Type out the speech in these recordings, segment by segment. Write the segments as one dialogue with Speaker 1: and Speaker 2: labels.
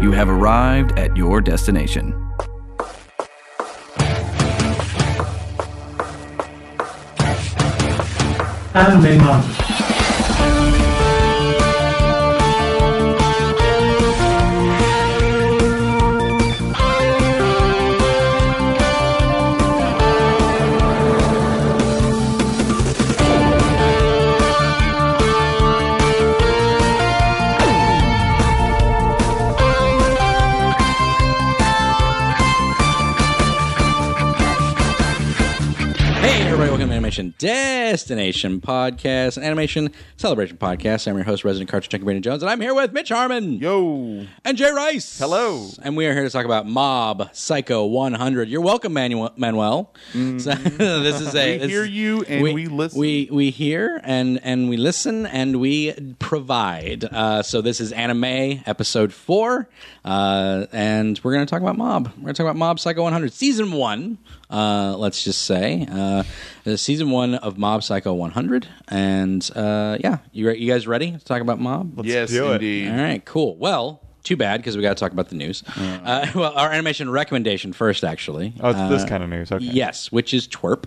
Speaker 1: You have arrived at your destination.
Speaker 2: Anime Man.
Speaker 3: Hey, everybody, welcome to Animation Destination Podcast, an animation celebration podcast. I'm your host, resident cartoon junkie Brandon Jones, and I'm here with Mitch Harmon
Speaker 4: Yo.
Speaker 3: and Jay Rice.
Speaker 4: Hello.
Speaker 3: And we are here to talk about Mob Psycho 100. You're welcome, Manuel. Manuel. So, this is a.
Speaker 4: Mm-hmm. We
Speaker 3: this-
Speaker 4: hear you and we listen.
Speaker 3: We, we hear and, and we listen and we provide. Uh, so, this is anime episode four, uh, and we're going to talk about Mob. We're going to talk about Mob Psycho 100, season one, uh, let's just say. Uh, the season one of Mob Psycho 100. And uh, yeah, you, re- you guys ready to talk about Mob?
Speaker 4: yes,
Speaker 5: do it.
Speaker 4: indeed.
Speaker 3: All right, cool. Well, too bad because we got to talk about the news. Uh, well, our animation recommendation first, actually.
Speaker 5: Oh, it's this kind of news. Okay.
Speaker 3: Yes, which is twerp.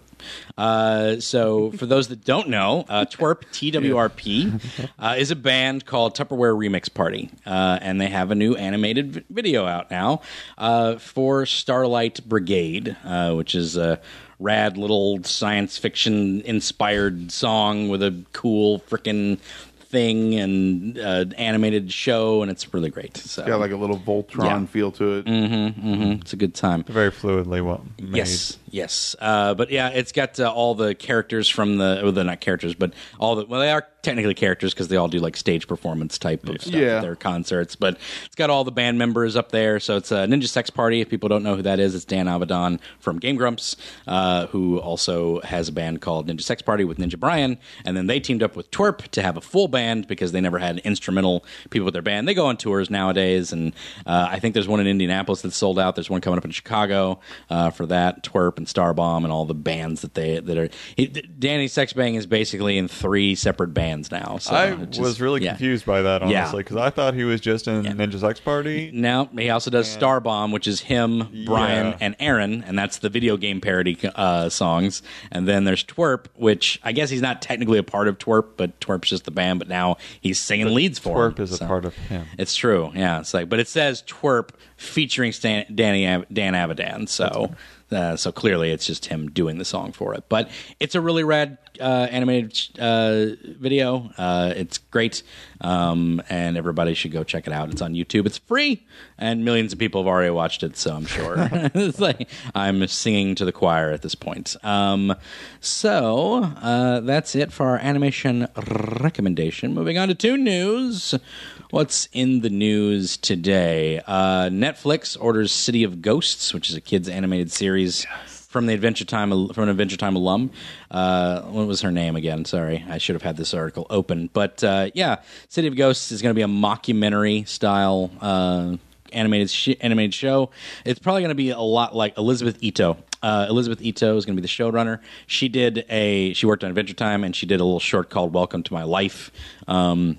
Speaker 3: Uh, so, for those that don't know, uh, twerp T W R P uh, is a band called Tupperware Remix Party, uh, and they have a new animated v- video out now uh, for Starlight Brigade, uh, which is a rad little science fiction inspired song with a cool freaking thing and uh, animated show, and it's really great. So,
Speaker 4: Got like a little Voltron
Speaker 3: Yeah. Mm.
Speaker 4: feel to it.
Speaker 3: it's a good time.
Speaker 5: Very fluidly well made.
Speaker 3: Yes, yes. Uh, but yeah, it's got uh, all the characters from the, well, they're not characters, but all the, well, they are technically characters because they all do like stage performance type of stuff
Speaker 4: Yeah.
Speaker 3: at their concerts. But it's got all the band members up there. So it's a Ninja Sex Party. If people don't know who that is, it's Dan Avedon from Game Grumps, uh, who also has a band called Ninja Sex Party with Ninja Brian. And then they teamed up with Twerp to have a full band because they never had instrumental people with their band. They go on tours nowadays. And uh, I think there's one in Indianapolis that's sold out. There's one coming up in Chicago uh, for that Twerp and Starbomb and all the bands that they that are. It, Danny Sexbang is basically in three separate bands now. So
Speaker 5: I
Speaker 3: it's just-
Speaker 5: was really
Speaker 3: yeah.
Speaker 5: confused by that,
Speaker 3: Yeah.
Speaker 5: honestly, because I thought he was just in Ninja Sex Party.
Speaker 3: Now he also does Star Bomb, which is him, Brian, and Aaron, and that's the video game parody uh, songs. And then there's Twerp, which I guess he's not technically a part of Twerp, but Twerp's just the band. But now he's singing leads for him.
Speaker 5: Twerp is a
Speaker 3: so-
Speaker 5: part of him.
Speaker 3: It's true, yeah. It's like, but it says Twerp featuring Stan, Danny Av- Dan Avidan, so uh, so clearly it's just him doing the song for it. But it's a really rad uh, animated uh, video. Uh, it's great, um, and everybody should go check it out. It's on YouTube. It's free, and millions of people have already watched it, so I'm sure it's like I'm singing to the choir at this point. Um, so uh, that's it for our animation recommendation. Moving on to two news. What's in the news today? Uh, Netflix orders City of Ghosts, which is a kids animated series from the Adventure Time from an Adventure Time alum. Uh, what was her name again? Sorry, I should have had this article open. But uh, yeah, City of Ghosts is going to be a mockumentary style. Uh, animated sh- animated show. It's probably going to be a lot like Elizabeth Ito. Uh, Elizabeth Ito is going to be the showrunner. She did a she worked on Adventure Time and she did a little short called Welcome to My Life. Um,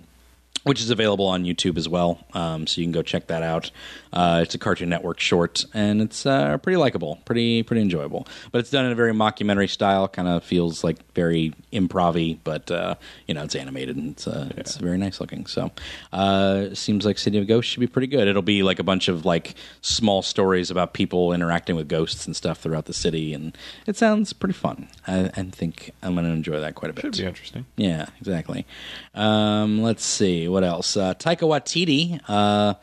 Speaker 3: which is available on YouTube as well, um, so you can go check that out. Uh, it's a Cartoon Network short, and it's uh, pretty likable, pretty pretty enjoyable. But it's done in a very mockumentary style, kind of feels like very improv-y, but uh, you know it's animated and it's uh, it's very nice looking. So uh, seems like City of Ghosts should be pretty good. It'll be like a bunch of like small stories about people interacting with ghosts and stuff throughout the city, and it sounds pretty fun. I, I think I'm going to enjoy that quite a bit.
Speaker 5: Should be interesting.
Speaker 3: Yeah, exactly. Um, let's see what else. Uh, Taika Waititi uh,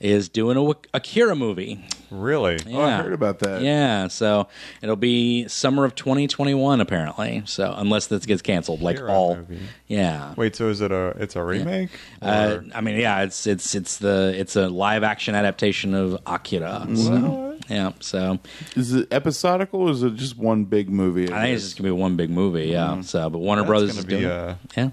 Speaker 3: is doing a Wak- Akira movie.
Speaker 5: Really?
Speaker 3: Yeah.
Speaker 4: Oh, I heard about that.
Speaker 3: Yeah, so it'll be summer of 2021 apparently. So unless this gets canceled, like
Speaker 5: Akira
Speaker 3: all,
Speaker 5: movie.
Speaker 3: yeah.
Speaker 5: Wait, so is it a? It's a remake?
Speaker 3: Uh,
Speaker 5: Or-
Speaker 3: I mean, yeah, it's it's it's the it's a live action adaptation of Akira. So, yeah, so
Speaker 4: Is it episodical or is it just one big movie?
Speaker 3: I think it's just gonna be one big movie. Yeah, so but Warner Brothers
Speaker 5: gonna
Speaker 3: is
Speaker 5: be
Speaker 3: doing, it.
Speaker 5: a-
Speaker 3: yeah,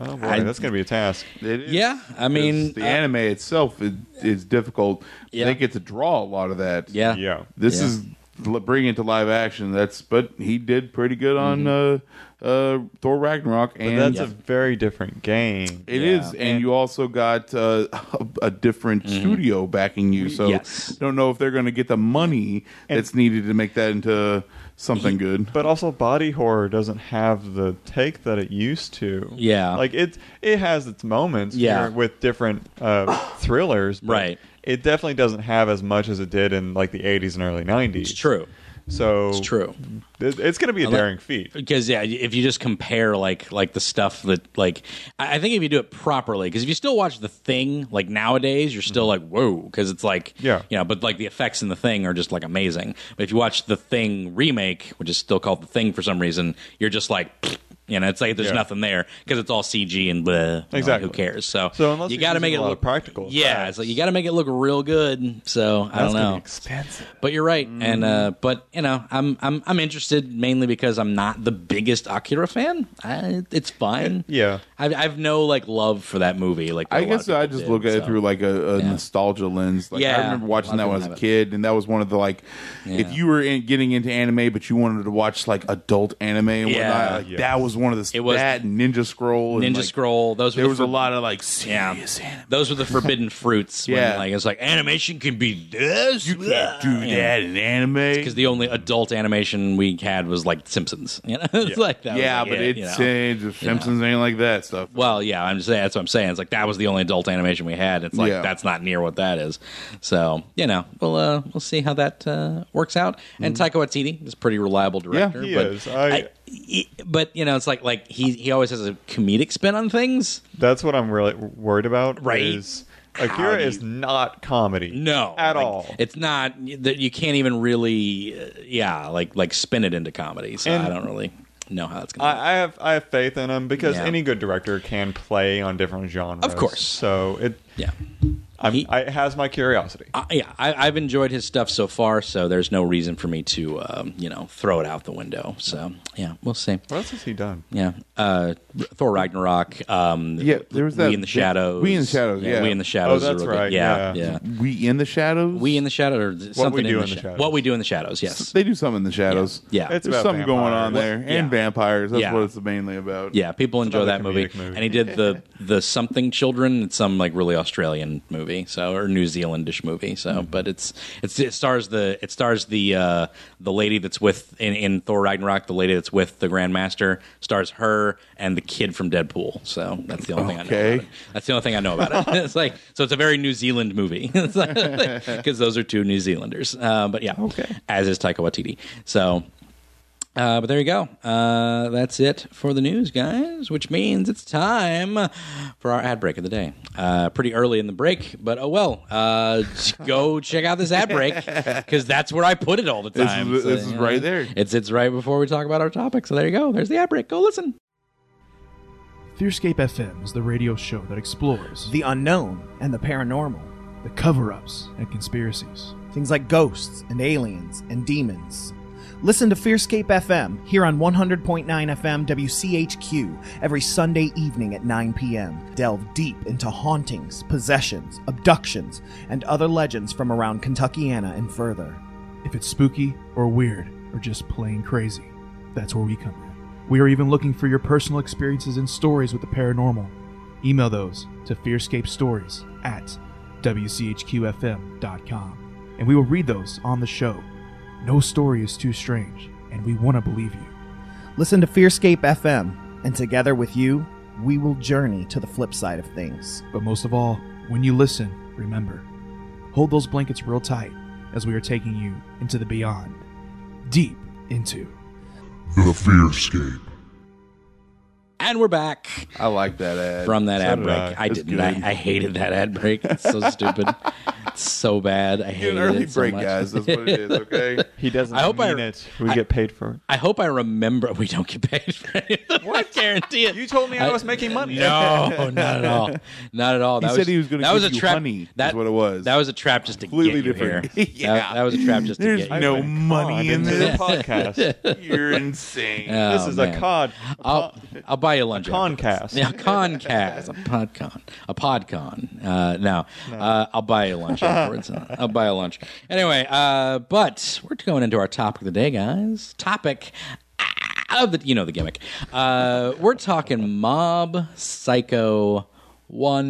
Speaker 5: oh boy,
Speaker 3: I-
Speaker 5: that's going to be a task.
Speaker 4: It is.
Speaker 3: yeah. I mean,
Speaker 4: Because the
Speaker 3: uh,
Speaker 4: anime itself is, is difficult.
Speaker 3: Yeah.
Speaker 4: They get to draw a lot of that.
Speaker 3: yeah,
Speaker 5: Yeah.
Speaker 4: This
Speaker 3: Yeah.
Speaker 4: is is bringing it to live action. That's but he did pretty good on uh,
Speaker 3: Mm-hmm.
Speaker 4: uh, Thor Ragnarok,
Speaker 5: But
Speaker 4: and
Speaker 5: that's a very different game.
Speaker 4: It is,
Speaker 3: Yeah. Mm-hmm.
Speaker 4: and, you also got uh, a different studio backing you. So
Speaker 3: Yes.
Speaker 4: don't know if they're going to get the money that's needed to make that into something good.
Speaker 5: But also, body horror doesn't have the take that it used to.
Speaker 3: Yeah.
Speaker 5: like it it has its moments.
Speaker 3: Yeah.
Speaker 5: here with different uh, thrillers. but
Speaker 3: Right.
Speaker 5: It definitely doesn't have as much as it did in like the 80s and early 90s.
Speaker 3: It's true.
Speaker 5: So
Speaker 3: It's true.
Speaker 5: It, it's going to be a
Speaker 3: Unless-
Speaker 5: daring feat.
Speaker 3: because yeah, if you just compare like like the stuff that like I I think if you do it properly, because if you still watch the thing like nowadays, you're still like whoa, because it's like
Speaker 5: Yeah.
Speaker 3: you know, but like the effects in the thing are just like amazing. But if you watch the thing remake, which is still called the thing for some reason, you're just like. pfft, You know, it's like there's
Speaker 5: Yeah.
Speaker 3: nothing there because it's all CG and blah. you know,
Speaker 5: Exactly.
Speaker 3: who cares? So,
Speaker 5: So unless
Speaker 3: you
Speaker 5: you're
Speaker 3: got to
Speaker 5: using
Speaker 3: make
Speaker 5: a
Speaker 3: it
Speaker 5: lot of
Speaker 3: look
Speaker 5: practical
Speaker 3: Yeah,
Speaker 5: effects.
Speaker 3: so you got to make it look real good. So I don't
Speaker 5: That's gonna
Speaker 3: know.
Speaker 5: be expensive.
Speaker 3: But you're right, and uh,
Speaker 4: Mm.
Speaker 3: but you know, I'm I'm I'm interested mainly because I'm not the biggest Akira fan. I, it's fine.
Speaker 5: Yeah.
Speaker 3: I've I've no like love for that movie. Like a
Speaker 4: I
Speaker 3: lot of
Speaker 4: guess I
Speaker 3: people
Speaker 4: just
Speaker 3: did,
Speaker 4: look at it
Speaker 3: so.
Speaker 4: through like a, a nostalgia lens. Like
Speaker 3: Yeah.
Speaker 4: I remember
Speaker 3: A
Speaker 4: watching
Speaker 3: lot
Speaker 4: that
Speaker 3: of
Speaker 4: when I
Speaker 3: people
Speaker 4: was a
Speaker 3: have
Speaker 4: kid, and that was one of the like,
Speaker 3: Yeah.
Speaker 4: if you were in, getting into anime but you wanted to watch like adult anime and
Speaker 3: Yeah.
Speaker 4: whatnot, like,
Speaker 5: Yes.
Speaker 4: that was one of the
Speaker 3: It was-
Speaker 4: that and Ninja Scroll, and,
Speaker 3: Ninja
Speaker 4: like,
Speaker 3: Scroll. Those were
Speaker 4: There
Speaker 3: the
Speaker 4: was
Speaker 3: fir-
Speaker 4: a lot of like
Speaker 3: Yeah,
Speaker 4: serious anime.
Speaker 3: those were the forbidden fruits. when,
Speaker 4: Yeah.
Speaker 3: like it's like animation can be this.
Speaker 4: You can't do
Speaker 3: Yeah.
Speaker 4: that in anime.
Speaker 3: because the only adult animation we had was like Simpsons. You know, it's like that. was,
Speaker 4: yeah,
Speaker 3: like,
Speaker 4: but
Speaker 3: it,
Speaker 4: it's
Speaker 3: you know.
Speaker 4: the Simpsons ain't like that stuff.
Speaker 3: Well, yeah, I'm just saying that's what I'm saying. It's like that was the only adult animation we had. It's like
Speaker 4: Yeah.
Speaker 3: that's not near what that is. So you know, we'll uh, we'll see how that uh, works out. And Taika Waititi is a pretty reliable director.
Speaker 5: Mm-hmm. he
Speaker 3: but
Speaker 5: is. I-
Speaker 3: I- but you know, it's like like he he always has a comedic spin on things.
Speaker 5: That's what I'm really worried about.
Speaker 3: Right.
Speaker 5: Is
Speaker 3: How
Speaker 5: Akira
Speaker 3: do you-
Speaker 5: is not comedy.
Speaker 3: No,
Speaker 5: At
Speaker 3: Like,
Speaker 5: all.
Speaker 3: It's not that you can't even really, uh, yeah, like like spin it into comedy. So
Speaker 5: And-
Speaker 3: I don't really know how that's gonna.
Speaker 5: I, I have I have faith in him because
Speaker 3: Yeah.
Speaker 5: any good director can play on different genres.
Speaker 3: Of course.
Speaker 5: So it
Speaker 3: yeah.
Speaker 5: I'm,
Speaker 3: He-
Speaker 5: I, it has my curiosity.
Speaker 3: Uh, yeah, I, I've enjoyed his stuff so far, so there's no reason for me to, um, you know, throw it out the window. So yeah, we'll see.
Speaker 5: What else has he done?
Speaker 3: Yeah, uh, Thor Ragnarok. Um,
Speaker 4: Yeah, there was that-
Speaker 3: We in the shadows.
Speaker 4: We in the Shadows, yeah.
Speaker 3: We in the shadows.
Speaker 5: Oh,
Speaker 3: is a
Speaker 5: that's
Speaker 3: real good-
Speaker 5: right,
Speaker 3: Yeah, yeah,
Speaker 5: yeah.
Speaker 4: We in the shadows.
Speaker 3: We in the shadows. Or th- something
Speaker 5: We Do in the
Speaker 3: Sha-
Speaker 5: Shadows.
Speaker 3: What we do in the shadows. Yes.
Speaker 4: They do something in the shadows.
Speaker 3: Yeah.
Speaker 5: It's
Speaker 4: there's
Speaker 5: about
Speaker 4: something going on
Speaker 5: vampires.
Speaker 4: there,
Speaker 3: Yeah.
Speaker 4: and vampires. That's
Speaker 3: Yeah.
Speaker 4: what it's mainly about.
Speaker 3: yeah, people enjoy that
Speaker 5: another
Speaker 3: movie.
Speaker 5: comedic movie.
Speaker 3: And he did the the something children. It's some like really Australian movie, so or New Zealandish movie. So,
Speaker 5: Mm-hmm.
Speaker 3: but it's it's it stars the it stars the uh, the lady that's with in, in Thor Ragnarok. The lady that's with the Grandmaster stars her and the kid from Deadpool. So that's the only thing I know.
Speaker 4: Okay.
Speaker 3: About it. That's the only thing I know about it. it's like so it's a very New Zealand movie because those are two New Zealanders. Uh, but yeah,
Speaker 5: Okay.
Speaker 3: As is Taika Waititi. So uh, but there you go. Uh, that's it for the news, guys, which means it's time for our ad break of the day. Uh, pretty early in the break, but oh well. Uh, go check out this ad break because that's where I put it all the
Speaker 4: This
Speaker 3: time.
Speaker 4: is-
Speaker 3: So,
Speaker 4: this is
Speaker 3: yeah.
Speaker 4: right there.
Speaker 3: It's, it's right before we talk about our topic. So there you go. There's the ad break. Go listen.
Speaker 2: Fearscape FM is the radio show that explores
Speaker 6: the unknown and the paranormal.
Speaker 2: the cover ups and conspiracies.
Speaker 6: Things like ghosts and aliens and demons. Listen to Fearscape FM here on 100.9 FM WCHQ every Sunday evening at 9 p.m. Delve deep into hauntings, possessions, abductions, and other legends from around Kentuckiana and further.
Speaker 2: If it's spooky or weird or just plain crazy, that's where we come in. We are even looking for your personal experiences and stories with the paranormal. Email those to fearscapestories at wchqfm.com and we will read those on the show. No story is too strange, and we want to believe you.
Speaker 6: Listen to Fearscape FM, and together with you, we will journey to the flip side of things.
Speaker 2: But most of all, when you listen, remember hold those blankets real tight as we are taking you into the beyond, deep into.
Speaker 7: The Fearscape.
Speaker 3: And we're back
Speaker 4: I like that ad.
Speaker 3: from that
Speaker 5: So
Speaker 3: ad
Speaker 5: did
Speaker 3: break.
Speaker 5: I.
Speaker 3: I
Speaker 4: It's
Speaker 3: didn't. I,
Speaker 4: good.
Speaker 3: I hated that ad break. It's so stupid. It's so bad. I
Speaker 4: Get
Speaker 3: hated
Speaker 4: an early
Speaker 3: it so
Speaker 4: break,
Speaker 3: much.
Speaker 4: guys. That's what it is. Okay.
Speaker 5: He doesn't
Speaker 3: I hope I-
Speaker 5: mean it. We
Speaker 3: I-
Speaker 5: get paid for it.
Speaker 3: I hope I remember. We don't get paid for any of them. I guarantee it.
Speaker 5: You told me I was making money.
Speaker 3: No, not at all. Not at all.
Speaker 4: He
Speaker 3: That
Speaker 4: said he was gonna
Speaker 3: that
Speaker 4: give
Speaker 3: was a
Speaker 4: you
Speaker 3: trap.
Speaker 4: honey, is
Speaker 3: That
Speaker 4: what it was.
Speaker 3: That was a trap just to
Speaker 4: Completely
Speaker 3: get
Speaker 4: different.
Speaker 3: You here.
Speaker 4: Yeah.
Speaker 3: That, that was a trap just to
Speaker 4: There's
Speaker 3: get you.
Speaker 4: no
Speaker 3: here.
Speaker 4: money in
Speaker 5: into the
Speaker 4: this.
Speaker 5: podcast.
Speaker 4: You're insane.
Speaker 5: this
Speaker 3: Oh,
Speaker 5: is
Speaker 3: man.
Speaker 5: a cod.
Speaker 3: I'll, I'll buy you lunch.
Speaker 5: A
Speaker 3: afterwards.
Speaker 5: concast.
Speaker 3: Yeah, a concast. A podcon. A podcon. Uh, no, Uh, I'll buy you lunch afterwards. I'll buy you lunch. Anyway, uh, but we're going into our topic of the day, guys. Topic of the you know the gimmick. Uh, we're talking Mob Psycho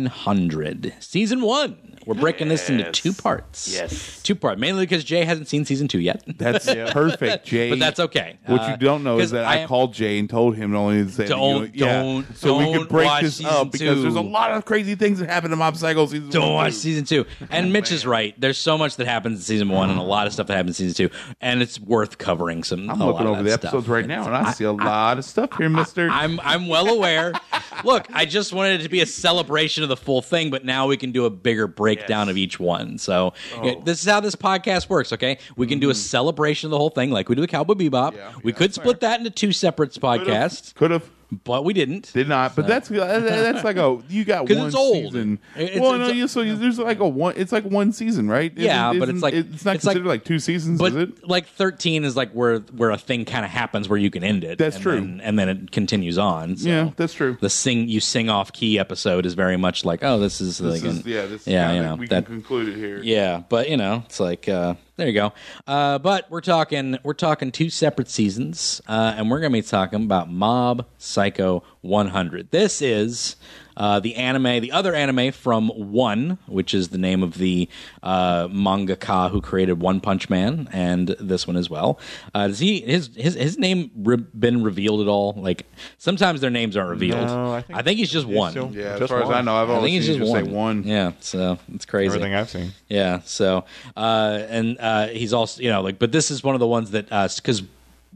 Speaker 3: 100, season one. We're breaking this into two parts.
Speaker 8: Yes.
Speaker 3: two part mainly because Jay hasn't seen season two yet.
Speaker 4: That's perfect, Jay.
Speaker 3: But that's okay.
Speaker 4: What
Speaker 3: Uh,
Speaker 4: you don't know
Speaker 3: 'cause
Speaker 4: is that
Speaker 3: I
Speaker 4: I,
Speaker 3: am-
Speaker 4: called Jay and told him to only say that you-
Speaker 3: Don't-
Speaker 4: yeah.
Speaker 3: don't-
Speaker 4: so we
Speaker 3: don't
Speaker 4: could break
Speaker 3: watch
Speaker 4: this
Speaker 3: season
Speaker 4: up because there's a
Speaker 3: two.
Speaker 4: lot of crazy things that happen to Mob Psycho season.
Speaker 3: Don't
Speaker 4: one,
Speaker 3: watch
Speaker 4: too.
Speaker 3: season two.
Speaker 4: Oh,
Speaker 3: And Mitch is right. There's so much that happens in season one, and a lot of stuff that happens in season two, and it's worth covering some.
Speaker 4: I'm
Speaker 3: a
Speaker 4: looking
Speaker 3: lot
Speaker 4: over
Speaker 3: of
Speaker 4: the
Speaker 3: that stuff.
Speaker 4: episodes right now, and I, see a lot of stuff here, Mister.
Speaker 3: I'm I'm well aware. Look, I just wanted it to be a celebration of the full thing, but now we can do a bigger breakdown of each one. So
Speaker 4: Oh.
Speaker 3: you know, this is how this podcast works. Okay, we can do a celebration of the whole thing, like we do with Cowboy Bebop.
Speaker 4: Mm-hmm. Yeah,
Speaker 3: we
Speaker 4: yeah,
Speaker 3: could split that into two separate podcasts,
Speaker 4: Could have,
Speaker 3: but we didn't.
Speaker 4: did not, but that's uh, that's like a you got
Speaker 3: 'Cause
Speaker 4: one
Speaker 3: it's old.
Speaker 4: season.
Speaker 3: It's-
Speaker 4: well,
Speaker 3: it's-
Speaker 4: no, you so you- there's like a one. It's like one season, right? It-
Speaker 3: Yeah,
Speaker 4: it
Speaker 3: but it's
Speaker 4: isn't-
Speaker 3: like-
Speaker 4: it's not
Speaker 3: it's like-
Speaker 4: considered like, two seasons,
Speaker 3: but
Speaker 4: is it?
Speaker 3: like 13 is like where where a thing kind of happens where you can end it.
Speaker 4: That's
Speaker 3: and
Speaker 4: true.
Speaker 3: then- and then it continues on. so.
Speaker 4: Yeah, that's true.
Speaker 3: the sing you sing off key episode is very much like oh this is
Speaker 4: This
Speaker 3: like
Speaker 4: is,
Speaker 3: an-
Speaker 4: yeah, this
Speaker 3: yeah
Speaker 4: yeah,
Speaker 3: you know
Speaker 4: we
Speaker 3: that
Speaker 4: can conclude it here.
Speaker 3: yeah but you know it's like uh there you go uh but we're talking we're talking two separate seasons uh and we're gonna be talking about mob psycho 100 this is uh, the anime, the other anime from One, which is the name of the uh, mangaka who created One Punch Man, and this one as well. Uh, does he his his his name re- been revealed at all? Like sometimes their names aren't revealed.
Speaker 5: No, I think-
Speaker 3: he's just
Speaker 5: Yeah,
Speaker 3: one.
Speaker 5: so-
Speaker 4: Yeah, as
Speaker 5: Just
Speaker 4: far
Speaker 5: one.
Speaker 4: as I know, I've
Speaker 3: I
Speaker 4: only
Speaker 3: think it's
Speaker 4: seen
Speaker 3: just
Speaker 4: you
Speaker 3: one.
Speaker 4: say one.
Speaker 3: Yeah, so it's crazy.
Speaker 5: Everything I've seen.
Speaker 3: Yeah. So, uh, and uh, he's also, you know, like, but this is one of the ones that, because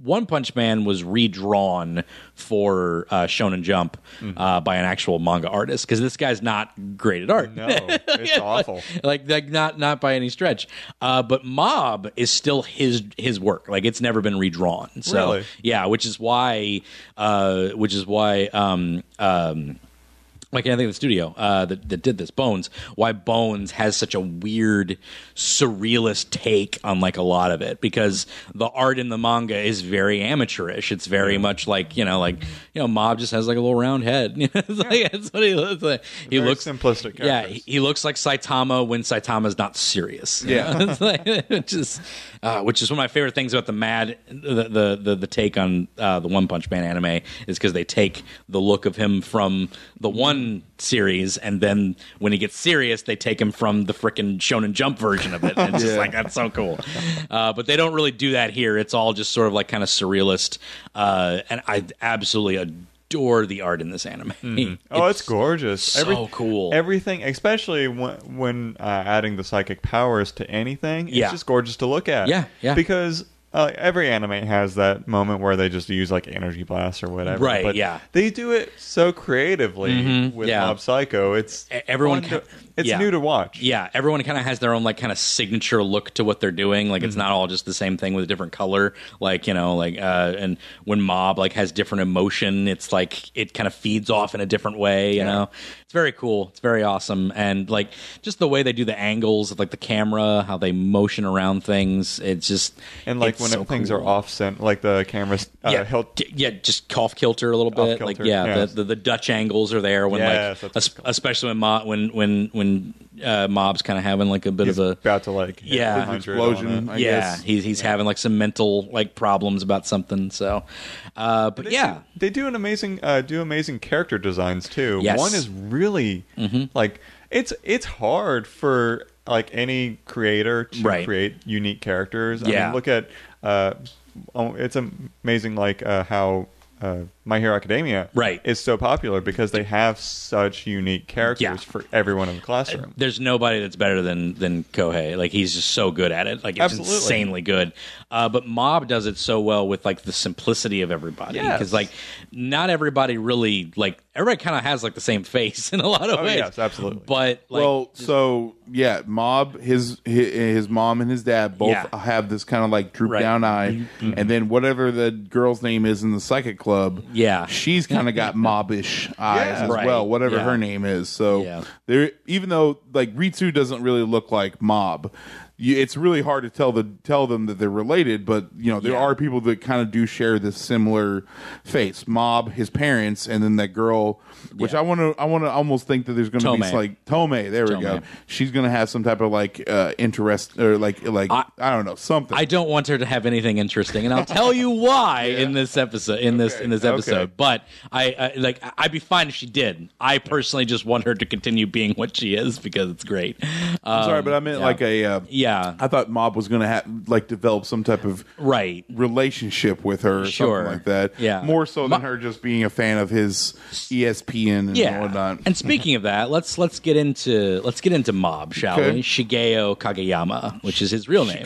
Speaker 3: One Punch Man was redrawn for uh, Shonen Jump uh, by an actual manga artist, because this guy's not great at art.
Speaker 5: No, it's awful.
Speaker 3: Like, like not not by any stretch, uh, but Mob is still his his work. Like it's never been redrawn. So
Speaker 5: Really?
Speaker 3: yeah, which is why, uh, which is why, um, um, I can't think of the studio uh, that, that did this, Bones. Why Bones has such a weird, surrealist take on like a lot of it because the art in the manga is very amateurish. It's very much like you know, like you know, Mob just has like a little round head. it's like, that's what he looks like. He
Speaker 5: Very
Speaker 3: looks
Speaker 5: simplistic
Speaker 3: Yeah,
Speaker 5: characters.
Speaker 3: he, he looks like Saitama when Saitama's not serious. Yeah, it's like, which is uh, which is one of my favorite things about the mad the the the, the take on uh, the One Punch Man anime is because they take the look of him from the one series, and then when he gets serious, they take him from the frickin' Shonen Jump version of it. And it's just like that's so cool. Uh, but they don't really do that here. It's all just sort of like kind of surrealist, uh, and I absolutely adore the art in this anime.
Speaker 5: Oh, it's, gorgeous.
Speaker 3: so cool.
Speaker 5: Everything, especially when, when uh, adding the psychic powers to anything, it's
Speaker 3: Yeah.
Speaker 5: just gorgeous to look at.
Speaker 3: Yeah, yeah.
Speaker 5: Because uh, every anime has that moment where they just use like energy blasts or whatever.
Speaker 3: Right,
Speaker 5: But
Speaker 3: yeah. Mm-hmm,
Speaker 5: They do it so creatively with
Speaker 3: yeah.
Speaker 5: Mob Psycho. It's
Speaker 3: E- everyone
Speaker 5: fun to-
Speaker 3: ca-
Speaker 5: it's
Speaker 3: yeah.
Speaker 5: new to watch.
Speaker 3: Yeah, everyone kind of has their own like kind of signature look to what they're doing. Like it's
Speaker 5: Mm-hmm.
Speaker 3: not all just the same thing with a different color. Like you know, like uh, and when mob like has different emotion, it's like it kind of feeds off in a different way. You know, it's very cool. It's very awesome, and like just the way they do the angles of like the camera, how they motion around things. It's just
Speaker 5: And like
Speaker 3: it's
Speaker 5: when
Speaker 3: so
Speaker 5: things
Speaker 3: cool.
Speaker 5: are off cent, like the camera's uh,
Speaker 3: yeah,
Speaker 5: held
Speaker 3: d- yeah, just cough kilter a little bit. Like
Speaker 5: kilter,
Speaker 3: yeah,
Speaker 5: yeah.
Speaker 3: The, the the Dutch angles are there when like
Speaker 5: Yes, that's what it's
Speaker 3: es- especially when mo- when when when uh, mobs kind of having like a bit
Speaker 5: he's
Speaker 3: of a
Speaker 5: about to like hit
Speaker 3: Yeah.
Speaker 5: 100
Speaker 4: Explosion.
Speaker 5: on it.
Speaker 4: I
Speaker 3: yeah,
Speaker 4: guess.
Speaker 3: he's he's having like some mental like problems about something. So, uh, but
Speaker 5: They
Speaker 3: yeah,
Speaker 5: do- they do an amazing uh, do amazing character designs too.
Speaker 3: Yes. Mm-hmm.
Speaker 5: One is really like it's it's hard for like any creator to
Speaker 3: Right.
Speaker 5: create unique characters. I
Speaker 3: Yeah.
Speaker 5: mean, look at uh, oh, it's amazing like uh, how. Uh, My Hero Academia
Speaker 3: Right.
Speaker 5: is so popular because they have such unique characters
Speaker 3: Yeah.
Speaker 5: for everyone in the classroom.
Speaker 3: there's nobody that's better than than Kohei. Like he's just so good at it. Like it's
Speaker 5: Absolutely.
Speaker 3: insanely good. Uh, but Mob does it so well with like the simplicity of everybody because
Speaker 5: Yes.
Speaker 3: like not everybody really like everybody kind of has like the same face in a lot of
Speaker 5: Oh,
Speaker 3: ways.
Speaker 5: yes, absolutely.
Speaker 3: But like,
Speaker 4: well, so yeah, Mob, his his, his mom and his dad both
Speaker 3: Yeah.
Speaker 4: have this kind of like droop
Speaker 3: Right. Mm-hmm.
Speaker 4: down eye, and then whatever the girl's name is in the psychic club,
Speaker 3: Yeah.
Speaker 4: she's kind of got mobbish eyes as
Speaker 3: Right.
Speaker 4: well, whatever
Speaker 3: Yeah.
Speaker 4: her name is. So
Speaker 3: Yeah.
Speaker 4: there, even though like Ritsu doesn't really look like Mob. you, it's really hard to tell the tell them that they're related, but you know there are people that kind of do share this similar face. Mob, his parents, and then that girl, which
Speaker 3: Yeah.
Speaker 4: I want to I want to almost think that there's going to
Speaker 3: Tomei.
Speaker 4: be like Tomei. There we go.
Speaker 3: Tomei.
Speaker 4: She's going to have some type of like uh, interest or like like I, don't know something.
Speaker 3: I don't want her to have anything interesting, and I'll tell you why in this episode. In this in this
Speaker 4: okay.
Speaker 3: episode, but I, I like I- I'd be fine if she did. I personally just want her to continue being what she is because it's great. Um,
Speaker 4: Sorry, but I meant
Speaker 3: yeah.
Speaker 4: like a uh,
Speaker 3: yeah,
Speaker 4: I thought Mob was going to have like develop some type of
Speaker 3: right.
Speaker 4: relationship with her, or
Speaker 3: Sure.
Speaker 4: something like that.
Speaker 3: Yeah.
Speaker 4: more so than
Speaker 3: Mo-
Speaker 4: her just being a fan of his E ESPN and
Speaker 3: Yeah,
Speaker 4: whatnot.
Speaker 3: and speaking of that, let's let's get into let's get into Mob, shall
Speaker 4: Okay.
Speaker 3: we? Shigeo Kageyama, which is his real name.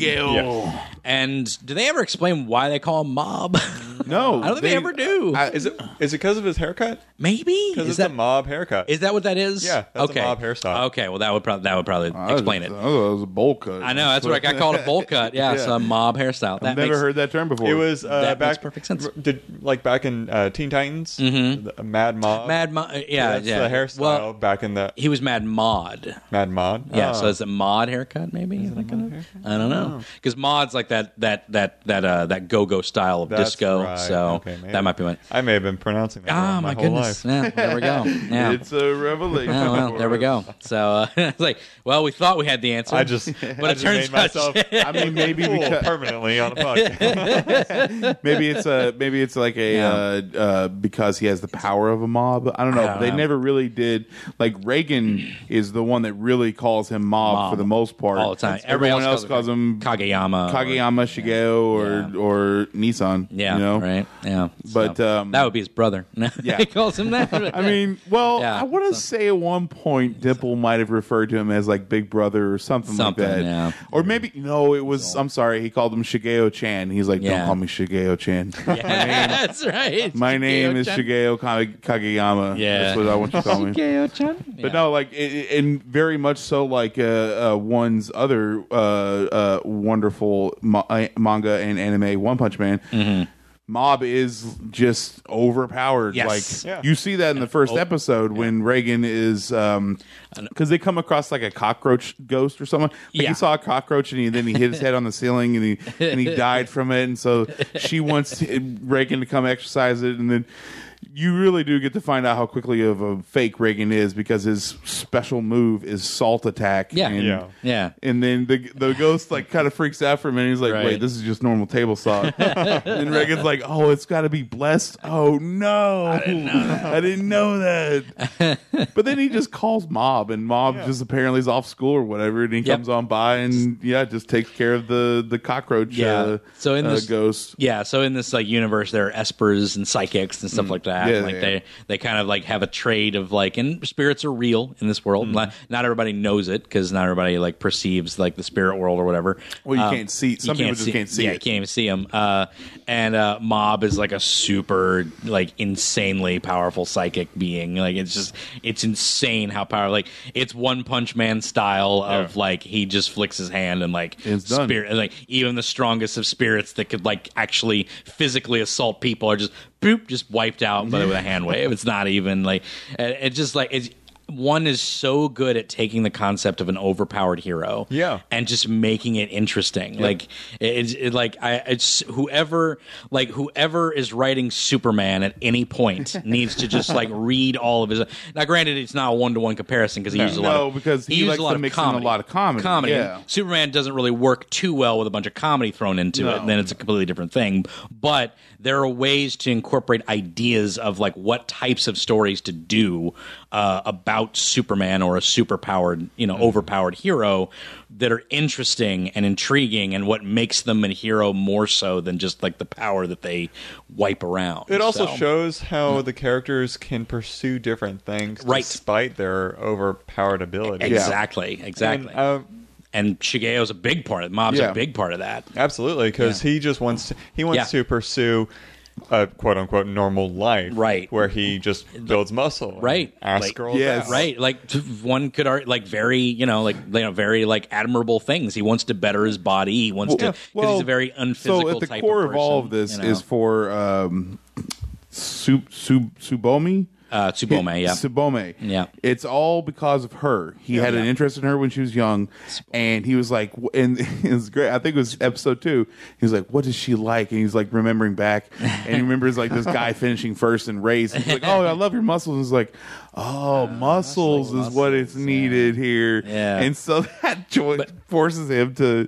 Speaker 3: And do they ever explain why they call him Mob?
Speaker 4: No,
Speaker 3: I don't think they, ever do.
Speaker 4: I-
Speaker 5: Is it is it because of his haircut?
Speaker 3: Maybe
Speaker 5: Because
Speaker 3: is
Speaker 5: it's
Speaker 3: that
Speaker 5: a mob haircut.
Speaker 3: Is that what that is?
Speaker 5: Yeah, that's a
Speaker 3: okay.
Speaker 5: mob hairstyle.
Speaker 3: Okay, well that would probably that would probably
Speaker 4: I
Speaker 3: explain
Speaker 4: was-
Speaker 5: uh,
Speaker 3: it.
Speaker 4: I thought it was a bowl cut.
Speaker 3: I know that's what I got called a bowl cut. Yeah, it's a mob hairstyle. That
Speaker 4: I've never
Speaker 3: makes,
Speaker 4: heard that term before.
Speaker 5: It was uh,
Speaker 3: That
Speaker 5: back
Speaker 3: makes perfect sense. Mm-hmm.
Speaker 5: r- Did like back in uh, Teen Titans, the uh, Mad Mod.
Speaker 3: Mad Mod. Yeah,
Speaker 5: That's
Speaker 3: yeah.
Speaker 5: the hairstyle
Speaker 3: Well,
Speaker 5: back in the
Speaker 3: he was Mad Mod.
Speaker 5: Mad Mod.
Speaker 3: Yeah,
Speaker 5: Oh.
Speaker 3: so it's a mod haircut, maybe. Is that kind of, I don't know, because mod's like that that that that uh, that go go style of
Speaker 5: That's
Speaker 3: disco.
Speaker 5: right.
Speaker 3: So
Speaker 5: Okay, maybe.
Speaker 3: that might be one.
Speaker 5: I may have been pronouncing that
Speaker 3: Ah,
Speaker 5: wrong
Speaker 3: my,
Speaker 5: my, whole
Speaker 3: goodness!
Speaker 5: life.
Speaker 3: Yeah, there we go. Yeah.
Speaker 4: It's a revelation.
Speaker 3: Oh, well,
Speaker 4: for
Speaker 3: there we
Speaker 4: us.
Speaker 3: go. So uh, it's like, well, we thought we had the answer.
Speaker 5: I just,
Speaker 3: but
Speaker 5: I
Speaker 3: it
Speaker 5: just
Speaker 3: turns
Speaker 5: made myself
Speaker 3: out
Speaker 4: I mean, maybe
Speaker 5: cool
Speaker 4: because,
Speaker 5: permanently on a podcast.
Speaker 4: maybe it's a maybe it's like a uh, uh, because he has the power of a mob. I don't know.
Speaker 3: don't
Speaker 4: they
Speaker 3: know.
Speaker 4: never really did. Like Reagan is the one that really calls him mob,
Speaker 3: Mob.
Speaker 4: for the most part.
Speaker 3: all the time.
Speaker 4: Everyone else calls him
Speaker 3: Kageyama. or-
Speaker 4: Kageyama Shigeo or
Speaker 3: Yeah.
Speaker 4: or Nissan.
Speaker 3: Yeah,
Speaker 4: you know?
Speaker 3: right. Yeah,
Speaker 4: But,
Speaker 3: So,
Speaker 4: um,
Speaker 3: that would be his brother.
Speaker 4: Yeah.
Speaker 3: he calls him that.
Speaker 4: I mean, well,
Speaker 3: Yeah,
Speaker 4: I want to
Speaker 3: so-
Speaker 4: say at one point Dimple might have referred to him as like Big Brother or something,
Speaker 3: Something,
Speaker 4: like that.
Speaker 3: yeah.
Speaker 4: Or maybe no, it was. I'm sorry, he called him Shigeo Chan. He's like,
Speaker 3: Yeah.
Speaker 4: don't call me Shigeo Chan.
Speaker 3: yeah, that's right.
Speaker 4: My name is
Speaker 3: Shigeo-chan.
Speaker 4: Shigeo Kage- Kageyama.
Speaker 3: Yeah.
Speaker 4: that's what I want you to call me.
Speaker 3: Shigeo-chan.
Speaker 4: But
Speaker 3: Yeah.
Speaker 4: no, like, it- it, and very much so, like uh, uh, one's other uh, uh, wonderful ma- uh, manga and anime, One Punch Man. Mob is just overpowered.
Speaker 3: Mm-hmm. Yes.
Speaker 4: Like
Speaker 5: Yeah.
Speaker 4: you see that in the
Speaker 3: Oh,
Speaker 4: first episode when Reagan is, because they come across like a cockroach ghost or something. Like
Speaker 3: Yeah.
Speaker 4: He saw a cockroach and he then he hit his head on the ceiling and he and he died from it. And so she wants to- Reagan to come exercise it, and then you really do get to find out how quickly of a fake Reagan is because his special move is salt attack.
Speaker 3: Yeah.
Speaker 4: and,
Speaker 5: Yeah.
Speaker 3: Yeah.
Speaker 4: And then the the ghost like kind of freaks out for a minute. He's like,
Speaker 3: Right.
Speaker 4: "Wait, this is just normal table salt." and Reagan's like, "Oh, it's got to be blessed." Oh no, I didn't know that. but then he just calls Mob, and Mob just apparently is off school or whatever, and he
Speaker 3: Yep.
Speaker 4: comes on by and yeah, just takes care of the the cockroach.
Speaker 3: Yeah.
Speaker 4: uh,
Speaker 3: So in
Speaker 4: uh,
Speaker 3: this-
Speaker 4: ghost,
Speaker 3: Yeah, so in this like universe, there are espers and psychics and stuff like that.
Speaker 4: Mm. Yeah,
Speaker 3: like
Speaker 4: yeah.
Speaker 3: they they kind of like have a trade of like, and spirits are real in this
Speaker 4: Mm.
Speaker 3: world. Not, not everybody knows it because not everybody like perceives like the spirit world or whatever.
Speaker 4: Well, you can't see- some people just can't see
Speaker 3: Yeah,
Speaker 4: it.
Speaker 3: you Um, can't even see them. Uh, and uh, Mob is like a super like insanely powerful psychic being. Like it's just it's insane how powerful. Like it's One Punch Man style of like he just flicks his hand and like
Speaker 4: It's done.
Speaker 3: spirit and, like even the strongest of spirits that could like actually physically assault people are just boop just wiped out by with a hand wave it's not even like it, it just like it's one is so good at taking the concept of an overpowered hero
Speaker 5: Yeah.
Speaker 3: and just making it interesting like it's it, like i it's whoever like whoever is writing superman at any point needs to just like read all of his now granted it's not a one-to-one comparison because he uses a lot
Speaker 4: No,
Speaker 3: of,
Speaker 4: because he
Speaker 3: uses a
Speaker 4: likes to
Speaker 3: lot of
Speaker 4: mix in a
Speaker 3: comedy.
Speaker 4: lot of comedy,
Speaker 3: comedy
Speaker 4: yeah.
Speaker 3: Superman doesn't really work too well with a bunch of comedy thrown into it,
Speaker 4: No.
Speaker 3: and then it's a completely different thing. But there are ways to incorporate ideas of like what types of stories to do uh, about Superman or a superpowered, you
Speaker 5: Mm.
Speaker 3: know, overpowered hero that are interesting and intriguing, and what makes them a hero more so than just like the power that they wipe around.
Speaker 5: It also
Speaker 3: So-
Speaker 5: shows how the characters can pursue different things
Speaker 3: Right.
Speaker 5: despite their overpowered ability.
Speaker 3: exactly, exactly.
Speaker 5: And,
Speaker 3: And,
Speaker 5: uh,
Speaker 3: Shigeo's a big part. of Mob's
Speaker 4: Yeah.
Speaker 3: a big part of that.
Speaker 5: absolutely, because he just wants to, he wants
Speaker 3: Yeah.
Speaker 5: to pursue a quote unquote normal life,
Speaker 3: Right.
Speaker 5: Where he just builds muscle, and
Speaker 3: Right.
Speaker 5: Asks
Speaker 3: Like-
Speaker 5: girls,
Speaker 4: Yes.
Speaker 5: out.
Speaker 3: right like t- one could ar- like very you know like you know very like admirable things he wants to better his body he wants to because he's a very unphysical
Speaker 4: So at the
Speaker 3: type
Speaker 4: core
Speaker 3: of,
Speaker 4: of, all of
Speaker 3: person,
Speaker 4: this
Speaker 3: you know.
Speaker 4: is for um, Su- Su- Subomi.
Speaker 3: Uh, Tsubome, yeah.
Speaker 4: Tsubome.
Speaker 3: Yeah.
Speaker 4: It's all because of her. He had an interest in her when she was young, and he was like, w- and it was great. I think it was episode two. He was like, "What does she like?" And he's like remembering back, and he remembers like this guy finishing first in race. He's like, "Oh, I love your muscles." And he's like, "Oh, muscles is what is needed here."
Speaker 3: Yeah.
Speaker 4: And so that joint forces him to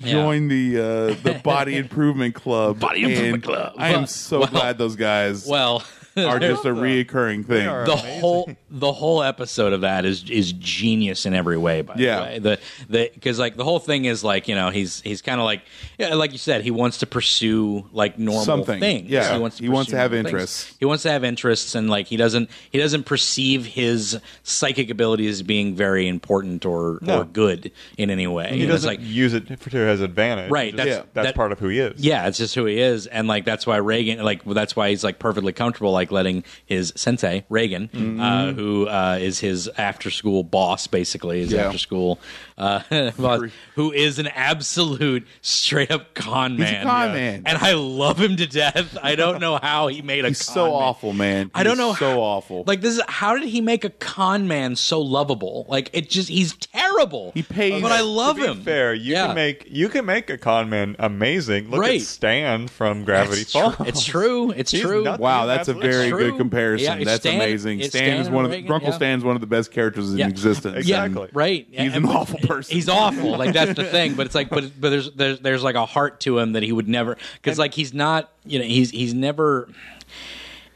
Speaker 4: join the uh, the body improvement club.
Speaker 3: Body Improvement
Speaker 4: And
Speaker 3: Club.
Speaker 4: I am so glad those guys
Speaker 3: Well,
Speaker 4: are just a reoccurring thing.
Speaker 5: are
Speaker 3: the whole the whole episode of that is is genius in every way. By
Speaker 4: Yeah.
Speaker 3: the way, the the because like the whole thing is like you know he's he's kind of like yeah, like you said he wants to pursue like normal
Speaker 4: Something.
Speaker 3: things.
Speaker 4: Yeah.
Speaker 3: he wants to,
Speaker 4: He wants
Speaker 3: pursue
Speaker 4: to have
Speaker 3: normal things.
Speaker 4: interests.
Speaker 3: He wants to have interests and like he doesn't he doesn't perceive his psychic ability as being very important or
Speaker 5: No.
Speaker 3: or good in any way.
Speaker 5: He
Speaker 3: And it's
Speaker 5: doesn't
Speaker 3: like
Speaker 5: use it for, to his advantage.
Speaker 3: Right,
Speaker 5: Just-
Speaker 3: that's-
Speaker 5: yeah, that's
Speaker 3: that-
Speaker 5: part of who he is.
Speaker 3: yeah, it's just who he is, and like that's why Reagan, like well, that's why he's like perfectly comfortable, like letting his sensei Reagan, uh,
Speaker 4: Mm-hmm.
Speaker 3: who uh, is his after-school boss, basically his
Speaker 4: Yeah.
Speaker 3: after-school uh, boss, who is an absolute straight-up con man.
Speaker 4: He's a con man.
Speaker 3: and I love him to death. I don't know how he made a.
Speaker 4: He's
Speaker 3: con
Speaker 4: so
Speaker 3: man.
Speaker 4: awful, man.
Speaker 3: I don't
Speaker 4: He's
Speaker 3: know.
Speaker 4: So
Speaker 3: how-
Speaker 4: awful.
Speaker 3: Like this is how did he make a con man so lovable? Like it just he's terrible. He
Speaker 4: pays-
Speaker 3: but I
Speaker 4: To
Speaker 3: love
Speaker 5: to be
Speaker 3: him.
Speaker 5: fair, you
Speaker 3: Yeah.
Speaker 5: can make you can make a con man amazing. Look
Speaker 3: Right.
Speaker 5: at Stan from Gravity
Speaker 3: It's true.
Speaker 5: Falls.
Speaker 3: It's true. It's
Speaker 5: He's
Speaker 3: true.
Speaker 5: nothing.
Speaker 4: wow, that's a
Speaker 5: Absolutely.
Speaker 4: very
Speaker 3: True.
Speaker 4: good comparison.
Speaker 3: Yeah,
Speaker 4: that's
Speaker 3: Stan-
Speaker 4: amazing.
Speaker 3: it's
Speaker 4: Stan, is
Speaker 3: Stan
Speaker 4: one of
Speaker 3: Reagan,
Speaker 4: Grunkle
Speaker 3: yeah.
Speaker 4: Stan's one of the best characters in
Speaker 3: Yeah.
Speaker 4: existence.
Speaker 5: Yeah. Exactly.
Speaker 3: Right.
Speaker 4: He's an awful person.
Speaker 3: He's awful. Like that's the thing. But it's like, but but there's there's, there's like a heart to him that he would never because like he's not you know he's he's never.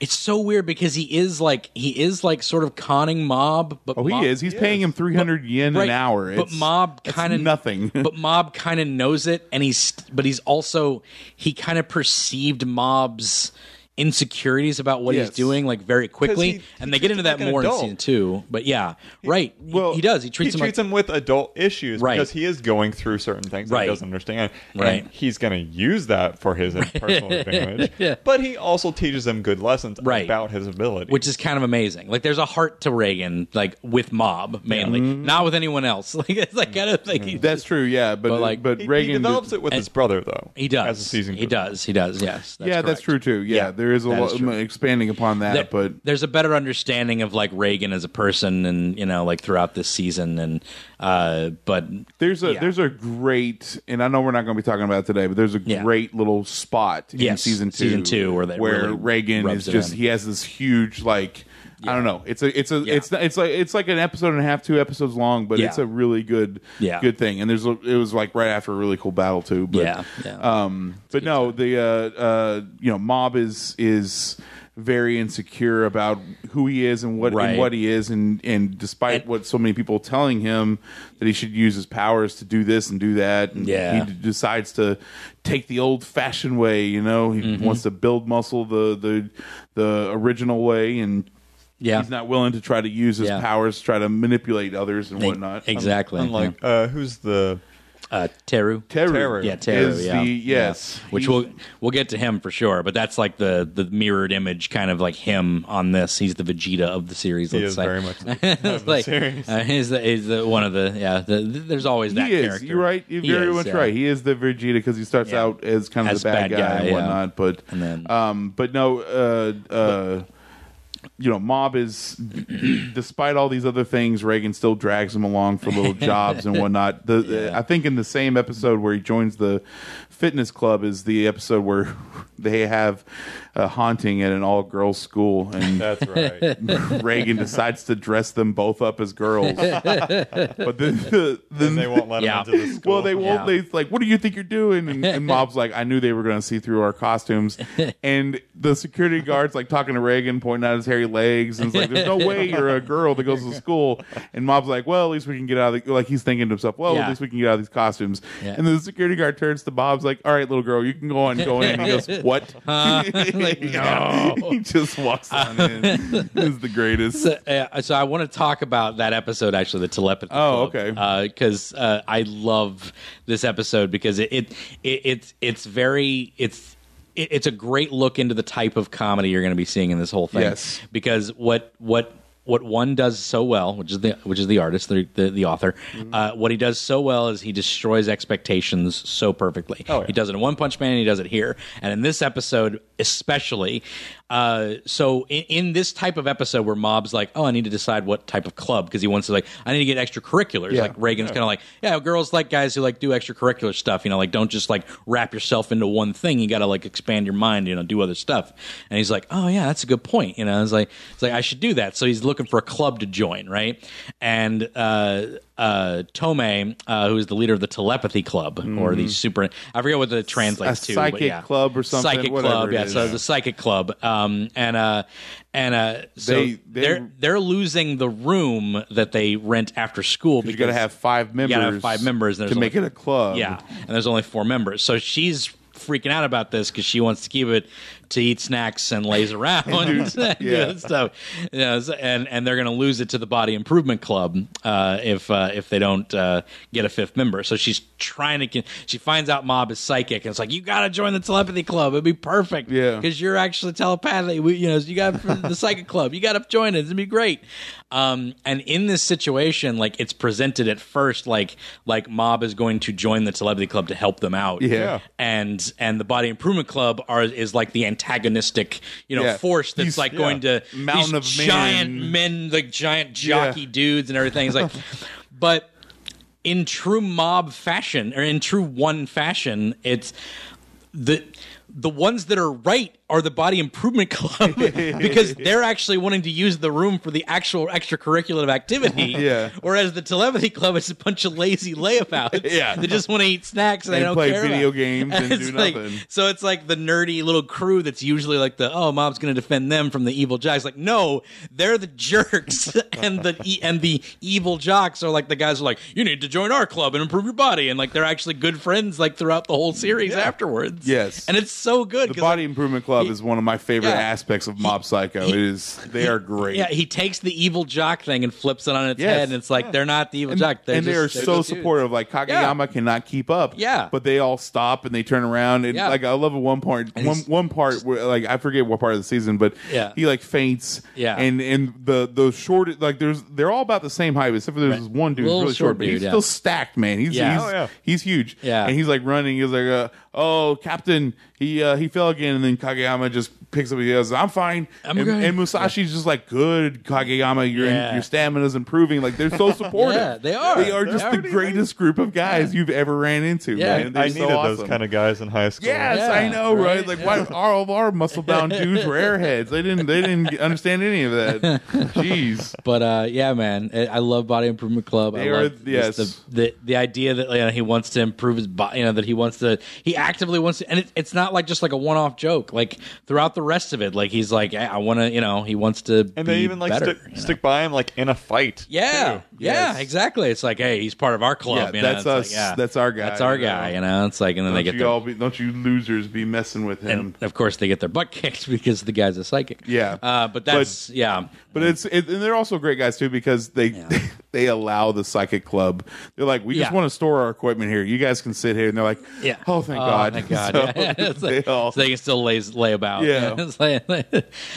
Speaker 3: It's so weird because he is like he is like sort of conning mob, but
Speaker 4: Oh, he
Speaker 3: mob,
Speaker 4: is. He's paying him 300 yen
Speaker 3: right,
Speaker 4: an hour.
Speaker 3: But
Speaker 4: It's-
Speaker 3: mob
Speaker 4: it's
Speaker 3: kind of
Speaker 4: nothing.
Speaker 3: but mob kind of knows it, and he's but he's also he kind of perceived mob's insecurities about what
Speaker 4: Yes.
Speaker 3: he's doing like very quickly,
Speaker 5: he-
Speaker 3: and
Speaker 5: he
Speaker 3: they get into
Speaker 5: treats him
Speaker 3: that
Speaker 5: like an
Speaker 3: more in
Speaker 5: adult.
Speaker 3: season two. But yeah, right. He-
Speaker 4: well,
Speaker 3: he, does. He treats
Speaker 5: he
Speaker 3: him
Speaker 5: treats
Speaker 3: like,
Speaker 5: him with adult issues
Speaker 3: Right.
Speaker 5: because he is going through certain things that
Speaker 3: Right.
Speaker 5: he doesn't understand. and
Speaker 3: Right.
Speaker 5: he's going to use that for his personal advantage. But he also teaches him good lessons
Speaker 3: Right.
Speaker 5: about his ability.
Speaker 3: which is kind of amazing. Like there's a heart to Reagan, like with Mob mainly,
Speaker 5: Mm-hmm.
Speaker 3: not with anyone else. Like it's like kind of like he,
Speaker 4: that's true. Yeah, but
Speaker 3: But,
Speaker 4: but,
Speaker 3: like,
Speaker 5: he, he
Speaker 4: Reagan
Speaker 5: develops
Speaker 4: did-
Speaker 5: it with his brother though.
Speaker 3: he does
Speaker 5: as the season
Speaker 3: He
Speaker 5: goes on.
Speaker 3: does. He does. Yes.
Speaker 4: yeah, that's true
Speaker 3: correct.
Speaker 4: too. Yeah,
Speaker 3: Yeah,
Speaker 4: there is a
Speaker 3: that
Speaker 4: lot
Speaker 3: is true.
Speaker 4: expanding upon that,
Speaker 3: There-
Speaker 4: but
Speaker 3: there's a better understanding of like Reagan as a person, and you know, like throughout this season, and uh, but
Speaker 4: There's a
Speaker 3: Yeah.
Speaker 4: there's a great and I know we're not going to be talking about it today, but there's a
Speaker 3: Yeah.
Speaker 4: great little spot in
Speaker 3: Yes,
Speaker 4: season two,
Speaker 3: season two, where they really
Speaker 4: Reagan
Speaker 3: rubs
Speaker 4: is
Speaker 3: it
Speaker 4: just
Speaker 3: in.
Speaker 4: he has this huge like I don't know it's a it's a
Speaker 3: Yeah.
Speaker 4: it's not- it's like it's like an episode and a half, two episodes long, but
Speaker 3: Yeah.
Speaker 4: it's a really good
Speaker 3: Yeah.
Speaker 4: good thing. And there's a, it was like right after a really cool battle too, but
Speaker 3: Yeah, yeah.
Speaker 4: um, but no, the uh, uh, you know mob is is very insecure about who he is and what
Speaker 3: Right.
Speaker 4: and what he is and and despite
Speaker 3: And-
Speaker 4: what so many people telling him that he should use his powers to do this and do that and
Speaker 3: Yeah.
Speaker 4: he d- decides to take the old fashioned way you know he
Speaker 3: Mm-hmm.
Speaker 4: wants to build muscle the the the original way and
Speaker 3: yeah,
Speaker 4: he's not willing to try to use his
Speaker 3: Yeah.
Speaker 4: powers to try to manipulate others and
Speaker 3: They-
Speaker 4: whatnot
Speaker 3: exactly.
Speaker 5: Unlike uh, who's the
Speaker 3: yeah. uh, Teru,
Speaker 4: Teru
Speaker 5: Teru.
Speaker 3: yeah, Teru,
Speaker 4: is
Speaker 3: yeah,
Speaker 4: the- yes
Speaker 3: Yeah. which
Speaker 4: He's-
Speaker 3: we'll we'll get to him for sure. But that's like the the mirrored image, kind of like him on this. He's the Vegeta of the series.
Speaker 5: he
Speaker 3: let's
Speaker 5: is
Speaker 3: say.
Speaker 5: very much the,
Speaker 3: It's like,
Speaker 5: series.
Speaker 3: uh, he's, the, he's the one of the yeah. The, th- there's always that
Speaker 4: he is.
Speaker 3: character.
Speaker 4: You're right. You're
Speaker 3: He
Speaker 4: very
Speaker 3: is,
Speaker 4: much
Speaker 3: yeah.
Speaker 4: right. He is the Vegeta because he starts
Speaker 3: Yeah.
Speaker 4: out as kind of
Speaker 3: As
Speaker 4: the
Speaker 3: bad
Speaker 4: bad, guy,
Speaker 3: guy,
Speaker 4: and
Speaker 3: yeah.
Speaker 4: whatnot. But
Speaker 3: And then-
Speaker 4: um, but no, uh, uh, you know, Mob is despite all these other things, Reagan still drags him along for little jobs and whatnot. The, I think in the same episode where he joins the fitness club is the episode where they have a haunting at an all girls school and
Speaker 5: That's right.
Speaker 4: Reagan decides to dress them both up as girls. but then the,
Speaker 5: and they won't let
Speaker 3: Yeah.
Speaker 5: him into the school.
Speaker 4: well, they won't.
Speaker 3: Yeah.
Speaker 4: They like, what do you think you're doing? And, and Mob's like, I knew they were going to see through our costumes. And the security guards like talking to Reagan, pointing out his hairy legs, and it's like, there's no way you're a girl that goes to school. And Mob's like, well, at least we can get out of the, like he's thinking to himself, well,
Speaker 3: Yeah.
Speaker 4: at least we can get out of these costumes.
Speaker 3: Yeah.
Speaker 4: And the security guard turns to Bob's like, all right, little girl, you can go on, go in. And he goes, what? no. he just walks on in. It's the greatest.
Speaker 3: So, uh, so I want to talk about that episode actually, the telepathy.
Speaker 4: Oh,
Speaker 3: okay. Because uh, I love this episode because it, it, it it's it's very it's it, it's a great look into the type of comedy you're going to be seeing in this whole thing.
Speaker 4: Yes.
Speaker 3: Because what what what one does so well, which is the which is the artist, the the, the author, uh, what he does so well is he destroys expectations so perfectly. He does it in One Punch Man, and he does it here, and in this episode especially. Uh, so in, in this type of episode where Mob's like, oh, I need to decide what type of club because he wants to like, I need to get extracurriculars. Like Reagan's kind of like, yeah, girls like guys who like do extracurricular stuff. You know, like don't just like wrap yourself into one thing. You got to like expand your mind. You know, do other stuff. And he's like, oh yeah, that's a good point. You know, it's like it's like I should do that. So he's looking for a club to join, right? And uh, uh, Tome, uh, who is the leader of the telepathy club or the super, I forget what the translates to,
Speaker 4: Mm-hmm. psychic
Speaker 3: but yeah.
Speaker 4: club or something,
Speaker 3: Psychic
Speaker 4: whatever
Speaker 3: club,
Speaker 4: it
Speaker 3: yeah.
Speaker 4: is.
Speaker 3: So the psychic club, um, and uh, and uh, so
Speaker 4: They-
Speaker 3: they,
Speaker 4: they-
Speaker 3: are they're losing the room that they rent after school because
Speaker 4: you got to have five members.
Speaker 3: gotta have five members, and
Speaker 4: to
Speaker 3: there's
Speaker 4: make it
Speaker 3: only-
Speaker 4: a club.
Speaker 3: yeah, and there's only four members. So she's freaking out about this because she wants to keep it to eat snacks and lays around and do
Speaker 4: yeah.
Speaker 3: that stuff. You know, so- and and they're gonna lose it to the Body Improvement Club uh, if uh, if they don't uh, get a fifth member. So she's trying to. Con- she finds out Mob is psychic, and it's like you gotta join the telepathy club. It'd be perfect.
Speaker 4: Yeah.
Speaker 3: because you're actually telepathic. We, you know, you got the psychic club. You got to join it. It'd be great. Um, and in this situation, like it's presented at first, like like Mob is going to join the telepathy club to help them out.
Speaker 4: Yeah.
Speaker 3: and and the body improvement club are is like the antagonistic, you know,
Speaker 4: Yeah.
Speaker 3: force that's
Speaker 4: These-
Speaker 3: like
Speaker 4: yeah.
Speaker 3: going to
Speaker 4: Mountain
Speaker 3: these
Speaker 4: of men.
Speaker 3: giant men, like giant jockey
Speaker 4: Yeah.
Speaker 3: dudes and everything. It's like, but in true mob fashion or in true one fashion, it's the the ones that are right are the body improvement club because they're actually wanting to use the room for the actual extracurricular activity.
Speaker 4: Yeah.
Speaker 3: Whereas the telepathy club is a bunch of lazy layabouts.
Speaker 4: Yeah.
Speaker 3: They just want to eat snacks and, they
Speaker 4: And
Speaker 3: don't
Speaker 4: play
Speaker 3: care
Speaker 4: video
Speaker 3: about-
Speaker 4: games and
Speaker 3: it's
Speaker 4: do
Speaker 3: like-
Speaker 4: nothing.
Speaker 3: so it's like the nerdy little crew that's usually like the oh mom's gonna defend them from the evil jocks. Like no, they're the jerks and the e- and the evil jocks are like the guys who are like you need to join our club and improve your body and like they're actually good friends like throughout the whole series afterwards.
Speaker 4: Yes.
Speaker 3: and it's so good.
Speaker 4: The
Speaker 3: 'cause,
Speaker 4: Body
Speaker 3: like,
Speaker 4: Improvement Club is one of my favorite
Speaker 3: Yeah.
Speaker 4: aspects of Mob Psycho. it is they are great.
Speaker 3: yeah, he takes the evil jock thing and flips it on its
Speaker 4: Yes.
Speaker 3: head, and it's like they're not the evil
Speaker 4: and,
Speaker 3: jock. They're
Speaker 4: and they are
Speaker 3: just- they're
Speaker 4: so
Speaker 3: just dudes.
Speaker 4: supportive. Like Kageyama cannot keep up.
Speaker 3: Yeah.
Speaker 4: but they all stop and they turn around and
Speaker 3: Yeah.
Speaker 4: like I love at one part
Speaker 3: And
Speaker 4: one
Speaker 3: he's-
Speaker 4: one part where like I forget what part of the season, but
Speaker 3: Yeah.
Speaker 4: he like faints.
Speaker 3: Yeah.
Speaker 4: and and the the short like there's they're all about the same height except for there's this one dude who's
Speaker 3: Little
Speaker 4: really short,
Speaker 3: short
Speaker 4: but
Speaker 3: dude,
Speaker 4: he's
Speaker 3: yeah.
Speaker 4: still stacked, man. He's
Speaker 3: Yeah.
Speaker 4: he's,
Speaker 3: Oh,
Speaker 5: yeah.
Speaker 4: he's huge.
Speaker 3: Yeah.
Speaker 4: and he's like running. He's like, uh, oh captain, he uh, he fell again, and then Kageyama just picks up. He goes, I'm fine.
Speaker 3: I'm
Speaker 4: and,
Speaker 3: good.
Speaker 4: and Musashi's just like, good Kageyama, your
Speaker 3: Yeah.
Speaker 4: your stamina's improving. Like they're so supportive.
Speaker 3: Yeah, they are.
Speaker 4: They are
Speaker 3: They're
Speaker 4: just the
Speaker 3: pretty
Speaker 4: greatest group of guys you've ever ran into.
Speaker 3: Yeah.
Speaker 4: man. They're
Speaker 5: I
Speaker 4: so
Speaker 5: needed
Speaker 4: awesome.
Speaker 5: those kind of guys in high school.
Speaker 4: Yes,
Speaker 3: Yeah,
Speaker 4: I know,
Speaker 3: right?
Speaker 4: right? Like, why all of our muscle bound dudes were airheads? They didn't. They didn't understand any of that. Jeez.
Speaker 3: But uh, yeah, man, I I love Body Improvement Club.
Speaker 4: They
Speaker 3: I
Speaker 4: are-
Speaker 3: love just
Speaker 4: yes.
Speaker 3: the, the the idea that you know, he wants to improve his body, you know, that he wants to, he actively wants to, and it, it's not like just like a one off joke. Like throughout the rest of it, like he's like, I, I want to, you know, he wants to,
Speaker 5: And
Speaker 3: be
Speaker 5: they even like
Speaker 3: better,
Speaker 5: stick,
Speaker 3: you know?
Speaker 5: stick by him like in a fight.
Speaker 3: Yeah, yeah,
Speaker 4: Yes.
Speaker 3: exactly. It's like, hey, he's part of our club.
Speaker 4: Yeah,
Speaker 3: you know?
Speaker 4: that's
Speaker 3: It's like,
Speaker 4: us.
Speaker 3: yeah.
Speaker 4: That's our guy,
Speaker 3: That's our
Speaker 4: you know?
Speaker 3: guy. You know, it's like, and then they
Speaker 4: Don't
Speaker 3: get
Speaker 4: you
Speaker 3: their,
Speaker 4: all be? Don't you losers be messing with him?
Speaker 3: and of course they get their butt kicked because the guy's a psychic.
Speaker 4: Yeah.
Speaker 3: uh, but
Speaker 4: But-
Speaker 3: that's yeah.
Speaker 4: But it's it, and they're also great guys too because they they allow the psychic club. They're like, we just
Speaker 3: Yeah.
Speaker 4: want to store our equipment here. You guys can sit here, and they're like,
Speaker 3: Yeah.
Speaker 4: oh thank God,
Speaker 3: Thank God.
Speaker 4: So
Speaker 3: Yeah. It's
Speaker 4: they
Speaker 3: like-
Speaker 4: all-
Speaker 3: so they can still lay, lay about.
Speaker 4: Yeah.
Speaker 3: It's like-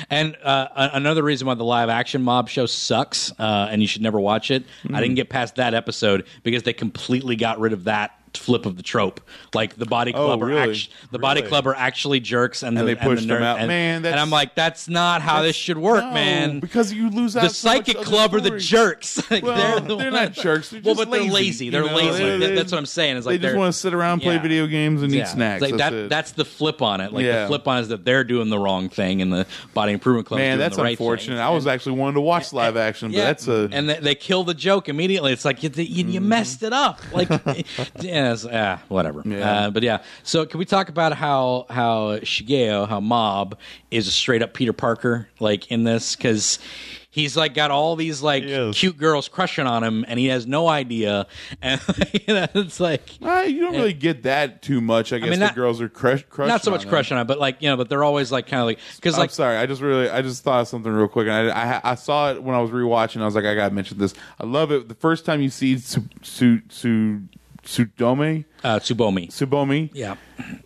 Speaker 3: and uh, a- another reason why the live action mob show sucks uh, and you should never watch it. I
Speaker 4: Mm.
Speaker 3: didn't get past that episode because they completely got rid of that flip of the trope. Like the body
Speaker 4: Oh,
Speaker 3: club are
Speaker 4: really?
Speaker 3: act- the body club are actually jerks and, the,
Speaker 4: they
Speaker 3: the
Speaker 4: pushed them
Speaker 3: nerd-
Speaker 4: out.
Speaker 3: And,
Speaker 4: Man,
Speaker 3: and
Speaker 4: that's-
Speaker 3: I'm like, that's not how this should work,
Speaker 4: No,
Speaker 3: man.
Speaker 4: Because you lose out.
Speaker 3: the
Speaker 4: so much
Speaker 3: psychic
Speaker 4: other
Speaker 3: club are the
Speaker 4: stories.
Speaker 3: jerks. Like,
Speaker 4: Well,
Speaker 3: the
Speaker 4: they're
Speaker 3: ones-
Speaker 4: not jerks. They're
Speaker 3: well,
Speaker 4: just
Speaker 3: but they're lazy.
Speaker 4: lazy,
Speaker 3: They're
Speaker 4: you know?
Speaker 3: lazy.
Speaker 4: They-
Speaker 3: That- that's what I'm saying. It's
Speaker 4: They
Speaker 3: like
Speaker 4: just
Speaker 3: they're-
Speaker 4: want to sit around, play
Speaker 3: Yeah.
Speaker 4: video games, and eat
Speaker 3: Yeah.
Speaker 4: snacks.
Speaker 3: Like
Speaker 4: that's
Speaker 3: that,
Speaker 4: it.
Speaker 3: that's the flip on it. Like
Speaker 4: Yeah.
Speaker 3: the flip on is that they're doing the wrong thing, and the body improvement club. is
Speaker 4: man,
Speaker 3: doing
Speaker 4: that's
Speaker 3: the right
Speaker 4: unfortunate.
Speaker 3: Thing.
Speaker 4: I was actually wanting to watch live action, but that's a Mm-hmm.
Speaker 3: and they, they kill the joke immediately. It's like you, you, you messed it up. Like, yeah, it's- ah, whatever.
Speaker 4: Yeah.
Speaker 3: Uh, but yeah, so can we talk about how how Shigeo, how Mob is a straight up Peter Parker, like in this because. He's like got all these like
Speaker 5: is.
Speaker 3: cute girls crushing on him, and he has no idea. And you know, it's like
Speaker 4: Ah, you don't really get that too much. I guess
Speaker 3: mean,
Speaker 4: the
Speaker 3: not-
Speaker 4: girls are crush, crushing
Speaker 3: not so
Speaker 4: on
Speaker 3: much
Speaker 4: them.
Speaker 3: crushing on, it, but like you know, but they're always like kind of like because
Speaker 4: I'm
Speaker 3: like
Speaker 4: sorry. I just really, I just thought of something real quick, and I, I, I saw it when I was rewatching. I was like, I gotta mention this. I love it. The first time you see Su Su Su Sudome,
Speaker 3: uh, Tsubomi.
Speaker 4: Subomi.
Speaker 3: Yeah.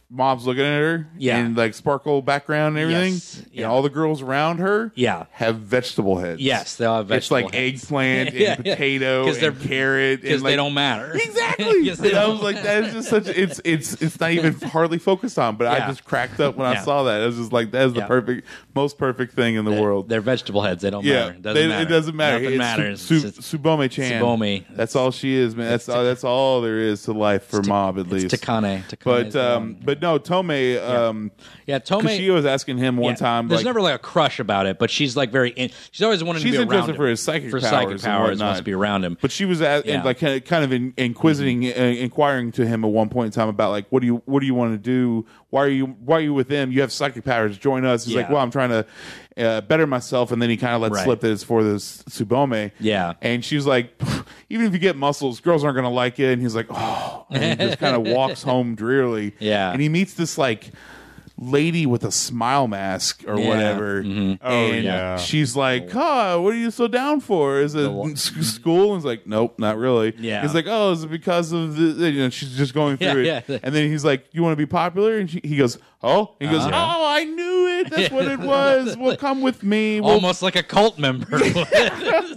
Speaker 4: Mom's looking at her.
Speaker 3: Yeah.
Speaker 4: And like sparkle background and everything.
Speaker 3: Yes,
Speaker 4: And
Speaker 3: yeah.
Speaker 4: all the girls around her
Speaker 3: Yeah.
Speaker 4: have vegetable heads.
Speaker 3: Yes, they'll have
Speaker 4: It's
Speaker 3: vegetable
Speaker 4: like
Speaker 3: heads.
Speaker 4: eggplant and
Speaker 3: Yeah, yeah.
Speaker 4: potato
Speaker 3: 'Cause they're-
Speaker 4: and carrot.
Speaker 3: Because
Speaker 4: and like,
Speaker 3: they don't matter.
Speaker 4: Exactly.
Speaker 3: 'Cause they
Speaker 4: and I was
Speaker 3: don't-
Speaker 4: like, that is just such. It's it's it's not even hardly focused on. But
Speaker 3: Yeah.
Speaker 4: I just cracked up when
Speaker 3: Yeah.
Speaker 4: I saw that. I was just like, that is the
Speaker 3: Yeah.
Speaker 4: perfect, most perfect thing in the world.
Speaker 3: They're vegetable heads. They don't
Speaker 4: yeah,
Speaker 3: matter. It doesn't
Speaker 4: they-
Speaker 3: matter.
Speaker 4: it doesn't matter.
Speaker 3: Nothing
Speaker 4: it's
Speaker 3: matters.
Speaker 4: Su-
Speaker 3: It's- it's-
Speaker 4: Su- Subome Chan.
Speaker 3: Subome.
Speaker 4: That's all she is, man. That's all, that's all there is to life for Mob, at least.
Speaker 3: it's Takane. Takane is
Speaker 4: But
Speaker 3: the
Speaker 4: um,
Speaker 3: one.
Speaker 4: but no, Tome. Um,
Speaker 3: yeah, Tomei.
Speaker 4: because she was asking him one
Speaker 3: yeah,
Speaker 4: time.
Speaker 3: There's
Speaker 4: like,
Speaker 3: never like a crush about it, but she's like very. In, she's always wanted
Speaker 4: She's
Speaker 3: to be around
Speaker 4: interested
Speaker 3: him.
Speaker 4: for his psychic
Speaker 3: for
Speaker 4: powers
Speaker 3: psychic
Speaker 4: and
Speaker 3: powers.
Speaker 4: whatnot.
Speaker 3: Wants to be around him.
Speaker 4: But she was at,
Speaker 3: Yeah. Mm-hmm.
Speaker 4: like kind of, kind of in, inquisiting, uh, inquiring to him at one point in time about like what do you what do you want to do? Why are you why are you with them? You have psychic powers. Join us. He's like,
Speaker 3: Yeah.
Speaker 4: well, I'm trying to uh, better myself, and then he kind of lets
Speaker 3: Right.
Speaker 4: slip that it's for this Subome.
Speaker 3: Yeah.
Speaker 4: and she's like, even if you get muscles, girls aren't going to like it. And he's like, oh, and he just kind of walks home drearily.
Speaker 3: Yeah.
Speaker 4: and he meets this like lady with a smile mask or
Speaker 3: Yeah.
Speaker 4: whatever.
Speaker 3: Mm-hmm.
Speaker 4: Oh
Speaker 5: yeah.
Speaker 4: She's like, "Huh, what are you so down for? Is it s- school?" And he's like, "Nope, not really."
Speaker 3: Yeah.
Speaker 4: He's like, "Oh, is it because of the?" You know, she's just going through
Speaker 3: Yeah,
Speaker 4: it.
Speaker 3: yeah.
Speaker 4: And then he's like, "You want to be popular?" And she, he goes, "Oh," he
Speaker 3: Uh-huh.
Speaker 4: goes, "Oh, I knew it. That's what it was. Well, come with me. We'll
Speaker 3: Almost like a cult member.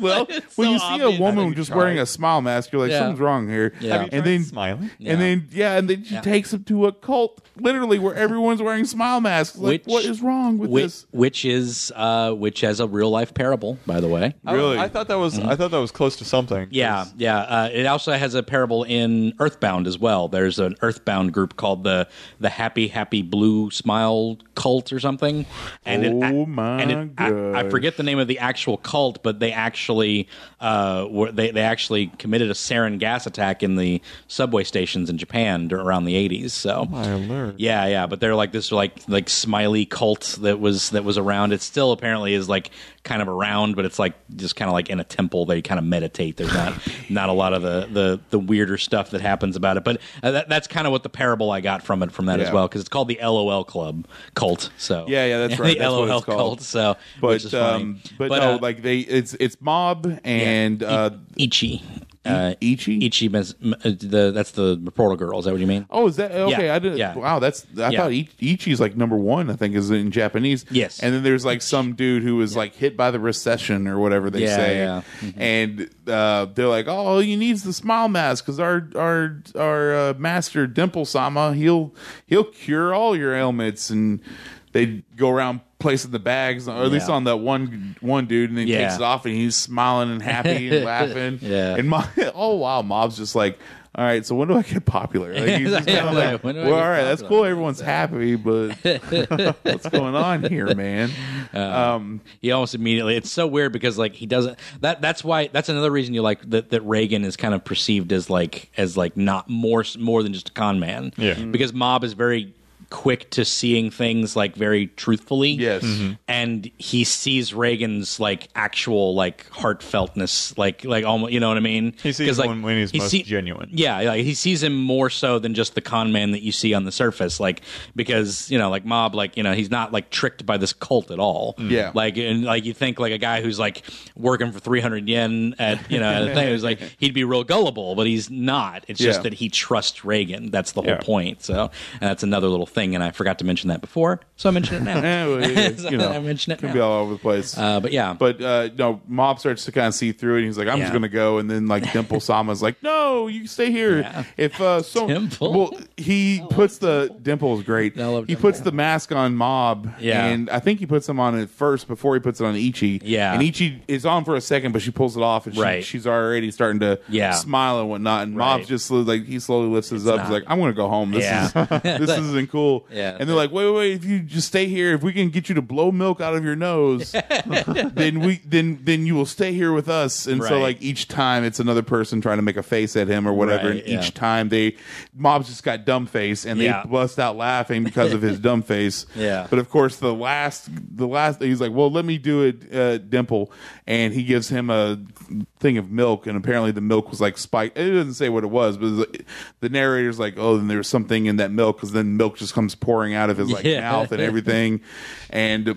Speaker 4: well, when
Speaker 3: so
Speaker 4: you see
Speaker 3: obvious.
Speaker 4: a
Speaker 3: I
Speaker 4: woman
Speaker 3: think
Speaker 4: just
Speaker 3: it's
Speaker 4: wearing
Speaker 3: right.
Speaker 4: a smile mask, you're like,
Speaker 3: Yeah.
Speaker 4: something's wrong here.
Speaker 3: Yeah. Have you
Speaker 4: And then
Speaker 5: smiling.
Speaker 3: Yeah.
Speaker 4: And then yeah, and then she takes him to a cult, literally where everyone's wearing smile masks. Like,
Speaker 3: Which-
Speaker 4: what is wrong with
Speaker 3: which,
Speaker 4: this?
Speaker 3: which is uh, which has a real life parable, by the way.
Speaker 4: Really?
Speaker 5: Oh, I, I thought that was I thought that was close to something.
Speaker 3: Mm-hmm. Yeah, yeah. Uh, it also has a parable in Earthbound as well. There's an Earthbound group called the the Happy Happy Blue Smile Cult or something. And it-
Speaker 4: Oh my
Speaker 3: and it- I, I
Speaker 4: gosh.
Speaker 3: forget the name of the actual cult, but they actually uh, were, they they actually committed a sarin gas attack in the subway stations in Japan dur- around the 80s. So
Speaker 5: Oh, I learned.
Speaker 3: yeah, yeah, but they're like this like like smiley cult that was that was around. It still apparently is like kind of around, but it's like just kind of like in a temple. They kind of meditate. There's not not a lot of the the the weirder stuff that happens about it. But uh, that, that's kind of what the parable I got from it from that as
Speaker 4: Yeah.
Speaker 3: well because it's called the LOL Club cult. So
Speaker 4: Yeah, yeah, that's right.
Speaker 3: the
Speaker 4: That's what
Speaker 3: LOL
Speaker 4: it's called.
Speaker 3: cult. So which
Speaker 4: but
Speaker 3: is funny.
Speaker 4: um, but, no,
Speaker 3: uh, E-
Speaker 4: like they it's it's mob and uh,
Speaker 3: Ichi. Uh,
Speaker 4: Ichi?
Speaker 3: Ichi, mes- m- uh, the, that's the reporter girl. Is that what you mean?
Speaker 4: oh, is that okay?
Speaker 3: Yeah,
Speaker 4: I didn't.
Speaker 3: yeah.
Speaker 4: Wow, that's I
Speaker 3: Yeah.
Speaker 4: thought I- Ichi's like number one. I think is in Japanese.
Speaker 3: Yes.
Speaker 4: and then there's like some dude who was like hit by the recession or whatever they
Speaker 3: Yeah,
Speaker 4: say,
Speaker 3: yeah. Mm-hmm.
Speaker 4: and uh, they're like, oh, all you needs the smile mask because our our our uh, master Dimple Sama he'll he'll cure all your ailments and. They go around placing the bags, or at least
Speaker 3: Yeah.
Speaker 4: on that one one dude, and then
Speaker 3: Yeah.
Speaker 4: takes it off, and he's smiling and happy and laughing.
Speaker 3: Yeah.
Speaker 4: and Mob, oh wow, Mob's just like, all right, so when do I get popular? Like, he's just kinda
Speaker 3: Yeah,
Speaker 4: like,
Speaker 3: when do I
Speaker 4: well, all
Speaker 3: get
Speaker 4: right, that's
Speaker 3: popular?
Speaker 4: cool. Everyone's happy, but what's going on here, man?
Speaker 3: Uh,
Speaker 4: Um,
Speaker 3: He almost immediately. It's so weird because like he doesn't. That that's why that's another reason you like that that Reagan is kind of perceived as like as like not more more than just a con man.
Speaker 5: Yeah. Mhm.
Speaker 3: Because Mob is very quick to seeing things like very truthfully.
Speaker 4: Yes.
Speaker 5: Mm-hmm.
Speaker 4: Mhm.
Speaker 3: And he sees Reagan's like actual like heartfeltness, like like almost you know what I mean.
Speaker 5: He sees
Speaker 3: 'Cause, like,
Speaker 5: when- when he's
Speaker 3: he
Speaker 5: most genuine.
Speaker 3: yeah, like he sees him more so than just the con man that you see on the surface, like because you know, like Mob, like you know, he's not like tricked by this cult at all.
Speaker 4: Mm. Yeah.
Speaker 3: like and like you think like a guy who's like working for three hundred yen at you know at a thing, who's like he'd be real gullible, but he's not. It's just
Speaker 4: Yeah.
Speaker 3: that he trusts Reagan. That's the whole
Speaker 5: Yeah.
Speaker 3: point. So and that's another little thing, and I forgot to mention that before, so I mention it
Speaker 4: eh,
Speaker 3: now.
Speaker 4: well, it-
Speaker 3: So
Speaker 4: you know,
Speaker 3: I mention it
Speaker 4: can
Speaker 3: now.
Speaker 4: be all over the place.
Speaker 3: uh, but yeah,
Speaker 4: but uh, no, Mob starts to kind of see through it. He's like, "I'm just
Speaker 3: Yeah.
Speaker 4: gonna go," and then like Dimple Sama's like, "No, you stay here." If uh, so,
Speaker 3: Dimple?
Speaker 4: well, he puts the Dimple Dimple's great.
Speaker 3: I love
Speaker 4: He puts the mask on Mob,
Speaker 3: Yeah.
Speaker 4: and I think he puts him on it first before he puts it on Ichi.
Speaker 3: Yeah.
Speaker 4: and Ichi is on for a second, but she pulls it off, and she,
Speaker 3: Right.
Speaker 4: she's already starting to
Speaker 3: Yeah.
Speaker 4: smile and whatnot. And
Speaker 3: Right.
Speaker 4: Mob's just like he slowly lifts his up. He's
Speaker 3: not-
Speaker 4: like, "I'm gonna go home. This
Speaker 3: Yeah.
Speaker 4: is this isn't cool."
Speaker 3: Yeah.
Speaker 4: and they're like, "Wait, wait, wait! If you just stay here, if we can get you to blow milk out of your nose." then we then then you will stay here with us and so
Speaker 3: Right.
Speaker 4: like each time it's another person trying to make a face at him or whatever
Speaker 3: Right,
Speaker 4: and
Speaker 3: yeah.
Speaker 4: each time they mobs just got dumb face and
Speaker 3: Yeah.
Speaker 4: they bust out laughing because of his dumb face
Speaker 3: Yeah.
Speaker 4: but of course the last the last he's like well let me do it uh, dimple and he gives him a thing of milk and apparently the milk was like spiked it doesn't say what it was but it was like- the narrator's like oh then there's something in that milk because then milk just comes pouring out of his like
Speaker 3: Yeah.
Speaker 4: mouth and everything and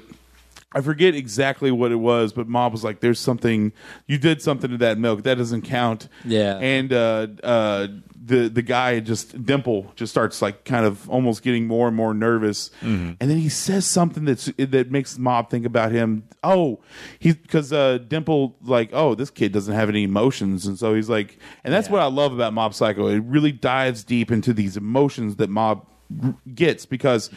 Speaker 4: I forget exactly what it was, but Mob was like, "There's something you did something to that milk that doesn't count."
Speaker 3: Yeah.
Speaker 4: and uh, uh, the the guy just Dimple just starts like kind of almost getting more and more nervous, and then he says something that's that makes Mob think about him. Oh, he because uh, Dimple like, "Oh, this kid doesn't have any emotions," and so he's like, and that's what I love about Mob Psycho. It really dives deep into these emotions that Mob gets because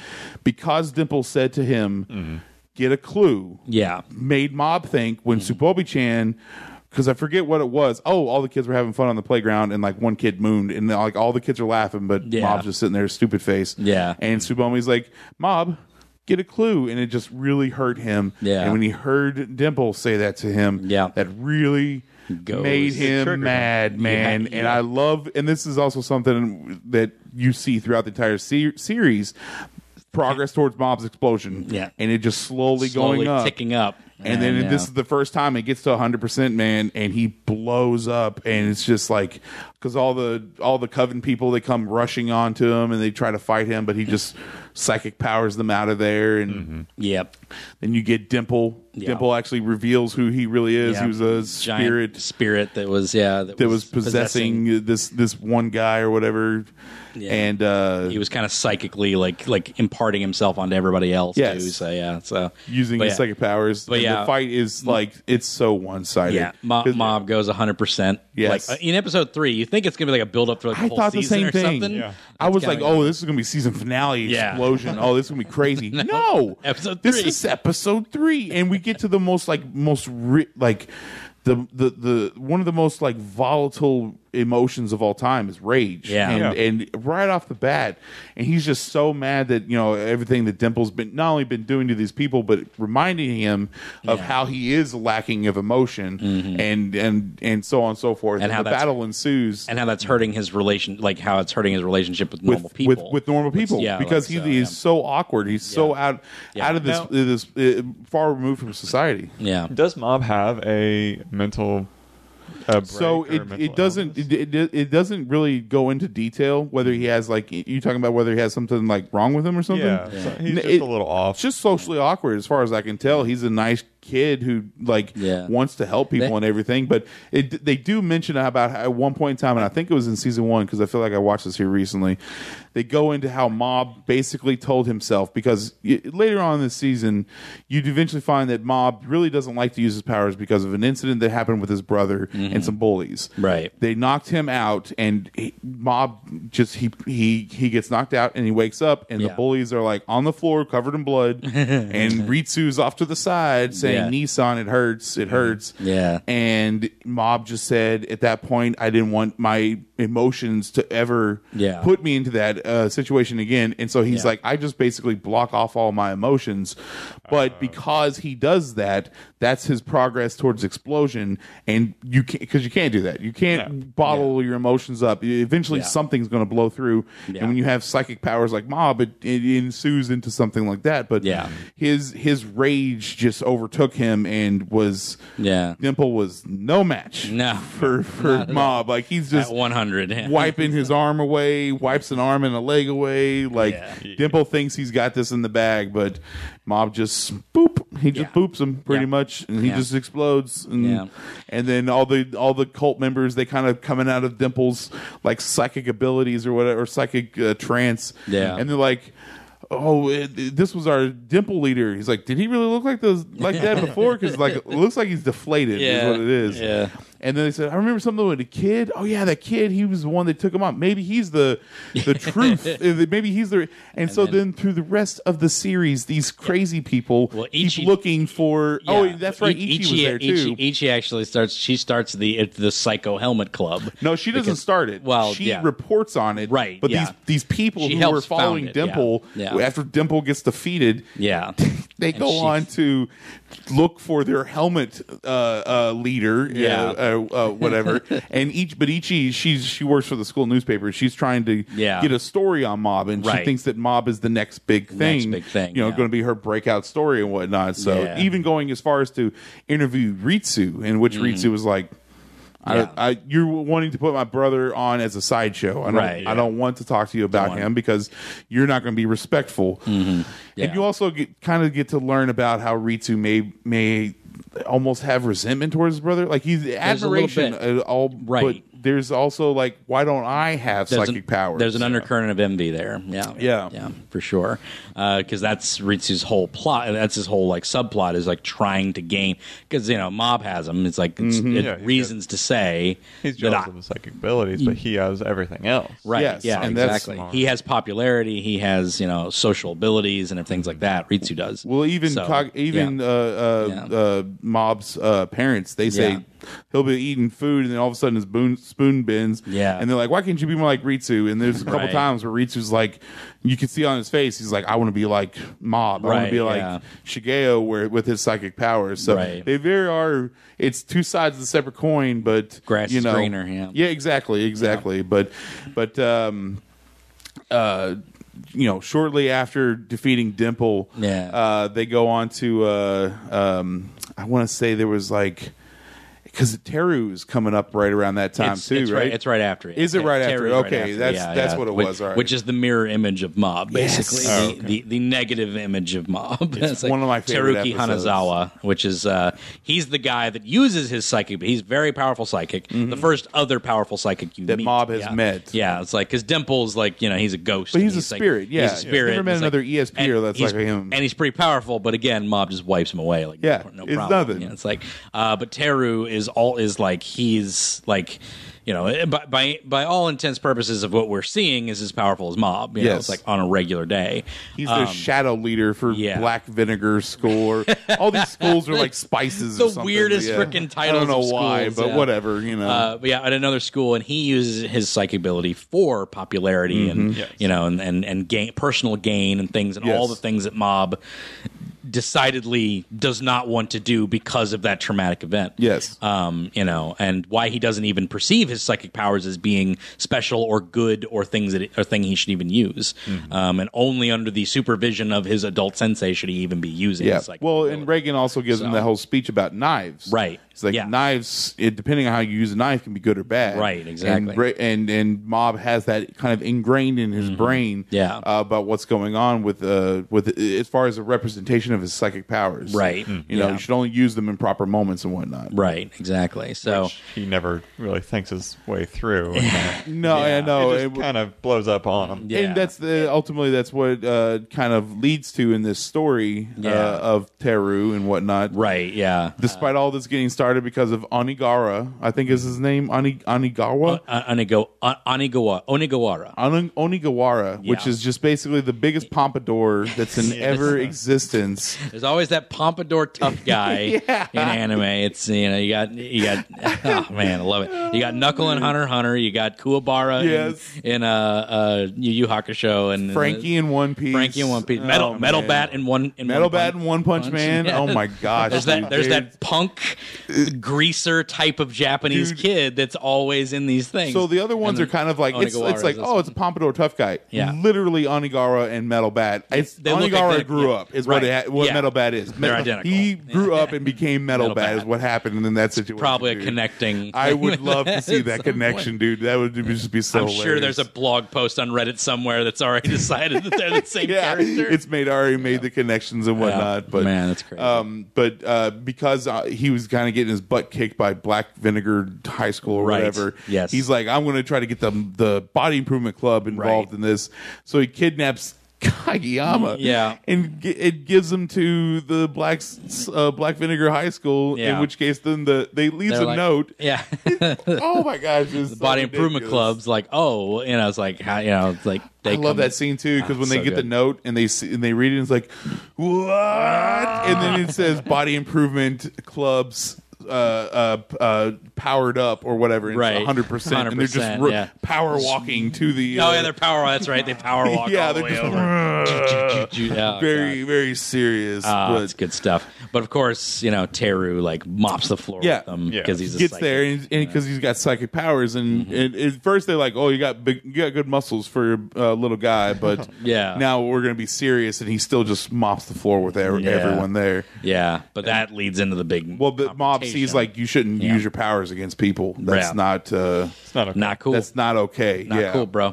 Speaker 4: because Dimple said to him. Get a clue
Speaker 3: Yeah. Mm-hmm.
Speaker 4: made Mob think when Subobi Chan, because I forget what it was. Oh, all the kids were having fun on the playground, and like one kid mooned, and like all the kids are laughing, but
Speaker 3: Yeah.
Speaker 4: Mob's just sitting there, stupid face.
Speaker 3: Yeah.
Speaker 4: and Subomi's like, Mob. Get a clue, and it just really hurt him.
Speaker 3: Yeah.
Speaker 4: and when he heard Dimple say that to him,
Speaker 3: Yeah.
Speaker 4: that really
Speaker 3: Goes.
Speaker 4: made him
Speaker 5: triggered
Speaker 4: mad, man.
Speaker 3: Yeah,
Speaker 4: And
Speaker 3: yeah.
Speaker 4: I love, and this is also something that you see throughout the entire se- series: progress towards Mob's explosion.
Speaker 3: Yeah.
Speaker 4: and it just slowly,
Speaker 3: Slowly
Speaker 4: going up,
Speaker 3: ticking up. uh,
Speaker 4: and then
Speaker 3: yeah.
Speaker 4: this is the first time it gets to 100% man and he blows up and it's just like cuz all the all the coven people they come rushing onto him and they try to fight him but he just psychic powers them out of there and
Speaker 3: Yep.
Speaker 4: then you get Dimple
Speaker 3: Mm-hmm. Yeah.
Speaker 4: Dimple actually reveals who he really is
Speaker 3: Yeah.
Speaker 4: he was a
Speaker 3: Giant
Speaker 4: spirit
Speaker 3: spirit that was yeah
Speaker 4: that was possessing, this this one guy or whatever
Speaker 3: Yeah.
Speaker 4: and uh
Speaker 3: he was kind of psychically like like imparting himself onto everybody else
Speaker 4: Yes.
Speaker 3: too. So yeah, so
Speaker 4: using
Speaker 3: but
Speaker 4: his
Speaker 3: yeah.
Speaker 4: psychic powers
Speaker 3: But
Speaker 4: and
Speaker 3: yeah.
Speaker 4: the fight is like it's so one-sided
Speaker 3: Yeah, mob,
Speaker 4: 'Cause-
Speaker 3: mob goes 100%.
Speaker 4: Yes.
Speaker 3: Like, uh, in episode three, you think it's going to be like a build up for like the
Speaker 4: I
Speaker 3: whole
Speaker 4: thought the
Speaker 3: season
Speaker 4: same
Speaker 3: or
Speaker 4: thing.
Speaker 3: something.
Speaker 4: I was like,
Speaker 3: kinda-
Speaker 4: "Oh, this is gonna be season finale
Speaker 3: Yeah.
Speaker 4: explosion. oh, this is gonna be crazy." no,
Speaker 3: Episode
Speaker 4: This
Speaker 3: three.
Speaker 4: is episode three, and we get to the most like most ri- like the the the one of the most like volatile emotions of all time is rage.
Speaker 3: Yeah.
Speaker 4: and,
Speaker 3: Yeah.
Speaker 4: and right off the bat, and he's just so mad that you know everything that Dimple's been not only been doing to these people, but reminding him of how he is lacking of emotion, and and and so on and so forth.
Speaker 3: Mm-hmm. And how
Speaker 4: the
Speaker 3: that's-
Speaker 4: battle ensues,
Speaker 3: And how that's hurting his relation, like how it's hurting his relationship with normal
Speaker 4: with,
Speaker 3: people.
Speaker 4: With, with normal people,
Speaker 3: yeah,
Speaker 4: because
Speaker 3: like
Speaker 4: he,
Speaker 3: so,
Speaker 4: he's
Speaker 3: yeah.
Speaker 4: so awkward. He's so out
Speaker 3: Yeah.
Speaker 4: out of this
Speaker 5: Now-
Speaker 4: this uh, far removed from society.
Speaker 3: yeah,
Speaker 5: Does Mob have a mental? uh
Speaker 4: So
Speaker 5: break or
Speaker 4: it,
Speaker 5: mental
Speaker 4: it doesn't
Speaker 5: illness?
Speaker 4: it, it, it doesn't really go into detail whether he has like you talking about whether he has something like wrong with him or something.
Speaker 5: Yeah, so he's
Speaker 4: N-
Speaker 5: just
Speaker 4: it-
Speaker 5: a little
Speaker 4: It's
Speaker 5: off.
Speaker 4: just socially awkward, as far as I can tell. He's a nice kid who like
Speaker 3: Yeah.
Speaker 4: wants to help people
Speaker 3: They-
Speaker 4: and everything, but it, they do mention about how, at one point in time, and I think it was in season one because I feel like I watched this here recently. They go into how Mob basically told himself because y later on in the season, you'd eventually find that Mob really doesn't like to use his powers because of an incident that happened with his brother and some bullies.
Speaker 3: Mm-hmm. Right.
Speaker 4: They knocked him out, and he, Mob just he he he gets knocked out, and he wakes up, and
Speaker 3: Yeah.
Speaker 4: the bullies are like on the floor, covered in blood, and Ritsu's off to the side saying,
Speaker 3: Yeah.
Speaker 4: "Nissan, it hurts, it hurts."
Speaker 3: Yeah.
Speaker 4: And Mob just said, at that point, I didn't want my emotions to ever
Speaker 3: Yeah.
Speaker 4: put me into that uh, situation again, and so he's
Speaker 3: Yeah.
Speaker 4: like, I just basically block off all my emotions, but because he does that, that's his progress towards explosion, and you can't because you can't do that. You can't bottle your emotions up. E-, Eventually,
Speaker 3: Yeah.
Speaker 4: something's going to blow through,
Speaker 3: Yeah.
Speaker 4: and when you have psychic powers like Mob, it, it ensues into something like that. But
Speaker 3: Yeah.
Speaker 4: his his rage just overtook him and was
Speaker 3: Yeah.
Speaker 4: Dimple was no match
Speaker 3: No.
Speaker 4: for for Mob. Like he's
Speaker 3: at
Speaker 4: just
Speaker 3: 100.
Speaker 4: wiping his arm away, wipes an arm and a leg away. Like Dimple thinks he's got this in the bag, but Mob just boop. He just
Speaker 3: Yeah.
Speaker 4: boops him pretty
Speaker 3: Yeah.
Speaker 4: much, and he
Speaker 3: Yeah.
Speaker 4: just explodes. And,
Speaker 3: Yeah.
Speaker 4: and then all the all the cult members they kind of coming out of Dimple's like psychic abilities or whatever, or psychic uh, trance.
Speaker 3: Yeah.
Speaker 4: and they're like. Oh, it, it- this was our dimple leader. He's like, did he really look like those like that before? Because like, it looks like he's deflated.
Speaker 3: Yeah.
Speaker 4: is what it is.
Speaker 3: Yeah.
Speaker 4: And then they said, I remember something with a kid. Oh yeah, that kid. He was the one that took him out. Maybe he's the the truth. Uh, Maybe he's the. And, so then,
Speaker 3: then-
Speaker 4: through the rest of the series, these crazy people
Speaker 3: Well,
Speaker 4: keep
Speaker 3: Ichi-
Speaker 4: looking for.
Speaker 3: Yeah.
Speaker 4: Oh, that's right. Ichi,
Speaker 3: I-
Speaker 4: was there too.
Speaker 3: Ichi, Ichi actually starts. She starts the at the Psycho Helmet Club.
Speaker 4: no, she doesn't
Speaker 3: Because-
Speaker 4: start it.
Speaker 3: Well,
Speaker 4: she
Speaker 3: yeah.
Speaker 4: reports on it.
Speaker 3: Right,
Speaker 4: But
Speaker 3: yeah.
Speaker 4: these these people
Speaker 3: She
Speaker 4: who
Speaker 3: helps
Speaker 4: were following
Speaker 3: found it, yeah.
Speaker 4: Dimple
Speaker 3: Yeah.
Speaker 4: after Dimple gets defeated.
Speaker 3: Yeah.
Speaker 4: They
Speaker 3: And
Speaker 4: go
Speaker 3: she-
Speaker 4: on to look for their helmet uh, uh, leader,
Speaker 3: Yeah.
Speaker 4: yeah. uh, uh, whatever. and each, but Ichi, she's she works for the school newspaper. She's trying to
Speaker 3: Yeah.
Speaker 4: get a story on Mob, and she
Speaker 3: Right.
Speaker 4: thinks that Mob is the next big thing.
Speaker 3: Next big thing,
Speaker 4: you know,
Speaker 3: yeah.
Speaker 4: going to be her breakout story and whatnot. So
Speaker 3: Yeah. Mm-hmm.
Speaker 4: even going as far as to interview Ritsu, in which Ritsu was like.
Speaker 3: Yeah.
Speaker 4: I, I, you're wanting to put my brother on as a sideshow. I don't,
Speaker 3: Right,
Speaker 4: I don't want to talk to you about
Speaker 3: want-
Speaker 4: him because you're not going to be respectful.
Speaker 3: Mm-hmm. Yeah.
Speaker 4: And you also get, kind of get to learn about how Ritsu may may almost have resentment towards his brother. Like he's
Speaker 3: a little
Speaker 4: admiration,
Speaker 3: bit.
Speaker 4: uh, all
Speaker 3: Right.
Speaker 4: But there's also like, why don't I have
Speaker 3: There's
Speaker 4: psychic
Speaker 3: an,
Speaker 4: powers?
Speaker 3: There's an
Speaker 4: Yeah.
Speaker 3: undercurrent of envy there. Yeah,
Speaker 4: Yeah.
Speaker 3: yeah, for sure. Because that's Ritsu's whole plot. That's his whole like subplot is like trying to gain because you know mob has him. It's like it's,
Speaker 4: Mm-hmm.
Speaker 3: it
Speaker 5: Yeah, he's
Speaker 3: reasons to say
Speaker 5: He's
Speaker 3: that
Speaker 5: jealous
Speaker 3: I-
Speaker 5: of his psychic abilities, but he has everything else.
Speaker 3: Right.
Speaker 4: Yes,
Speaker 3: yeah.
Speaker 4: and that's
Speaker 3: exactly. He has popularity. He has you know social abilities and things like that. Ritsu does.
Speaker 4: Well, even
Speaker 3: So,
Speaker 4: cog- even
Speaker 3: yeah.
Speaker 4: uh, uh,
Speaker 3: Yeah.
Speaker 4: uh, Mob's uh, parents, they say
Speaker 3: Yeah.
Speaker 4: he'll be eating food, and then all of a sudden his spoon, spoon bends.
Speaker 3: Yeah.
Speaker 4: and they're like, "Why can't you be more like Ritsu?" And there's a couple
Speaker 3: Right.
Speaker 4: times where Ritsu's like, you can see on his face, he's like, "I want to be like Mob. I want
Speaker 3: Right,
Speaker 4: to be like
Speaker 3: yeah.
Speaker 4: Shigeo, where with his psychic powers." So
Speaker 3: Right.
Speaker 4: they very are. It's two sides of the separate coin, but
Speaker 3: Grass
Speaker 4: you
Speaker 3: is
Speaker 4: know,
Speaker 3: greener, yeah.
Speaker 4: exactly, exactly. But but um, uh, you know, shortly after defeating Dimple,
Speaker 3: Yeah.
Speaker 4: uh, they go on to uh, um, I want to say there was like because Teru's coming up right around that time
Speaker 3: it's,
Speaker 4: too,
Speaker 3: it's
Speaker 4: right?
Speaker 3: It's right after. it.
Speaker 4: Is it right
Speaker 3: Terror's
Speaker 4: after?
Speaker 3: right
Speaker 4: Okay,
Speaker 3: after.
Speaker 4: that's-
Speaker 3: Yeah,
Speaker 4: that's
Speaker 3: yeah.
Speaker 4: what it
Speaker 3: Which-
Speaker 4: was, all right.
Speaker 3: Which is the mirror image of Mob, basically.
Speaker 4: Oh,
Speaker 3: the, the the negative image of Mob. It's
Speaker 4: one of my favorite
Speaker 3: Teruki
Speaker 4: episodes.
Speaker 3: Hanazawa, which is uh, he's the guy that uses his psychic. He's very powerful psychic. The first other powerful psychic you
Speaker 4: Mm-hmm. That
Speaker 3: meet.
Speaker 4: Mob has
Speaker 3: yeah.
Speaker 4: met.
Speaker 3: Yeah, it's like because Dimple's like you know he's a ghost,
Speaker 4: But
Speaker 3: and
Speaker 4: he's a
Speaker 3: like-
Speaker 4: spirit, yeah.
Speaker 3: he's a
Speaker 4: I've
Speaker 3: spirit.
Speaker 4: never met
Speaker 3: He's
Speaker 4: another E ESPer
Speaker 3: and
Speaker 4: that's
Speaker 3: he's-
Speaker 4: like him.
Speaker 3: and he's pretty powerful. But again, Mob just wipes him away. Like
Speaker 4: Yeah,
Speaker 3: no, no
Speaker 4: it's
Speaker 3: problem.
Speaker 4: nothing.
Speaker 3: Yeah, it's like, uh, but Teru is all is like he's like, you know, eh, by by, by all intents purposes of what we're seeing is as powerful as Mob. You know,
Speaker 4: Yes.
Speaker 3: it's like on a regular day.
Speaker 4: He's
Speaker 3: Um,
Speaker 4: the shadow leader for
Speaker 3: yeah.
Speaker 4: Black Vinegar School. All these schools are like spices. or
Speaker 3: The
Speaker 4: something.
Speaker 3: weirdest
Speaker 4: yeah.
Speaker 3: frickin'
Speaker 4: I don't
Speaker 3: titles
Speaker 4: know
Speaker 3: of
Speaker 4: why,
Speaker 3: schools,
Speaker 4: but
Speaker 3: yeah.
Speaker 4: whatever. You know,
Speaker 3: Uh, but yeah, at another school, and he uses his psychic ability for popularity and you know and and, and gain, personal gain and things and
Speaker 4: Mm-hmm. Yes.
Speaker 3: all the things that Mob decidedly does not want to do because of that traumatic event.
Speaker 4: Yes.
Speaker 3: um, you know, and why he doesn't even perceive his psychic powers as being special or good or things that or thing he should even use,
Speaker 4: Mm-hmm.
Speaker 3: um, and only under the supervision of his adult sensei should he even be using.
Speaker 4: Yeah.
Speaker 3: His psychic
Speaker 4: Well,
Speaker 3: ability.
Speaker 4: and Reagan also gives him
Speaker 3: So-
Speaker 4: that whole speech about knives.
Speaker 3: Right.
Speaker 4: It's like
Speaker 3: Yeah.
Speaker 4: knives. It, depending on how you use a knife, can be good or bad.
Speaker 3: Right, exactly.
Speaker 4: And Re- and, and Mob has that kind of ingrained in his brain.
Speaker 3: Mm-hmm. Yeah.
Speaker 4: Uh, about what's going on with uh with as far as a representation of his psychic powers.
Speaker 3: Right.
Speaker 4: You
Speaker 3: Mm.
Speaker 4: know,
Speaker 3: Yeah.
Speaker 4: you should only use them in proper moments and whatnot.
Speaker 3: right, exactly. So.
Speaker 5: Which he never really thinks his way through. And that-
Speaker 4: No, I know.
Speaker 5: it
Speaker 4: It-
Speaker 5: just kind of blows up on him.
Speaker 3: Yeah.
Speaker 4: And that's the ultimately that's what uh, kind of leads to in this story
Speaker 3: Yeah.
Speaker 4: uh, of Teru and whatnot.
Speaker 3: Right, yeah.
Speaker 4: Despite all this getting started because of Onigara, I think is his name, Oni, Onigawa.
Speaker 3: uh, Onigo, uh, Onigawa, Onigawara.
Speaker 4: On- Onigawara,
Speaker 3: Yeah.
Speaker 4: which is just basically the biggest pompadour that's in ever existence.
Speaker 3: There's always that pompadour tough guy in anime. It's you know you got you got oh man I love it. You got Knuckle and Hunter x Hunter. You got Kuwabara
Speaker 4: Yes.
Speaker 3: in, in uh, uh Yu Yu Hakusho and
Speaker 4: Frankie in One Piece.
Speaker 3: Frankie in One Piece. Metal
Speaker 4: Oh,
Speaker 3: Metal
Speaker 4: man.
Speaker 3: Bat in one in
Speaker 4: Metal
Speaker 3: one
Speaker 4: Bat
Speaker 3: Punch-
Speaker 4: and One Punch, Man.
Speaker 3: Yeah.
Speaker 4: Oh my gosh.
Speaker 3: There's that
Speaker 4: dude.
Speaker 3: there's
Speaker 4: Dude.
Speaker 3: that punk greaser type of Japanese
Speaker 4: Dude.
Speaker 3: kid that's always in these things.
Speaker 4: So the other ones
Speaker 3: And
Speaker 4: are kind of like it's,
Speaker 3: Onigawara
Speaker 4: it's like
Speaker 3: is this
Speaker 4: oh it's a pompadour tough guy.
Speaker 3: Yeah.
Speaker 4: Literally Onigara and Metal Bat. It's
Speaker 3: They look like
Speaker 4: Onigara
Speaker 3: they're-
Speaker 4: grew
Speaker 3: yeah.
Speaker 4: up is what
Speaker 3: Right.
Speaker 4: it, ha- what
Speaker 3: Yeah.
Speaker 4: Metal Bat is.
Speaker 3: They're identical.
Speaker 4: He grew up and became Metal,
Speaker 3: Metal
Speaker 4: Bat,
Speaker 3: Bat.
Speaker 4: is what happened in that situation.
Speaker 3: probably a
Speaker 4: dude.
Speaker 3: connecting.
Speaker 4: I
Speaker 3: thing
Speaker 4: would
Speaker 3: with
Speaker 4: love to see
Speaker 3: at
Speaker 4: that
Speaker 3: some
Speaker 4: connection,
Speaker 3: point.
Speaker 4: dude. That would just be so
Speaker 3: I'm sure there's
Speaker 4: hilarious.
Speaker 3: a blog post on Reddit somewhere that's already decided that they're the same
Speaker 4: yeah,
Speaker 3: character.
Speaker 4: it's made already made the connections and whatnot.
Speaker 3: Yeah.
Speaker 4: But
Speaker 3: Man, that's crazy.
Speaker 4: Um, but uh, because uh, he was kind of getting his butt kicked by Black Vinegar High School or
Speaker 3: Right.
Speaker 4: whatever,
Speaker 3: Yes.
Speaker 4: he's like, I'm going to try to get the the Body Improvement Club involved
Speaker 3: Right.
Speaker 4: in this. So he kidnaps. Kageyama,
Speaker 3: Yeah.
Speaker 4: and gi- it gives him to the black uh, black vinegar high school.
Speaker 3: Yeah.
Speaker 4: In which case, then the they leaves
Speaker 3: They're
Speaker 4: a
Speaker 3: like-
Speaker 4: note.
Speaker 3: Yeah.
Speaker 4: Oh my gosh, the
Speaker 3: Body Improvement Club's like, oh, you know, it's like, how, you know, it's like they
Speaker 4: I
Speaker 3: come-
Speaker 4: love that scene too because
Speaker 3: Ah,
Speaker 4: when they
Speaker 3: so
Speaker 4: get the
Speaker 3: good.
Speaker 4: note and they see, and they read it, it's like what, and then it says body improvement clubs. Uh, uh, uh, powered up or whatever, and
Speaker 3: Right.
Speaker 4: it's 100%, and they're just
Speaker 3: 100%,
Speaker 4: ro-
Speaker 3: yeah.
Speaker 4: power walking to the uh,
Speaker 3: Oh yeah, they're power. That's right, they power walk.
Speaker 4: yeah,
Speaker 3: all the
Speaker 4: they're
Speaker 3: way
Speaker 4: just
Speaker 3: over. Oh,
Speaker 4: uh,
Speaker 3: Yeah,
Speaker 4: very, very serious,
Speaker 3: Ah,
Speaker 4: but
Speaker 3: it's good stuff. But of course, you know, Teru like mops the floor
Speaker 4: Yeah.
Speaker 3: with them
Speaker 5: Yeah.
Speaker 3: because he's a
Speaker 4: gets
Speaker 3: psychic. Mm-hmm.
Speaker 4: there and because he's got psychic powers, and, and at first they're like, "Oh, you got big, you got good muscles for a uh, little guy," but
Speaker 3: Yeah.
Speaker 4: now we're gonna be serious, and he still just mops the floor with every,
Speaker 3: Yeah.
Speaker 4: everyone there.
Speaker 3: Yeah, but that leads into the big
Speaker 4: Well, but Mob sees like you shouldn't use your powers against people. That's
Speaker 3: Yeah.
Speaker 4: not uh,
Speaker 5: It's not okay.
Speaker 3: not cool.
Speaker 4: that's not okay.
Speaker 3: not
Speaker 4: yeah,
Speaker 3: cool, bro.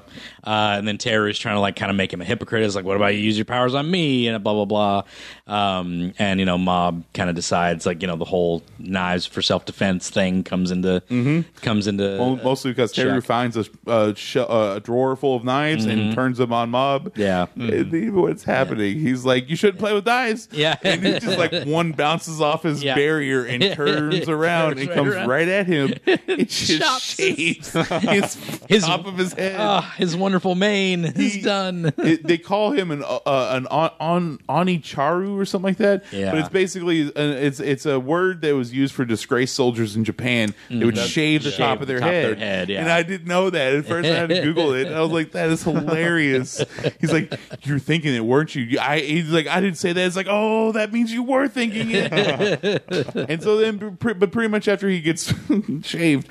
Speaker 3: Uh, and then Terry's trying to like kind of make him a hypocrite. It's like, what about you use your powers on me? And blah blah blah. Um, and you know, Mob kind of decides like you know the whole knives for self defense thing comes into
Speaker 4: Mm-hmm.
Speaker 3: comes into
Speaker 4: Mo- Mostly because Terry
Speaker 3: check.
Speaker 4: finds a, a, sh- a drawer full of knives and turns them on Mob.
Speaker 3: Mm-hmm. Yeah.
Speaker 4: And he- what's happening? He's like, you shouldn't play with knives.
Speaker 3: Yeah.
Speaker 4: and it's just like one bounces off his
Speaker 3: Yeah.
Speaker 4: barrier and turns around and
Speaker 3: right
Speaker 4: comes
Speaker 3: around.
Speaker 4: right at him. It just
Speaker 3: Chops his-
Speaker 4: shaves his,
Speaker 3: His-
Speaker 4: top of his head.
Speaker 3: Ah, his wonderful mane is
Speaker 4: He-
Speaker 3: done.
Speaker 4: it, they call him an uh, an on, on onicharu or something like that.
Speaker 3: Yeah.
Speaker 4: But it's basically an, it's it's a word that was used for disgraced soldiers in Japan. They would shave the
Speaker 3: Mm, Shave
Speaker 4: top of
Speaker 3: the
Speaker 4: their
Speaker 3: top of
Speaker 4: head.
Speaker 3: their head, yeah.
Speaker 4: And I didn't know that at first. I had to Google it. And I was like, that is hilarious. He's like, you're thinking it, weren't you? I he's like, I didn't say that. It's like, oh, that means you were thinking it. and so then, pre- but pretty much after he gets shaved.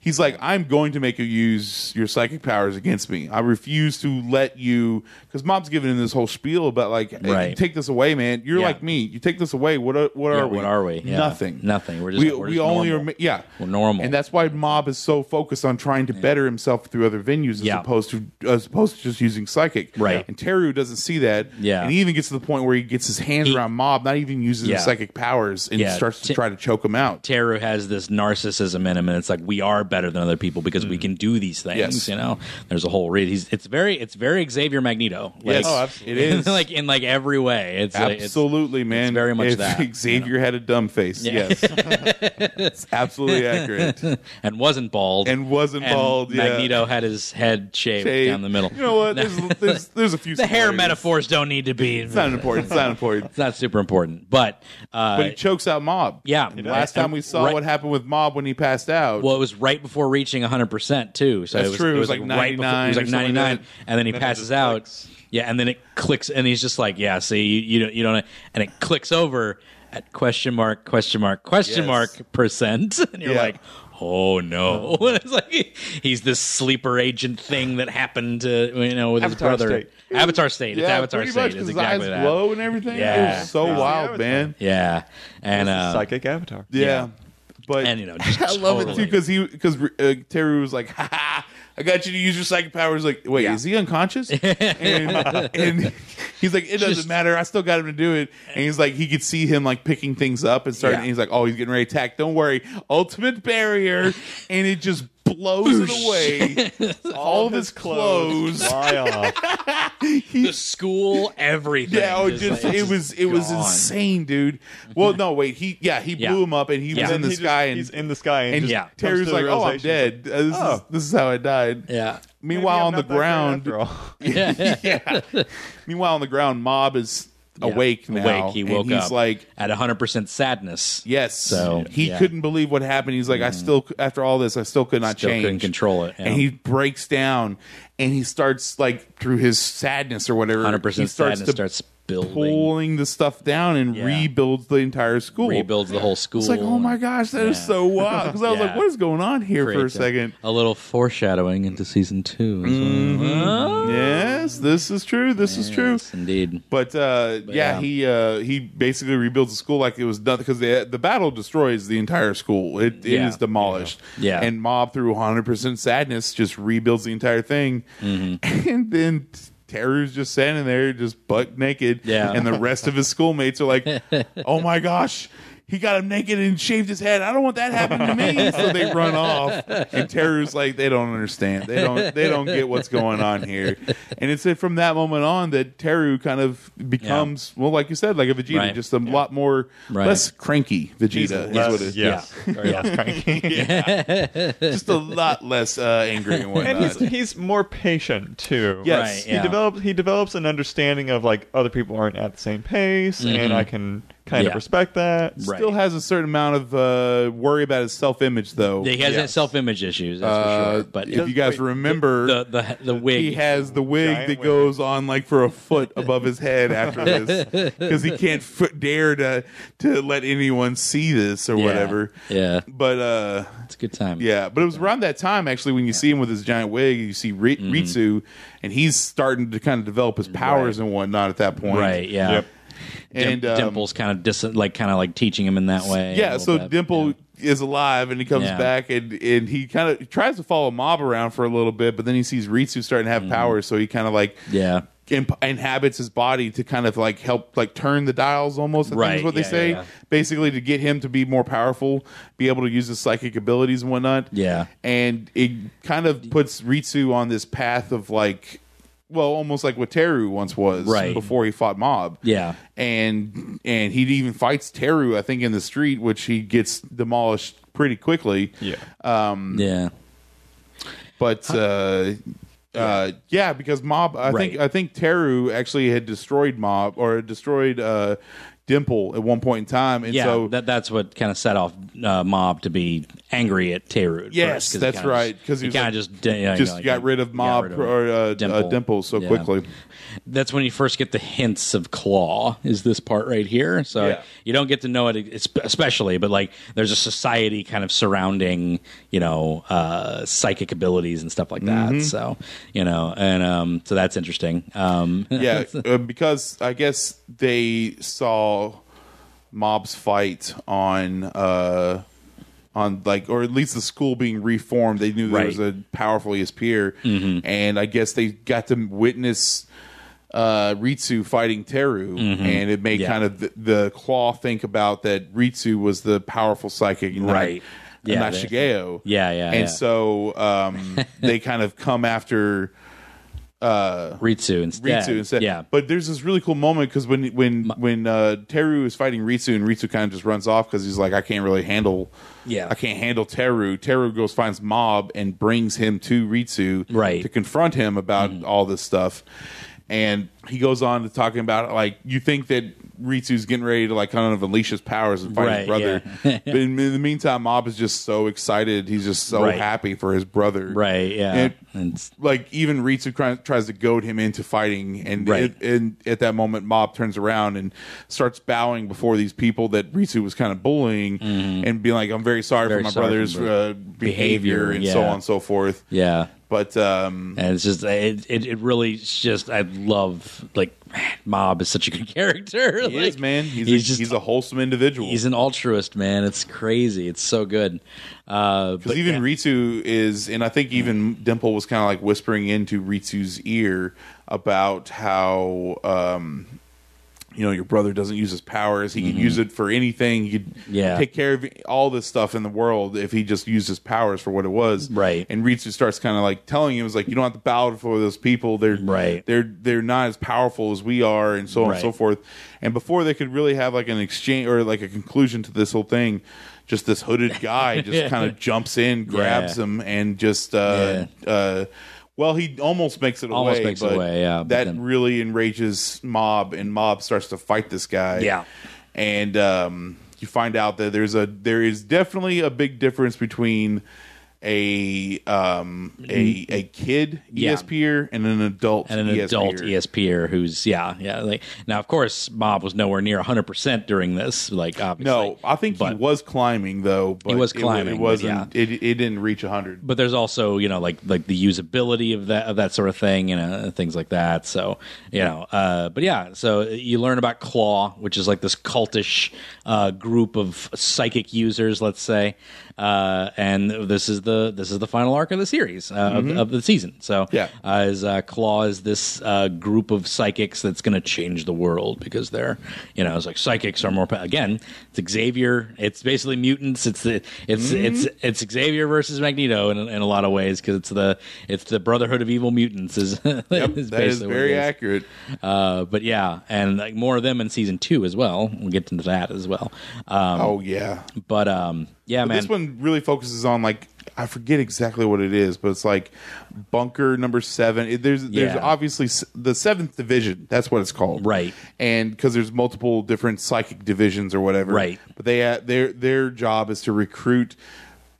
Speaker 4: He's like, I'm going to make you use your psychic powers against me. I refuse to let you, because Mob's giving him this whole spiel about like, hey,
Speaker 3: Right.
Speaker 4: you take this away, man. You're
Speaker 3: Yeah.
Speaker 4: like me. You take this away. What are, what
Speaker 3: Yeah,
Speaker 4: are we?
Speaker 3: what are we? Yeah.
Speaker 4: Nothing.
Speaker 3: Nothing. We're just-
Speaker 4: we,
Speaker 3: we're
Speaker 4: we
Speaker 3: just
Speaker 4: only
Speaker 3: normal.
Speaker 4: are. Yeah,
Speaker 3: We're normal.
Speaker 4: And that's why Mob is so focused on trying to better himself through other venues as
Speaker 3: Yeah.
Speaker 4: opposed to as opposed to just using psychic.
Speaker 3: Right.
Speaker 4: And Teru doesn't see that.
Speaker 3: Yeah.
Speaker 4: And he even gets to the point where he gets his hands
Speaker 3: He-
Speaker 4: around Mob, not even using
Speaker 3: Yeah.
Speaker 4: his psychic powers, and
Speaker 3: Yeah.
Speaker 4: starts to
Speaker 3: T-
Speaker 4: try to choke him out.
Speaker 3: Teru has this narcissism in him, and it's like we are better than other people because we can do these things.
Speaker 4: Mm. Yes.
Speaker 3: You know, there's a whole read. He's it's very it's very Xavier Magneto. Like,
Speaker 4: Yes. Oh, absolutely. It is.
Speaker 3: like in like every way. It's like, it's-
Speaker 4: absolutely, man.
Speaker 3: it's very much
Speaker 4: if
Speaker 3: that, you
Speaker 4: Xavier had a dumb face. Yes, it's absolutely accurate.
Speaker 3: and wasn't bald
Speaker 4: And wasn't
Speaker 3: and
Speaker 4: bald. yeah.
Speaker 3: Magneto had his head shaved
Speaker 4: Shave.
Speaker 3: down the middle.
Speaker 4: You know what? There's, there's, there's a few.
Speaker 3: the hair
Speaker 4: similarities.
Speaker 3: metaphors don't need to be.
Speaker 4: It's not important. It's not important.
Speaker 3: It's not super important, but uh,
Speaker 4: But he chokes out Mob.
Speaker 3: Yeah.
Speaker 4: And Last time we saw
Speaker 3: Right.
Speaker 4: what happened with Mob when he passed out.
Speaker 3: Well, it was right before reaching 100% too. So
Speaker 4: That's
Speaker 3: it was,
Speaker 4: true.
Speaker 3: It was, like, right before, it
Speaker 4: 99
Speaker 3: was
Speaker 4: or
Speaker 3: like
Speaker 4: something like
Speaker 3: 99
Speaker 4: that.
Speaker 3: and then he
Speaker 5: Then it
Speaker 3: passes
Speaker 5: just
Speaker 3: out.
Speaker 5: clicks.
Speaker 3: Yeah, and then it clicks and he's just like, "Yeah, see, you, you don't you don't and it clicks over at question mark question mark question
Speaker 5: Yes.
Speaker 3: mark percent and you're
Speaker 4: Yeah.
Speaker 3: like, "Oh no." it's like he's this sleeper agent thing that happened to you know with
Speaker 5: Avatar
Speaker 3: his brother.
Speaker 5: State.
Speaker 3: Avatar State. it's Avatar
Speaker 4: pretty
Speaker 3: State.
Speaker 4: much,
Speaker 3: It's
Speaker 4: 'cause
Speaker 3: exactly
Speaker 4: his
Speaker 3: that.
Speaker 4: eyes glow and everything.
Speaker 3: Yeah.
Speaker 4: It was so
Speaker 5: Yeah.
Speaker 4: wild, man.
Speaker 3: Yeah. And
Speaker 5: It's a
Speaker 3: uh,
Speaker 5: psychic avatar.
Speaker 4: Yeah.
Speaker 3: Yeah.
Speaker 4: But
Speaker 3: and you know, just
Speaker 4: I love it
Speaker 3: totally-
Speaker 4: too because he because uh, Terry was like, ha, ha, I got you to use your psychic powers. Like, wait, is he unconscious? and, and he's like, it doesn't
Speaker 3: Just-
Speaker 4: matter. I still got him to do it. And he's like, he could see him like picking things up and starting.
Speaker 3: Yeah.
Speaker 4: And he's like, oh, he's getting ready to attack. Don't worry, ultimate barrier, and it just blows it away. All of his clothes.
Speaker 5: Fly off.
Speaker 3: the school everything.
Speaker 4: Yeah, oh,
Speaker 3: Just
Speaker 4: just,
Speaker 3: like-
Speaker 4: it was it was
Speaker 3: gone.
Speaker 4: insane, dude. Well, no, wait, he yeah he
Speaker 3: Yeah.
Speaker 4: blew him up and he
Speaker 3: Yeah.
Speaker 4: was in
Speaker 3: And
Speaker 4: the
Speaker 5: He just-
Speaker 4: sky and
Speaker 5: he's in the sky and,
Speaker 4: and
Speaker 5: just
Speaker 3: Yeah.
Speaker 4: yeah.
Speaker 5: comes
Speaker 4: Terry's
Speaker 5: to the
Speaker 4: like, "Oh, I'm
Speaker 5: realization,
Speaker 4: dead. Uh, this, Is,
Speaker 5: oh.
Speaker 4: this is how I died."
Speaker 3: Yeah.
Speaker 5: maybe
Speaker 4: Meanwhile,
Speaker 5: I'm
Speaker 4: on the
Speaker 5: not that great
Speaker 4: ground,
Speaker 5: after all.
Speaker 4: meanwhile on the ground, Mob is awake now.
Speaker 3: Awake, he
Speaker 4: and
Speaker 3: woke
Speaker 4: he's
Speaker 3: up.
Speaker 4: like,
Speaker 3: at 100% sadness.
Speaker 4: "Yes."
Speaker 3: So,
Speaker 4: he
Speaker 3: yeah.
Speaker 4: couldn't believe what happened. He's like,
Speaker 5: Mm.
Speaker 4: "I still, after all this, I still could not
Speaker 3: Still
Speaker 4: change,
Speaker 3: couldn't control it, yeah.
Speaker 4: And he breaks down, and he starts like through his sadness or whatever,
Speaker 3: 100%
Speaker 4: he starts
Speaker 3: sadness
Speaker 4: to
Speaker 3: starts building,
Speaker 4: pulling the stuff down and
Speaker 3: Yeah.
Speaker 4: rebuilds the entire school.
Speaker 3: rebuilds the whole school.
Speaker 4: It's like, oh my gosh, that is
Speaker 3: Yeah.
Speaker 4: so wild. Because I was
Speaker 3: Yeah.
Speaker 4: like, what is going on here for a
Speaker 3: Creates
Speaker 4: second?
Speaker 3: A little foreshadowing into season two. As well.
Speaker 4: Yes, this is true. This is Mm-hmm. true.
Speaker 3: Yes, indeed.
Speaker 4: But, uh, yeah,
Speaker 3: yeah.
Speaker 4: he uh, he basically rebuilds the school like it was nothing because the the battle destroys the entire school. It it is
Speaker 3: Yeah.
Speaker 4: demolished.
Speaker 3: Yeah.
Speaker 4: and mob through 100 percent sadness just rebuilds the entire thing,
Speaker 3: Mm-hmm.
Speaker 4: and then. Terror's just standing there, just butt naked.
Speaker 3: Yeah.
Speaker 4: And the rest of his schoolmates are like, oh my gosh, he got him naked and shaved his head. I don't want that happening to me. So they run off. And Terror's like, they don't understand. They don't they don't get what's going on here. And it's from that moment on that Teru kind of becomes, well, like you said, like a Vegeta,
Speaker 3: Right.
Speaker 4: just a lot more
Speaker 3: Right.
Speaker 4: less cranky Vegeta. is what it is.
Speaker 5: yes.
Speaker 4: Just a lot less uh, angry and whatnot.
Speaker 5: and he's, he's more patient too.
Speaker 3: Right,
Speaker 4: Yes.
Speaker 3: yeah.
Speaker 5: he develops he develops an understanding of like other people aren't at the same pace, and I can
Speaker 3: Mm-hmm.
Speaker 5: kind
Speaker 3: Yeah.
Speaker 5: of respect that.
Speaker 3: Right.
Speaker 4: Still has a certain amount of uh, worry about his self image though.
Speaker 3: He has
Speaker 5: Yes.
Speaker 3: self image issues, that's for
Speaker 4: Uh,
Speaker 3: sure. But
Speaker 4: if you guys remember
Speaker 3: the, the, the wig.
Speaker 4: he has the wig
Speaker 5: Giant
Speaker 4: that
Speaker 5: wig.
Speaker 4: goes on like for a foot above his head after this because he can't f- dare to to let anyone see this or
Speaker 3: Yeah.
Speaker 4: whatever.
Speaker 3: Yeah.
Speaker 4: But uh,
Speaker 3: It's a good time.
Speaker 4: yeah, but it was around that time actually when you see him with his giant wig, you see Ri-
Speaker 3: Mm-hmm.
Speaker 4: Ritsu, and he's starting to kind of develop his powers and whatnot at that point.
Speaker 3: Right. Yeah.
Speaker 5: Yep.
Speaker 4: And um,
Speaker 3: Dimple's kind of dis- like kind of like teaching him in that way. a
Speaker 4: Yeah,
Speaker 3: little
Speaker 4: so
Speaker 3: bit,
Speaker 4: Dimple
Speaker 3: yeah.
Speaker 4: is alive and he comes
Speaker 3: Yeah.
Speaker 4: back and, and he kind of tries to follow Mob around for a little bit, but then he sees Ritsu starting to have powers, so he kind of like
Speaker 3: Mm-hmm. Yeah.
Speaker 4: imp- inhabits his body to kind of like help like turn the dials almost. I think
Speaker 3: Right,
Speaker 4: is what they
Speaker 3: yeah,
Speaker 4: say,
Speaker 3: yeah, yeah.
Speaker 4: basically to get him to be more powerful, be able to use his psychic abilities and whatnot.
Speaker 3: Yeah.
Speaker 4: and it kind of puts Ritsu on this path of like. Well, almost like what Teru once was
Speaker 3: Right.
Speaker 4: before he fought Mob
Speaker 3: Yeah.
Speaker 4: and and he even fights Teru, I think, in the street, which he gets demolished pretty quickly. Uh,
Speaker 5: Yeah.
Speaker 3: yeah.
Speaker 4: But uh, uh, yeah, because Mob, I think
Speaker 3: Right.
Speaker 4: I think Teru actually had destroyed Mob or destroyed uh, Dimple at one point in time, and
Speaker 3: Yeah,
Speaker 4: so
Speaker 3: that that's what kind of set off uh, Mob to be angry at Teru. at
Speaker 4: Yes,
Speaker 3: first, 'cause he
Speaker 4: that's
Speaker 3: kinda
Speaker 4: right, 'cause he
Speaker 3: he kind
Speaker 4: was like-
Speaker 3: of just di- yeah,
Speaker 4: just
Speaker 3: like,
Speaker 4: got rid of Mob
Speaker 3: rid of
Speaker 4: or uh, Dimple. Uh, Dimple so
Speaker 3: Yeah.
Speaker 4: quickly.
Speaker 3: That's when you first get the hints of Claw. Is this part right here? So
Speaker 4: Yeah.
Speaker 3: you don't get to know it es- especially, but like there's a society kind of surrounding you know uh, psychic abilities and stuff like that.
Speaker 4: Mm-hmm.
Speaker 3: So you know, and um, so that's interesting. Um,
Speaker 4: yeah, uh, because I guess they saw mobs fight on uh on like or at least the school being reformed. They knew there
Speaker 3: Right. Mm-hmm.
Speaker 4: was a powerful E his peer, and I guess they got to witness uh Ritsu fighting Teru, and it made
Speaker 3: Mm-hmm. Yeah.
Speaker 4: kind of the, the claw think about that Ritsu was the powerful psychic, and not-
Speaker 3: Right.
Speaker 4: and
Speaker 3: Yeah,
Speaker 4: not
Speaker 3: they-
Speaker 4: Shigeo.
Speaker 3: Yeah, yeah,
Speaker 4: And
Speaker 3: yeah.
Speaker 4: so um, they kind of come after uh,
Speaker 3: Ritsu instead.
Speaker 4: Ritsu instead.
Speaker 3: Yeah.
Speaker 4: But there's this really cool moment because when when when uh, Teru is fighting Ritsu and Ritsu kind of just runs off because he's like, I can't really handle.
Speaker 3: Yeah.
Speaker 4: I can't handle Teru. Teru goes finds Mob and brings him to Ritsu
Speaker 3: Right. Mm-hmm.
Speaker 4: to confront him about all this stuff. And he goes on to talking about like you think that Ritsu's getting ready to like kind of unleash his powers and fight
Speaker 3: Right,
Speaker 4: his brother.
Speaker 3: yeah.
Speaker 4: but in, in the meantime, Mob is just so excited. He's just so
Speaker 3: Right.
Speaker 4: happy for his brother.
Speaker 3: Right. Yeah.
Speaker 4: And-
Speaker 3: and it's-
Speaker 4: like even Ritsu cri- tries to goad him into fighting, and
Speaker 3: Right.
Speaker 4: it- and at that moment, Mob turns around and starts bowing before these people that Ritsu was kind of bullying, and being like, "I'm very sorry
Speaker 3: Mm-hmm. Very
Speaker 4: for my
Speaker 3: sorry for
Speaker 4: brother's
Speaker 3: my
Speaker 4: uh, behavior
Speaker 3: behavior,
Speaker 4: and so
Speaker 3: yeah.
Speaker 4: on and so forth."
Speaker 3: yeah.
Speaker 4: But um,
Speaker 3: And it's just it, it, it really is just I love like man, Mob is such a good character.
Speaker 4: he
Speaker 3: Like,
Speaker 4: is man. He's,
Speaker 3: he's
Speaker 4: a,
Speaker 3: just
Speaker 4: he's a wholesome individual.
Speaker 3: he's an altruist man. It's crazy. It's so good. Uh, but
Speaker 4: Because even Ritsu is, and I think even Dimple was kind of like whispering into Ritsu's ear about how, um, you know, your brother doesn't use his powers. He could use it for anything. He could
Speaker 3: Mm-hmm. Yeah.
Speaker 4: take care of all this stuff in the world if he just used his powers for what it was.
Speaker 3: Right.
Speaker 4: And Ritsu starts kind of like telling him, "It's like you don't have to bow before those people. They're
Speaker 3: Right.
Speaker 4: They're they're not as powerful as we are, and so on and so
Speaker 3: Right.
Speaker 4: forth." And before they could really have like an exchange or like a conclusion to this whole thing. Just this hooded guy just kind of jumps in, grabs
Speaker 3: Yeah.
Speaker 4: him and just uh, uh, well he almost makes it
Speaker 3: Almost
Speaker 4: away
Speaker 3: makes it
Speaker 4: but
Speaker 3: away, yeah, but
Speaker 4: that
Speaker 3: then-
Speaker 4: really enrages mob and mob starts to fight this guy
Speaker 3: Yeah.
Speaker 4: and um, you find out that there's a there is definitely a big difference between a um a a kid
Speaker 3: Mm-hmm. Yeah.
Speaker 4: ESPer and an adult
Speaker 3: and an adult E ESPer who's yeah yeah like now of course Mob was nowhere near hundred percent during this like obviously
Speaker 4: no I think he
Speaker 3: but-
Speaker 4: was climbing though but
Speaker 3: was
Speaker 4: it wa-
Speaker 3: climbing,
Speaker 4: it,
Speaker 3: but
Speaker 4: wasn't it, it didn't reach 100
Speaker 3: but there's also you know like like the usability of that of that sort of thing and uh, things like that so you know uh, but yeah so you learn about claw which is like this cultish uh, group of psychic users let's say uh, and this is the this is the final arc of the series uh, of, of the season so
Speaker 4: Yeah.
Speaker 3: uh, is uh, claw is this uh, group of psychics that's going to change the world because they're you know it's like psychics are more pa- again it's Xavier it's basically mutants it's the it's
Speaker 4: Mm-hmm.
Speaker 3: it's it's Xavier versus Magneto in, in a lot of ways because it's the it's the Brotherhood of Evil Mutants is, is
Speaker 4: that is
Speaker 3: basically what it
Speaker 4: very
Speaker 3: is.
Speaker 4: accurate
Speaker 3: Uh, but yeah and like more of them in season two as well we'll get into that as well um,
Speaker 4: oh yeah
Speaker 3: but um yeah
Speaker 4: But
Speaker 3: man
Speaker 4: this one really focuses on like I forget exactly what it is, but it's like bunker number seven. It- there's there's
Speaker 3: Yeah.
Speaker 4: obviously s- the seventh division. That's what it's called,
Speaker 3: Right.
Speaker 4: And because there's multiple different psychic divisions or whatever,
Speaker 3: Right.
Speaker 4: But they uh, their their job is to recruit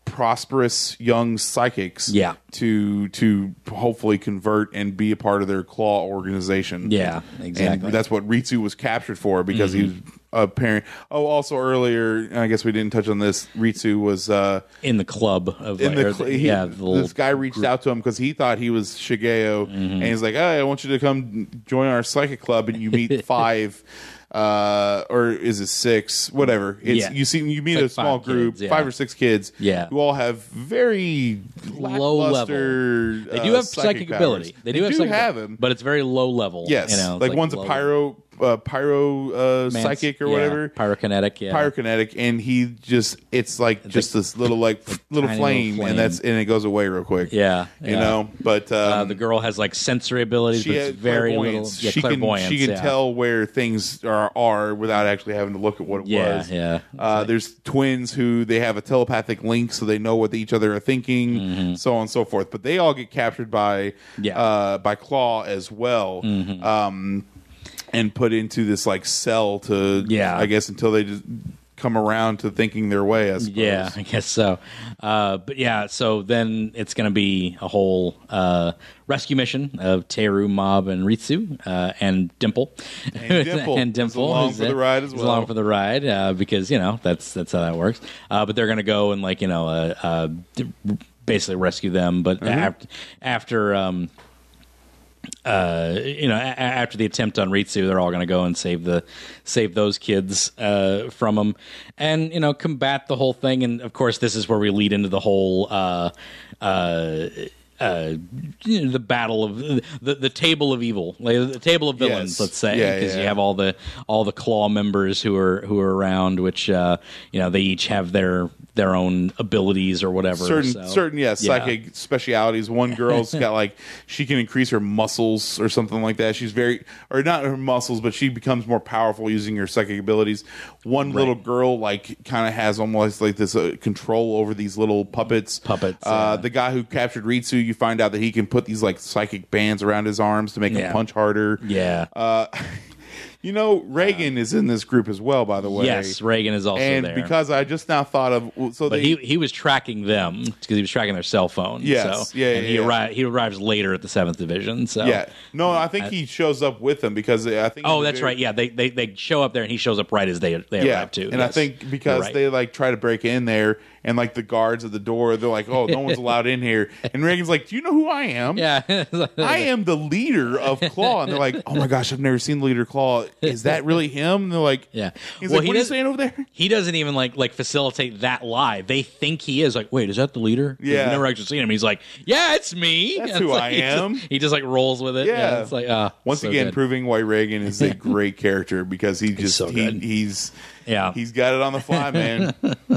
Speaker 4: prosperous young psychics,
Speaker 3: Yeah.
Speaker 4: to to hopefully convert and be a part of their claw organization.
Speaker 3: Yeah,
Speaker 4: And
Speaker 3: exactly. Mm-hmm.
Speaker 4: that's what Ritsu was captured for because he was a parent. Oh, also earlier, and I guess we didn't touch on this. Ritsu was uh,
Speaker 3: in the club of
Speaker 4: in
Speaker 3: like,
Speaker 4: the,
Speaker 3: or
Speaker 4: cl-
Speaker 3: the-
Speaker 4: he-
Speaker 3: yeah the little Mm-hmm.
Speaker 4: this guy reached out to him because he thought he was Shigeo, and he's like, "Hey, I want you to come join our psychic club," and you meet five. uh, or is it six? Whatever. It's
Speaker 3: Yeah.
Speaker 4: you see you meet
Speaker 3: Like
Speaker 4: a small
Speaker 3: five
Speaker 4: group,
Speaker 3: kids, yeah.
Speaker 4: five or six kids,
Speaker 3: Yeah.
Speaker 4: who all have very
Speaker 3: Low
Speaker 4: lackluster,
Speaker 3: They do
Speaker 4: uh,
Speaker 3: have psychic,
Speaker 4: powers.
Speaker 3: ability. They do have psychic
Speaker 4: have them,
Speaker 3: but it's very low level.
Speaker 4: yes,
Speaker 3: you know,
Speaker 4: like,
Speaker 3: it's
Speaker 4: one's a
Speaker 3: low-
Speaker 4: pyro, uh, pyro uh,
Speaker 3: man's-
Speaker 4: psychic or
Speaker 3: yeah,
Speaker 4: whatever.
Speaker 3: pyrokinetic. Yeah,
Speaker 4: pyrokinetic and he just it's like just this little like little
Speaker 3: tiny little
Speaker 4: flame,
Speaker 3: flame.
Speaker 4: and that's and it goes away real quick
Speaker 3: Yeah,
Speaker 4: you
Speaker 3: yeah.
Speaker 4: know but um,
Speaker 3: Uh, the girl has like sensory abilities,
Speaker 4: she
Speaker 3: but
Speaker 4: has
Speaker 3: it's very little.
Speaker 4: clairvoyance.
Speaker 3: Yeah,
Speaker 4: she can
Speaker 3: clairvoyance.
Speaker 4: she can
Speaker 3: yeah.
Speaker 4: tell where things are are without actually having to look at what it
Speaker 3: Yeah,
Speaker 4: was
Speaker 3: yeah.
Speaker 4: uh, there's twins who they have a telepathic link so they know what each other are thinking so on and so forth but they all get captured by
Speaker 3: Mm-hmm. Yeah. Mm-hmm.
Speaker 4: uh, by claw as well um and put into this like cell to
Speaker 3: Yeah.
Speaker 4: I guess until they just come around to thinking their way. I suppose.
Speaker 3: Yeah, I guess so. Uh, but yeah, so then it's going to be a whole uh, rescue mission of Teru, Mob, and Ritsu, uh, and Dimple,
Speaker 4: And Dimple
Speaker 3: and
Speaker 4: is
Speaker 3: Dimple
Speaker 4: along
Speaker 3: who's,
Speaker 4: for the
Speaker 3: uh,
Speaker 4: ride as
Speaker 3: is
Speaker 4: well.
Speaker 3: Along for the ride uh, because you know that's that's how that works. Uh, but they're going to go and like you know uh, uh, d- basically rescue them, but
Speaker 4: Mm-hmm.
Speaker 3: after after. Um, uh, you know, a- a- after the attempt on Ritsu, they're all going to go and save the save those kids uh, from them, and you know, combat the whole thing. And of course, this is where we lead into the whole. Uh, uh, uh, you know, the battle of the the table of evil, like the table of villains,
Speaker 4: Yes.
Speaker 3: let's say,
Speaker 4: Yeah,
Speaker 3: because
Speaker 4: yeah.
Speaker 3: you have all the all the claw members who are who are around, which uh, you know they each have their their own abilities or whatever.
Speaker 4: certain
Speaker 3: so-
Speaker 4: certain yeah psychic specialities one girl's got like she can increase her muscles or something like that she's very or not her muscles but she becomes more powerful using her psychic abilities one little girl like kind of has almost like this uh, control over these little puppets
Speaker 3: Puppets,
Speaker 4: uh,
Speaker 3: yeah.
Speaker 4: the guy who captured ritsu you find out that he can put these like psychic bands around his arms to make him
Speaker 3: Yeah.
Speaker 4: punch harder
Speaker 3: yeah.
Speaker 4: Uh, you know reagan is in this group as well by the way
Speaker 3: yes, Reagan is also
Speaker 4: and
Speaker 3: there.
Speaker 4: because i just now thought of so
Speaker 3: But
Speaker 4: they,
Speaker 3: he, he was tracking them because he was tracking their cell phone.
Speaker 4: Yes.
Speaker 3: So,
Speaker 4: Yeah, yeah,
Speaker 3: and he,
Speaker 4: yeah.
Speaker 3: arri- he arrives later at the seventh division. So
Speaker 4: yeah no i think he shows up with them because i think
Speaker 3: Oh,
Speaker 4: in the
Speaker 3: that's
Speaker 4: very-
Speaker 3: right. Yeah, they, they they show up there and he shows up right as they they
Speaker 4: yeah
Speaker 3: arrive too.
Speaker 4: and i
Speaker 3: Yes.
Speaker 4: think
Speaker 3: You're
Speaker 4: because
Speaker 3: right.
Speaker 4: they like try to break in there and like the guards at the door they're like oh no one's allowed in here and reagan's like do you know who i am
Speaker 3: yeah
Speaker 4: i am the leader of claw and they're like oh my gosh i've never seen the leader of claw is that really him and they're like
Speaker 3: Yeah.
Speaker 4: he's
Speaker 3: Well,
Speaker 4: like
Speaker 3: he
Speaker 4: what are you
Speaker 3: does-
Speaker 4: saying over there
Speaker 3: he doesn't even like like facilitate that lie. They think he is like, wait, is that the leader? 'Cause
Speaker 4: Yeah.
Speaker 3: we've never actually seen him. He's like, yeah, it's me.
Speaker 4: That's
Speaker 3: And it's
Speaker 4: who
Speaker 3: like,
Speaker 4: I
Speaker 3: he just-
Speaker 4: am.
Speaker 3: he just like rolls with it.
Speaker 4: Yeah.
Speaker 3: it's like ah,
Speaker 4: once
Speaker 3: so
Speaker 4: again
Speaker 3: good.
Speaker 4: proving why reagan is a great character because he just
Speaker 3: so
Speaker 4: he,
Speaker 3: good.
Speaker 4: he's
Speaker 3: Yeah.
Speaker 4: he's got it on the fly man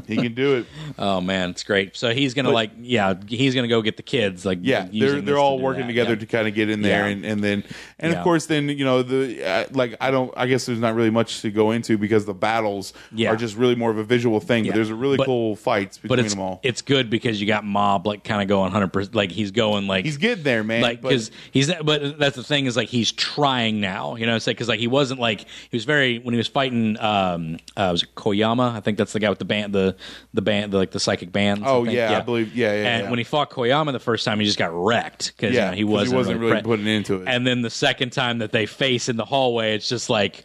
Speaker 4: he can do it
Speaker 3: Oh man, it's great. So he's gonna
Speaker 4: But-
Speaker 3: like yeah, he's gonna go get the kids. Like
Speaker 4: yeah
Speaker 3: using
Speaker 4: they're
Speaker 3: this
Speaker 4: they're
Speaker 3: to
Speaker 4: all
Speaker 3: do
Speaker 4: working
Speaker 3: that.
Speaker 4: together
Speaker 3: Yeah.
Speaker 4: to kind of get in there
Speaker 3: Yeah.
Speaker 4: and, and then and
Speaker 3: Yeah.
Speaker 4: of course then you know the uh, like i don't i guess there's not really much to go into because the battles
Speaker 3: Yeah.
Speaker 4: are just really more of a visual thing
Speaker 3: Yeah.
Speaker 4: but there's a really
Speaker 3: But-
Speaker 4: cool fights between
Speaker 3: but it's
Speaker 4: them all
Speaker 3: it's good because you got mob like kind of going hundred percent. Like he's going like
Speaker 4: he's getting there man
Speaker 3: like
Speaker 4: but-
Speaker 3: because he's but that's the thing is like he's trying now you know it's like because like he wasn't like he was very when he was fighting um uh was it koyama i think that's the guy with the band the the band the, like the psychic bands I
Speaker 4: Oh,
Speaker 3: think.
Speaker 4: yeah, I believe- yeah, yeah,
Speaker 3: and
Speaker 4: yeah.
Speaker 3: when he fought koyama the first time he just got wrecked because
Speaker 4: Yeah,
Speaker 3: you know, he
Speaker 4: 'cause he
Speaker 3: wasn't,
Speaker 4: wasn't really
Speaker 3: pre-
Speaker 4: putting into it.
Speaker 3: and then the second time that they face in the hallway it's just like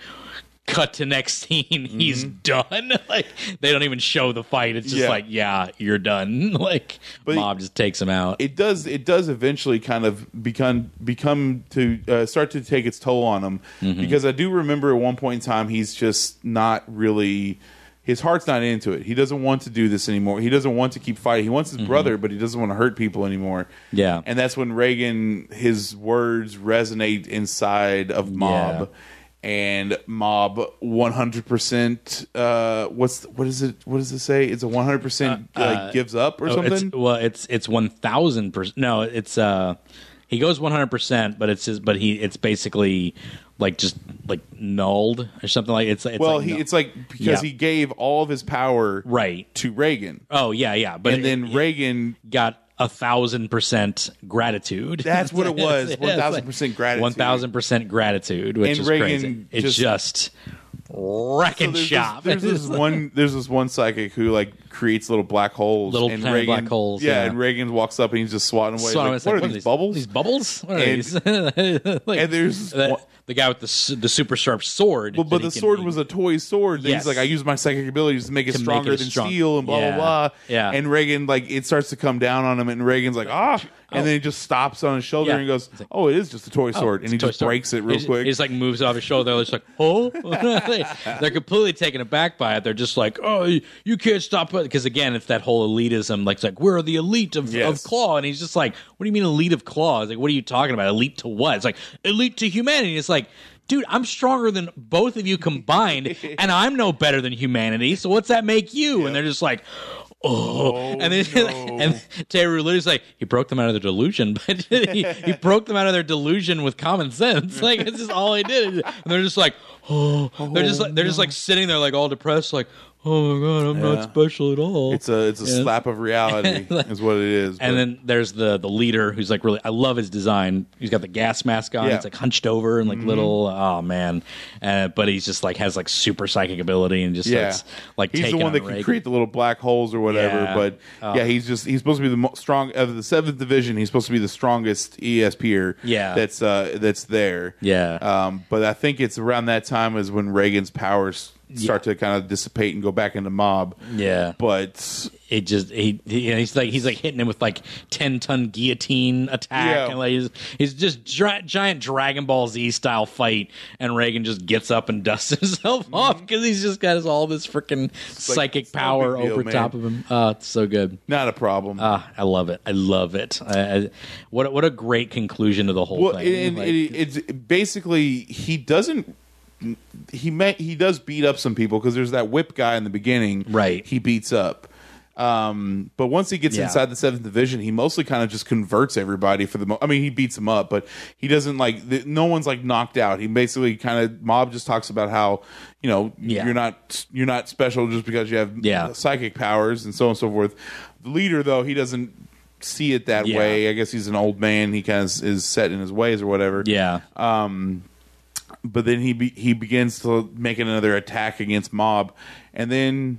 Speaker 3: Cut to next scene. He's done. Like they don't even show the fight. It's just
Speaker 4: Mm-hmm. Yeah.
Speaker 3: like, yeah, you're done. Like
Speaker 4: But-
Speaker 3: mob just takes him out.
Speaker 4: it does it does eventually kind of become become to uh, start to take its toll on him
Speaker 3: Mm-hmm.
Speaker 4: because I do remember at one point in time he's just not really his heart's not into it. He doesn't want to do this anymore. He doesn't want to keep fighting. He wants his brother, but he doesn't want to hurt people anymore.
Speaker 3: Mm-hmm. Yeah.
Speaker 4: and that's when Reagan his words resonate inside of Mob.
Speaker 3: Yeah.
Speaker 4: And mob one hundred percent. uh, What's what is it? What does it say? It's a one hundred percent gives up or
Speaker 3: Uh, Oh, it's-
Speaker 4: something.
Speaker 3: well, it's it's one thousand percent. No, it's uh, he goes one hundred percent, but it's just, but he it's basically like just like nulled or something like it's. it's
Speaker 4: well,
Speaker 3: like
Speaker 4: he,
Speaker 3: null-
Speaker 4: it's like because
Speaker 3: Yeah.
Speaker 4: he gave all of his power
Speaker 3: right.
Speaker 4: to Reagan,
Speaker 3: Oh yeah, yeah. But
Speaker 4: and then
Speaker 3: it-
Speaker 4: Reagan.
Speaker 3: it got a thousand percent gratitude.
Speaker 4: That's what it was,
Speaker 3: It's
Speaker 4: 1000% gratitude.
Speaker 3: One thousand percent gratitude, which
Speaker 4: And
Speaker 3: is
Speaker 4: Reagan
Speaker 3: crazy. It's
Speaker 4: just-
Speaker 3: just wrecking
Speaker 4: there's
Speaker 3: shop.
Speaker 4: This, there's this one. There's this one psychic who like creates little black holes.
Speaker 3: Little tiny black holes,
Speaker 4: Yeah,
Speaker 3: yeah.
Speaker 4: and Reagan walks up and he's just swatting away.
Speaker 3: So I
Speaker 4: He's
Speaker 3: was
Speaker 4: like, what,
Speaker 3: like,
Speaker 4: are these, bubbles?
Speaker 3: These bubbles? What are
Speaker 4: And-
Speaker 3: these? Like,
Speaker 4: and there's-
Speaker 3: the, the guy with the s- the super sharp sword.
Speaker 4: Well, but
Speaker 3: that he
Speaker 4: the
Speaker 3: can-
Speaker 4: sword was a toy sword. that
Speaker 3: Yes.
Speaker 4: He's like, I use my psychic abilities to make it
Speaker 3: To make it
Speaker 4: stronger
Speaker 3: a
Speaker 4: than
Speaker 3: strong-
Speaker 4: steel and blah
Speaker 3: Yeah.
Speaker 4: blah blah.
Speaker 3: Yeah.
Speaker 4: And Reagan like it starts to come down on him, and Reagan's like, ah, and then he just stops on his shoulder
Speaker 3: Oh. Yeah.
Speaker 4: and goes,
Speaker 3: It's like,
Speaker 4: oh, it is just a toy sword,
Speaker 3: it's
Speaker 4: and he
Speaker 3: a toy
Speaker 4: just
Speaker 3: sword.
Speaker 4: breaks it
Speaker 3: He
Speaker 4: real
Speaker 3: just-
Speaker 4: quick.
Speaker 3: He just like moves it off his shoulder. They're just like, oh, they're completely taken aback by it. They're just like, oh, you, you can't stop it because again, it's that whole elitism. Like, it's like we're the elite of,
Speaker 4: Yes.
Speaker 3: of claw, and he's just like, what do you mean elite of claw? It's like, what are you talking about? Elite to what? It's like elite to humanity. It's like. Dude, I'm stronger than both of you combined, and I'm no better than humanity. So what's that make you? And they're just like, oh, and then and Terry literally's like he broke them out of their delusion, but he, he broke them out of their delusion with common sense. Like this is all he did, and they're just like oh, they're just like, they're just like sitting there like all depressed, like oh my god, I'm
Speaker 4: Yeah.
Speaker 3: not special at all.
Speaker 4: it's a it's a
Speaker 3: Yeah.
Speaker 4: slap of reality, is what it is.
Speaker 3: And
Speaker 4: but-
Speaker 3: then there's the the leader who's like really I love his design. He's got the gas mask on.
Speaker 4: Yeah. Mm-hmm.
Speaker 3: It's like hunched over and like little. Oh man, uh, but he's just like has like super psychic ability and just
Speaker 4: yeah,
Speaker 3: starts like
Speaker 4: he's the
Speaker 3: taking
Speaker 4: one
Speaker 3: on
Speaker 4: that
Speaker 3: Reagan.
Speaker 4: can create the little black holes or whatever.
Speaker 3: Yeah. Oh.
Speaker 4: But yeah, he's just he's supposed to be the mo- strong of the seventh division. He's supposed to be the strongest ESPer.
Speaker 3: Yeah.
Speaker 4: that's uh that's there.
Speaker 3: Yeah.
Speaker 4: Um, but I think it's around that time is when Reagan's powers start to kind of dissipate and go back into mob.
Speaker 3: Yeah.
Speaker 4: But
Speaker 3: it just he, he- you know, he's like he's like hitting him with like ten ton guillotine attack
Speaker 4: Yeah.
Speaker 3: and like he's, he's just dra- giant Dragon Ball Z style fight and Reagan just gets up and dusts himself off because he's just got his, all this freaking
Speaker 4: like,
Speaker 3: psychic
Speaker 4: Mm-hmm. it's no
Speaker 3: power
Speaker 4: big deal,
Speaker 3: over
Speaker 4: man.
Speaker 3: top of him. Oh, it's so good.
Speaker 4: not a problem.
Speaker 3: Ah, I love it. I love it. I, I, what a- what a great conclusion to the whole
Speaker 4: well,
Speaker 3: thing.
Speaker 4: and,
Speaker 3: Like,
Speaker 4: it, it's basically he doesn't. He may, he does beat up some people because there's that whip guy in the beginning.
Speaker 3: Right.
Speaker 4: he beats up. Um, but once he gets
Speaker 3: Yeah.
Speaker 4: inside the seventh division, he mostly kind of just converts everybody for the. Mo- I mean, he beats them up, but he doesn't like. Th- no one's like knocked out. He basically kind of mob just talks about how you know
Speaker 3: Yeah.
Speaker 4: you're not you're not special just because you have
Speaker 3: Yeah.
Speaker 4: psychic powers and so on and so forth. The leader though, he doesn't see it that
Speaker 3: Yeah.
Speaker 4: way. I guess he's an old man. He kind of is set in his ways or whatever.
Speaker 3: yeah,
Speaker 4: But then he be, he begins to make another attack against Mob, and then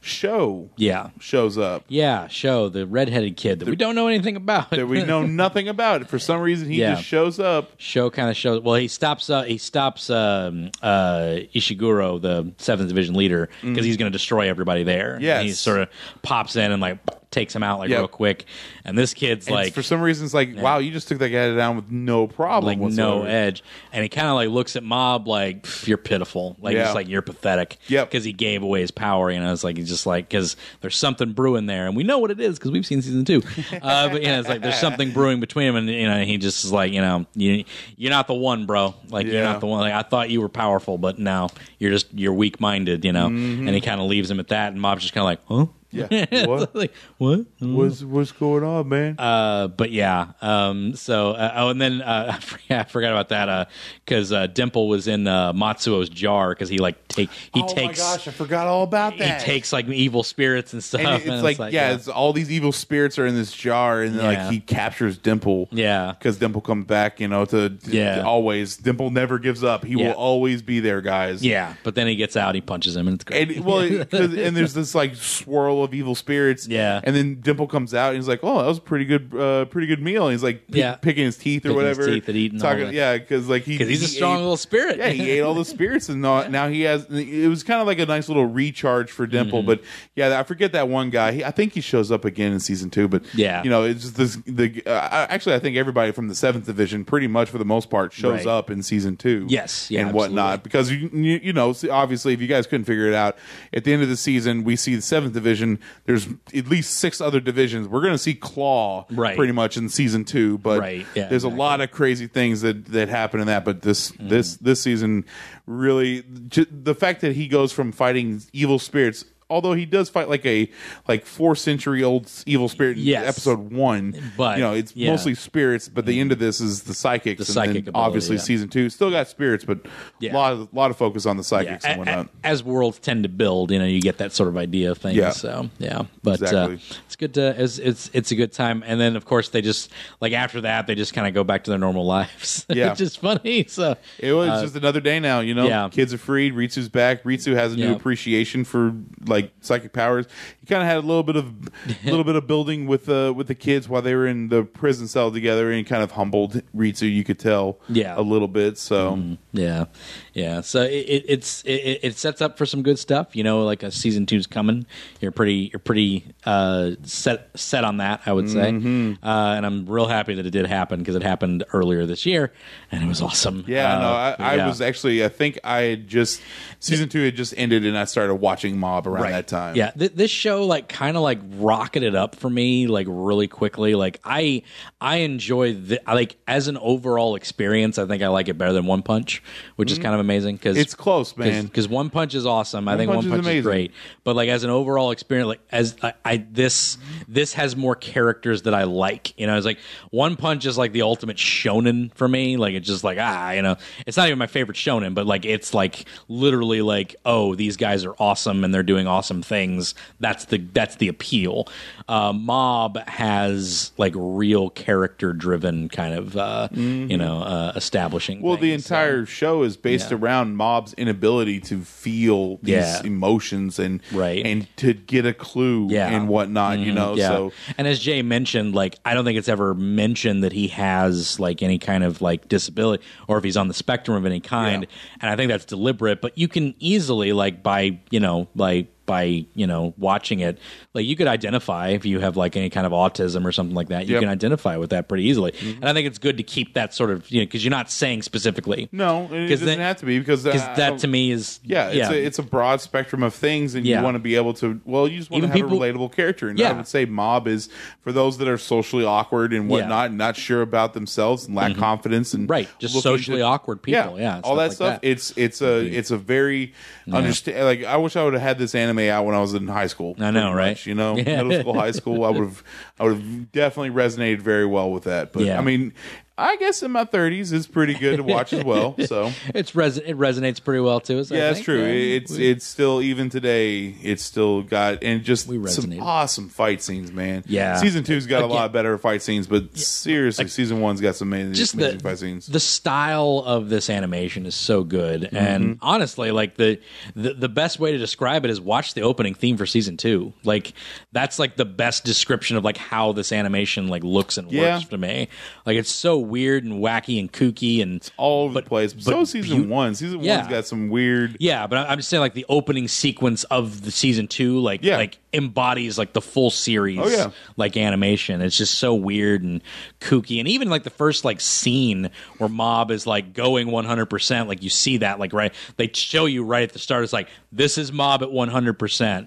Speaker 4: Show
Speaker 3: yeah,
Speaker 4: shows up
Speaker 3: yeah. Show the redheaded kid that we don't know anything about.
Speaker 4: that we know nothing about. For some reason, he
Speaker 3: Yeah.
Speaker 4: just shows up.
Speaker 3: show kind of shows. Well, he stops. Uh, he stops um, uh, Ishiguro, the Seventh Division leader, because he's going to destroy everybody there.
Speaker 4: Mm. Yes.
Speaker 3: and he sort of pops in and like takes him out like
Speaker 4: Yep.
Speaker 3: real quick. And this kid's
Speaker 4: And
Speaker 3: like
Speaker 4: for some reason, it's like, wow, you just took that guy down with no problem.
Speaker 3: like no
Speaker 4: whatsoever.
Speaker 3: edge, and he kind of like looks at Mob like "Pff, you're pitiful, like
Speaker 4: Yeah.
Speaker 3: just like you're pathetic.
Speaker 4: Yep.
Speaker 3: because he gave away his power, you know. It's like he's just like because there's something brewing there, and we know what it is because we've seen season two. uh, but you know, it's like there's something brewing between him, and you know, he just is like, you know, you you're not the one, bro. Like you're
Speaker 4: Yeah.
Speaker 3: not the one. Like I thought you were powerful, but now you're just you're weak minded, you know. And he kind of leaves him at that, and Mob's just kind of like, huh.
Speaker 4: Mm-hmm. Yeah. What?
Speaker 3: like what?
Speaker 4: What's what's going on, man?
Speaker 3: Uh, but yeah. Um, so uh, oh, and then uh, I, forgot, I forgot about that because uh, Dimple was in uh, Matsuo's jar because he like take he
Speaker 4: oh
Speaker 3: takes
Speaker 4: my gosh, I forgot all about
Speaker 3: he
Speaker 4: that.
Speaker 3: takes like evil spirits and stuff.
Speaker 4: and it- it's, like, yeah, it's all these evil spirits are in this jar, and then,
Speaker 3: Yeah.
Speaker 4: like he captures Dimple.
Speaker 3: Yeah.
Speaker 4: because Dimple comes back, you know, to
Speaker 3: Yeah.
Speaker 4: always. Dimple never gives up. He
Speaker 3: Yeah.
Speaker 4: will always be there, guys.
Speaker 3: yeah. But then he gets out, he punches him, and it's great.
Speaker 4: And well, it- 'cause- and there's this like swirl of evil spirits.
Speaker 3: Yeah.
Speaker 4: and then Dimple comes out and he's like, "Oh, that was a pretty good, uh, pretty good meal." And he's like, pick-
Speaker 3: Yeah.
Speaker 4: picking his teeth or
Speaker 3: Picking his
Speaker 4: whatever,
Speaker 3: teeth and eating all
Speaker 4: Talking,
Speaker 3: that.
Speaker 4: yeah, because like he
Speaker 3: Because he's a
Speaker 4: he
Speaker 3: strong
Speaker 4: ate-
Speaker 3: little spirit.
Speaker 4: yeah, he ate all the spirits, and now, now he has. It was kind of like a nice little recharge for Dimple,
Speaker 3: Mm-hmm.
Speaker 4: but yeah, I forget that one guy. He, I think he shows up again in season two, but
Speaker 3: Yeah.
Speaker 4: you know, it's just this. The uh, I- actually, I think everybody from the seventh division, pretty much for the most part, shows
Speaker 3: Right.
Speaker 4: up in season two.
Speaker 3: Yes, yeah,
Speaker 4: and whatnot, because you, you you know, see, obviously, if you guys couldn't figure it out, at the end of the season, we see the seventh division. There's at least six other divisions. We're going to see Claw,
Speaker 3: Right.
Speaker 4: pretty much in season two, but
Speaker 3: Right, yeah,
Speaker 4: there's a
Speaker 3: exactly. Mm-hmm.
Speaker 4: lot lot of crazy things that that happen in that but this this this season really ju- the fact that he goes from fighting evil spirits although he does fight like a like four century old evil spirit in
Speaker 3: Yes.
Speaker 4: episode one
Speaker 3: But,
Speaker 4: you know it's
Speaker 3: yeah. Mm-hmm.
Speaker 4: mostly spirits but the end of this is the psychics
Speaker 3: The
Speaker 4: and then
Speaker 3: psychic ability,
Speaker 4: obviously
Speaker 3: yeah.
Speaker 4: season two still got spirits but a
Speaker 3: Yeah.
Speaker 4: lot of, lot of focus on the psychics
Speaker 3: Yeah,
Speaker 4: and
Speaker 3: a- a-
Speaker 4: whatnot
Speaker 3: as worlds tend to build, you know, you get that sort of idea of things.
Speaker 4: Yeah.
Speaker 3: So yeah, but
Speaker 4: Exactly.
Speaker 3: uh, it's good to it's, it's it's a good time. And then of course they just like after that they just kind of go back to their normal lives.
Speaker 4: Yeah.
Speaker 3: which is funny. So
Speaker 4: It was just another day now, you know.
Speaker 3: Uh, yeah.
Speaker 4: Kids are freed. Ritsu's back. Ritsu has a new
Speaker 3: Yeah.
Speaker 4: appreciation for like psychic powers. he kind of had a little bit of a little bit of building with the with the kids while they were in the prison cell together, and he kind of humbled Ritsu. You could tell,
Speaker 3: Yeah. Mm-hmm.
Speaker 4: a little bit. So
Speaker 3: Yeah, yeah. So it, it it's it, it sets up for some good stuff. You know, like a season two's coming. You're pretty you're pretty uh, set set on that. I would say,
Speaker 4: Mm-hmm.
Speaker 3: uh, and I'm real happy that it did happen because it happened earlier this year, and it was awesome.
Speaker 4: Yeah,
Speaker 3: Uh,
Speaker 4: no, I, I
Speaker 3: yeah.
Speaker 4: was actually. I think I had just season two had just ended, and I started watching Mob around that time.
Speaker 3: Yeah, th- this show like kind of like rocketed up for me like really quickly. Like I I enjoy the like as an overall experience. I think I like it better than One Punch, which is kind of amazing because
Speaker 4: Mm-hmm. It's close, man.
Speaker 3: Because One Punch is awesome. I think One
Speaker 4: Punch is
Speaker 3: Punch is,
Speaker 4: amazing.
Speaker 3: great, but like as an overall experience, like as I, I this this has more characters that I like. You know, it's like One Punch is like the ultimate shonen for me. Like it's just like ah, you know, it's not even my favorite shonen, but like it's like literally like oh, these guys are awesome and they're doing awesome things. That's the that's the appeal. Uh, Mob has like real character driven kind of uh, you know uh, establishing.
Speaker 4: Mm-hmm. Well, the
Speaker 3: things.
Speaker 4: entire show is based around Mob's inability to feel these
Speaker 3: Yeah.
Speaker 4: emotions and
Speaker 3: Right.
Speaker 4: and to get a clue
Speaker 3: Yeah. Mm-hmm.
Speaker 4: and whatnot. You know,
Speaker 3: Yeah.
Speaker 4: so
Speaker 3: and as Jay mentioned, like I don't think it's ever mentioned that he has like any kind of like disability or if he's on the spectrum of any kind. And I think that's deliberate, but you can easily like by, you know, like by, you know, watching it, like you could identify if you have like any kind of autism or something like that. You
Speaker 4: Yep. Mm-hmm.
Speaker 3: can identify with that pretty easily. And I think it's good to keep that sort of, you know, cuz you're not saying specifically.
Speaker 4: no, it
Speaker 3: 'Cause
Speaker 4: doesn't
Speaker 3: then-
Speaker 4: have to be because uh,
Speaker 3: Cuz
Speaker 4: I-
Speaker 3: that to me is
Speaker 4: Yeah, it's, A, it's a broad spectrum of things, and
Speaker 3: Yeah.
Speaker 4: you want to be able to. Well, you just want
Speaker 3: Even
Speaker 4: to have
Speaker 3: people-
Speaker 4: a relatable character, and I
Speaker 3: Yeah.
Speaker 4: would say Mob is for those that are socially awkward and
Speaker 3: Yeah. Mm-hmm.
Speaker 4: whatnot, and not sure about themselves and lack confidence, and
Speaker 3: Right, just
Speaker 4: looking
Speaker 3: socially awkward people, yeah,
Speaker 4: all
Speaker 3: stuff
Speaker 4: that
Speaker 3: like
Speaker 4: stuff.
Speaker 3: that.
Speaker 4: It's it's a it's a very understand. Like I wish I would have had this anime out when I was in high school.
Speaker 3: I know,
Speaker 4: pretty
Speaker 3: right?
Speaker 4: much, you know,
Speaker 3: Yeah.
Speaker 4: middle school, high school. I would have I would have definitely resonated very well with that. But
Speaker 3: Yeah.
Speaker 4: I mean. I guess in my 30s, it's pretty good to watch as well. So
Speaker 3: it's res- it resonates pretty well too. so I
Speaker 4: yeah, that's
Speaker 3: think,
Speaker 4: true.
Speaker 3: uh,
Speaker 4: it's
Speaker 3: we-
Speaker 4: it's still even today. It's still got and just some
Speaker 3: resonated.
Speaker 4: awesome fight scenes, man.
Speaker 3: Yeah.
Speaker 4: season two's got a
Speaker 3: Again-
Speaker 4: lot better fight scenes, but seriously, season one's got some amazing,
Speaker 3: just the
Speaker 4: amazing fight scenes. Mm-hmm.
Speaker 3: the style of this animation is so good and honestly like the, the the best way to describe it is watch the opening theme for season 2 like that's like the best description of like how this animation like looks and
Speaker 4: Yeah.
Speaker 3: works to me like it's so weird and wacky and kooky and
Speaker 4: all over
Speaker 3: but-
Speaker 4: the place.
Speaker 3: but
Speaker 4: so season
Speaker 3: beau-
Speaker 4: one, season
Speaker 3: Yeah.
Speaker 4: one's got some weird.
Speaker 3: yeah, but I- I'm just saying, like the opening sequence of the season two, like
Speaker 4: Yeah.
Speaker 3: like embodies like the full series,
Speaker 4: Oh, yeah.
Speaker 3: like animation. It's just so weird and kooky, and even like the first like scene where Mob is like going 100, percent like you see that, like right, they show you right at the start. It's like this is Mob at 100. percent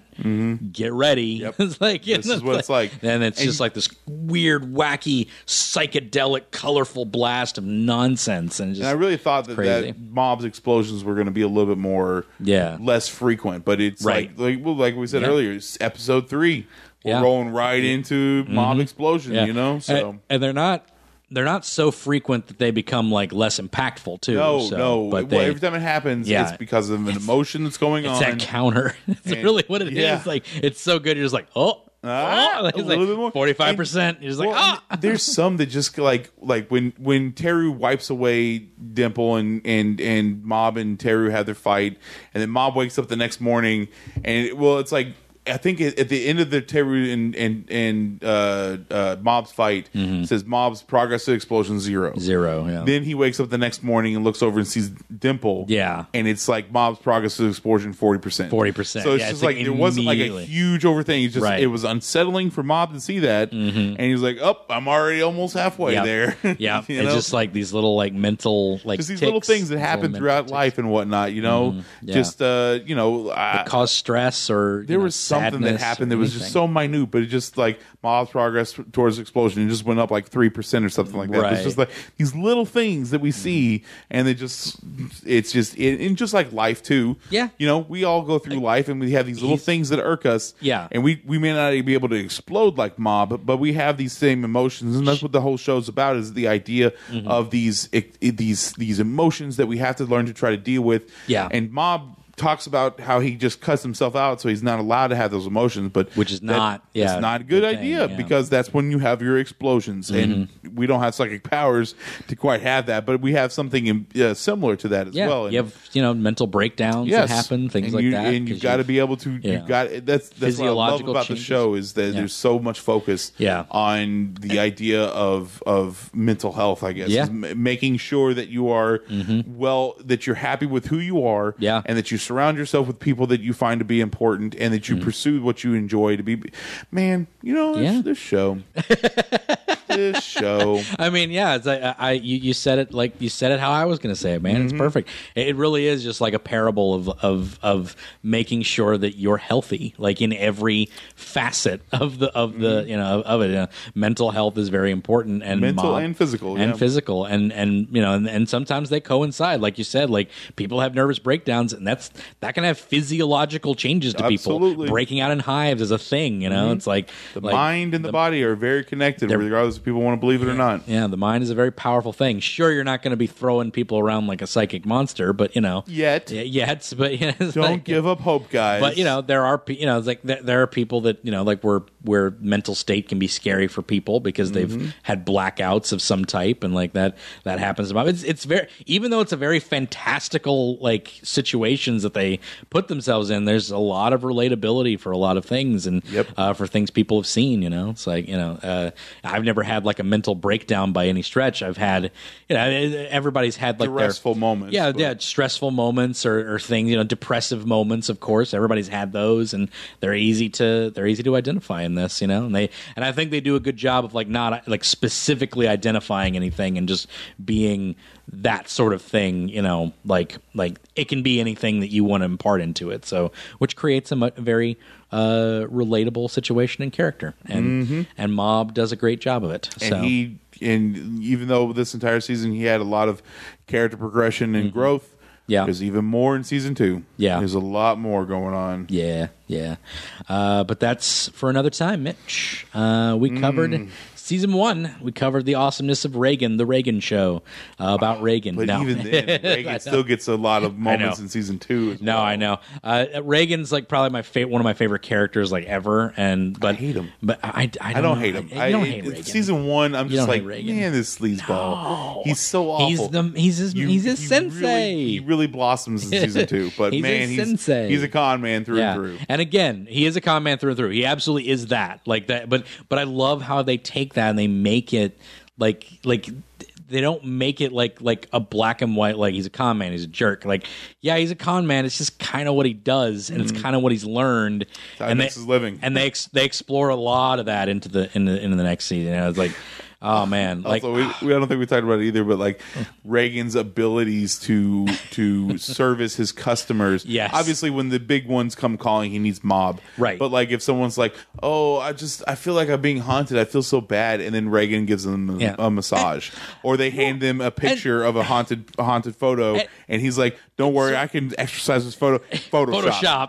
Speaker 3: Get ready. it's like
Speaker 4: Mm-hmm. This is what it's like.
Speaker 3: and it's
Speaker 4: And-
Speaker 3: just like this weird, wacky, psychedelic, colorful blast of nonsense, and just
Speaker 4: And I really thought that,
Speaker 3: crazy.
Speaker 4: that mob's explosions were going to be a little bit more,
Speaker 3: Yeah.
Speaker 4: less frequent. But it's
Speaker 3: Right.
Speaker 4: like, like, well, like we said
Speaker 3: Yeah.
Speaker 4: earlier, it's episode three. We're
Speaker 3: Yeah. Mm-hmm.
Speaker 4: rolling right into mob explosion.
Speaker 3: Yeah.
Speaker 4: You know, so.
Speaker 3: and, and they're not they're not so frequent that they become like less impactful too.
Speaker 4: No,
Speaker 3: so-
Speaker 4: no.
Speaker 3: but
Speaker 4: well,
Speaker 3: they,
Speaker 4: every time it happens,
Speaker 3: Yeah.
Speaker 4: it's because of an emotion that's going
Speaker 3: it's
Speaker 4: on.
Speaker 3: that counter. It's
Speaker 4: And-
Speaker 3: really what it is.
Speaker 4: yeah.
Speaker 3: Like it's so good, you're just like, oh,
Speaker 4: Ah, a little bit more.
Speaker 3: forty five percent. You're just like,
Speaker 4: Well,
Speaker 3: ah,
Speaker 4: and there's some that just like like when when Teru wipes away Dimple and and and Mob and Teru have their fight, and then Mob wakes up the next morning, and it, well, it's like. I think at at the end of the Teru and and, and uh, uh, Mob's fight,
Speaker 3: Mm-hmm.
Speaker 4: it says Mob's progress to explosion zero.
Speaker 3: zero. Yeah.
Speaker 4: Then he wakes up the next morning and looks over and sees Dimple.
Speaker 3: Yeah.
Speaker 4: And it's like mob's progress to explosion
Speaker 3: 40%,
Speaker 4: 40%. So it's
Speaker 3: yeah,
Speaker 4: just
Speaker 3: it's
Speaker 4: like,
Speaker 3: like
Speaker 4: it wasn't like a
Speaker 3: immediately.
Speaker 4: huge over thing. It's just,
Speaker 3: Right. Mm-hmm.
Speaker 4: it was unsettling for mob to see that. And he's like, oh, I'm already almost halfway
Speaker 3: Yep.
Speaker 4: there.
Speaker 3: yeah,
Speaker 4: You
Speaker 3: it's
Speaker 4: know?
Speaker 3: just like these little like mental like
Speaker 4: Just these little
Speaker 3: ticks,
Speaker 4: things that
Speaker 3: these
Speaker 4: happen
Speaker 3: little
Speaker 4: throughout
Speaker 3: mental
Speaker 4: life and whatnot, you know,
Speaker 3: yeah.
Speaker 4: just, uh, you know, I,
Speaker 3: ticks. cause stress or you
Speaker 4: there
Speaker 3: know,
Speaker 4: was something that
Speaker 3: sadness
Speaker 4: happened
Speaker 3: or
Speaker 4: that was just
Speaker 3: anything.
Speaker 4: so minute, but it just like mob's progress towards explosion, it just went up like three percent or something like that. But
Speaker 3: Right. Mm-hmm.
Speaker 4: It's just like these little things that we see, and they just, it's just, it, and just like life too.
Speaker 3: Yeah.
Speaker 4: you know, we all go through life, and we have these little
Speaker 3: he's-
Speaker 4: things that irk us.
Speaker 3: Yeah.
Speaker 4: and we we may not be able to explode like mob, but, but we have these same emotions, and that's what the whole show's about: is the idea
Speaker 3: Mm-hmm.
Speaker 4: of these it, it- these these emotions that we have to learn to try to deal with.
Speaker 3: Yeah.
Speaker 4: and mob talks about how he just cuts himself out, so he's not allowed to have those emotions. But
Speaker 3: Which is not- yeah,
Speaker 4: it's not a
Speaker 3: good
Speaker 4: good
Speaker 3: thing,
Speaker 4: idea
Speaker 3: yeah. Mm-hmm.
Speaker 4: because that's when you have your explosions, and we don't have psychic powers to quite have that, but we have something in, uh, similar to that as
Speaker 3: yeah,
Speaker 4: well. And-
Speaker 3: you have you know mental breakdowns that happen, things
Speaker 4: and
Speaker 3: like
Speaker 4: you,
Speaker 3: that.
Speaker 4: And
Speaker 3: 'cause
Speaker 4: you've got to be able to.
Speaker 3: Yeah.
Speaker 4: You've got that's that's what I love
Speaker 3: Physiological
Speaker 4: about
Speaker 3: changes.
Speaker 4: the show is that there's so much focus
Speaker 3: Yeah.
Speaker 4: on the idea of of mental health. I guess
Speaker 3: Yeah. Mm-hmm.
Speaker 4: is m- making sure that you are well, that you're happy with who you are,
Speaker 3: Yeah.
Speaker 4: and that you surround yourself with people that you find to be important, and that you pursue what you enjoy to be. Man, you know this,
Speaker 3: Mm-hmm. Yeah.
Speaker 4: this show. this show.
Speaker 3: I mean, yeah, it's like, I, I you, you said it like you said it how I was going to say it, man.
Speaker 4: Mm-hmm.
Speaker 3: It's perfect. It, it really is just like a parable of of of making sure that you're healthy, like in every facet of the of the
Speaker 4: Mm-hmm.
Speaker 3: you know of it. You know, mental health is very important, and
Speaker 4: Mental
Speaker 3: mod-
Speaker 4: and physical,
Speaker 3: and
Speaker 4: yeah.
Speaker 3: physical, and and you know, and, and sometimes they coincide. Like you said, like people have nervous breakdowns, and that's that can have physiological changes to
Speaker 4: Absolutely. Mm-hmm.
Speaker 3: people. Breaking out in hives is a thing, you know. It's like
Speaker 4: The
Speaker 3: like-
Speaker 4: mind and the, body are very connected,
Speaker 3: They're-
Speaker 4: regardless if people want to believe it or not.
Speaker 3: yeah, the mind is a very powerful thing. Sure, you're not going to be throwing people around like a psychic monster, but you know,
Speaker 4: Yet.
Speaker 3: Y- yet, but you know, it's
Speaker 4: Don't
Speaker 3: like-
Speaker 4: give up hope, guys.
Speaker 3: But you know, there are pe- you know, it's like there, there are people that you know, like where where mental state can be scary for people because
Speaker 4: Mm-hmm.
Speaker 3: they've had blackouts of some type, and like that that happens. About it's it's very even though it's a very fantastical like situations that they put themselves in. There's a lot of relatability for a lot of things, and
Speaker 4: Yep.
Speaker 3: uh, for things people have seen. You know, it's like you know, uh, I've never had like a mental breakdown by any stretch. I've had you know, everybody's had like
Speaker 4: Stressful
Speaker 3: their,
Speaker 4: moments,
Speaker 3: Yeah,
Speaker 4: but-
Speaker 3: yeah, stressful moments or, or things you know depressive moments of course everybody's had those and they're easy to they're easy to identify in this you know and they and i think they do a good job of like not like specifically identifying anything and just being that sort of thing you know like like it can be anything that you want to impart into it so which creates a mu- very uh relatable situation and character and and mob does a great job of it
Speaker 4: Mm-hmm.
Speaker 3: so
Speaker 4: and he and even though this entire season he had a lot of character progression and growth
Speaker 3: Mm-hmm. Yeah.
Speaker 4: there's even more in season two
Speaker 3: Yeah.
Speaker 4: there's a lot more going on
Speaker 3: Yeah, yeah. Uh, but that's for another time, Mitch. Uh, we
Speaker 4: Mm.
Speaker 3: covered season one. We covered the awesomeness of Reagan, the Reagan Show uh, about Reagan.
Speaker 4: Ah, but
Speaker 3: no.
Speaker 4: even then reagan still gets a lot of moments
Speaker 3: know.
Speaker 4: in season two as
Speaker 3: No,
Speaker 4: well.
Speaker 3: I know. Uh, Reagan's like probably my fa- one of my favorite characters, like ever. And but
Speaker 4: hate him.
Speaker 3: But I, I,
Speaker 4: I don't hate him.
Speaker 3: I, you don't
Speaker 4: I-
Speaker 3: hate Reagan.
Speaker 4: Season one, I'm
Speaker 3: You
Speaker 4: just
Speaker 3: don't hate
Speaker 4: like,
Speaker 3: Reagan.
Speaker 4: man, this sleazeball. He's so awful.
Speaker 3: He's the he's his
Speaker 4: You-
Speaker 3: he's his
Speaker 4: he
Speaker 3: sensei.
Speaker 4: Really, he really blossoms in season two, but
Speaker 3: He's
Speaker 4: man,
Speaker 3: his
Speaker 4: he's
Speaker 3: sensei.
Speaker 4: he's a con man through
Speaker 3: yeah.
Speaker 4: and through.
Speaker 3: And again, he is a con man through and through. He absolutely is that. Like that but but I love how they take that and they make it like like they don't make it like like a black and white like he's a con man, he's a jerk. Like, yeah, he's a con man. It's just kind of what he does, and it's kind of what he's learned.
Speaker 4: how he
Speaker 3: and
Speaker 4: Mm-hmm. makes his living.
Speaker 3: And they ex- they explore a lot of that into the in the into the next season. And I was like, oh man, like
Speaker 4: also, we, we, I don't think we talked about it either, but like Reagan's abilities to to service his customers.
Speaker 3: Yes.
Speaker 4: Obviously, when the big ones come calling, he needs mob.
Speaker 3: Right.
Speaker 4: But like, if someone's like, "Oh, I just I feel like I'm being haunted. I feel so bad," and then Reagan gives them a,
Speaker 3: Yeah.
Speaker 4: a massage, or they hand them a picture of a haunted a haunted photo,
Speaker 3: and-
Speaker 4: and, he's like, "Don't worry, I can exercise this photo Photoshop.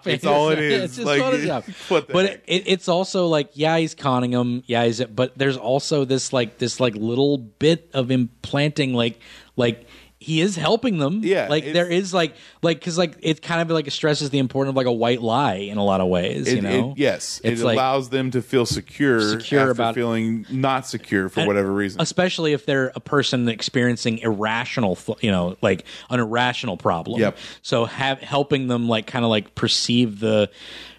Speaker 3: Photoshop.
Speaker 4: It's all it is.
Speaker 3: It's just
Speaker 4: like,
Speaker 3: Photoshop.
Speaker 4: what the
Speaker 3: but
Speaker 4: heck?
Speaker 3: it, it's also like, yeah, he's conning him. Yeah, he's. But there's also this like this like little bit of implanting like like. He is helping them.
Speaker 4: Yeah,
Speaker 3: like
Speaker 4: it's-
Speaker 3: there is like like because like it kind of like stresses the importance of like a white lie in a lot of ways.
Speaker 4: It-
Speaker 3: you know,
Speaker 4: it- yes,
Speaker 3: It's
Speaker 4: it
Speaker 3: like-
Speaker 4: allows them to feel secure,
Speaker 3: Secure
Speaker 4: after
Speaker 3: about-
Speaker 4: feeling not secure for whatever reason.
Speaker 3: especially if they're a person experiencing irrational th- you know like an irrational problem
Speaker 4: Yep.
Speaker 3: so have helping them like kind of like perceive the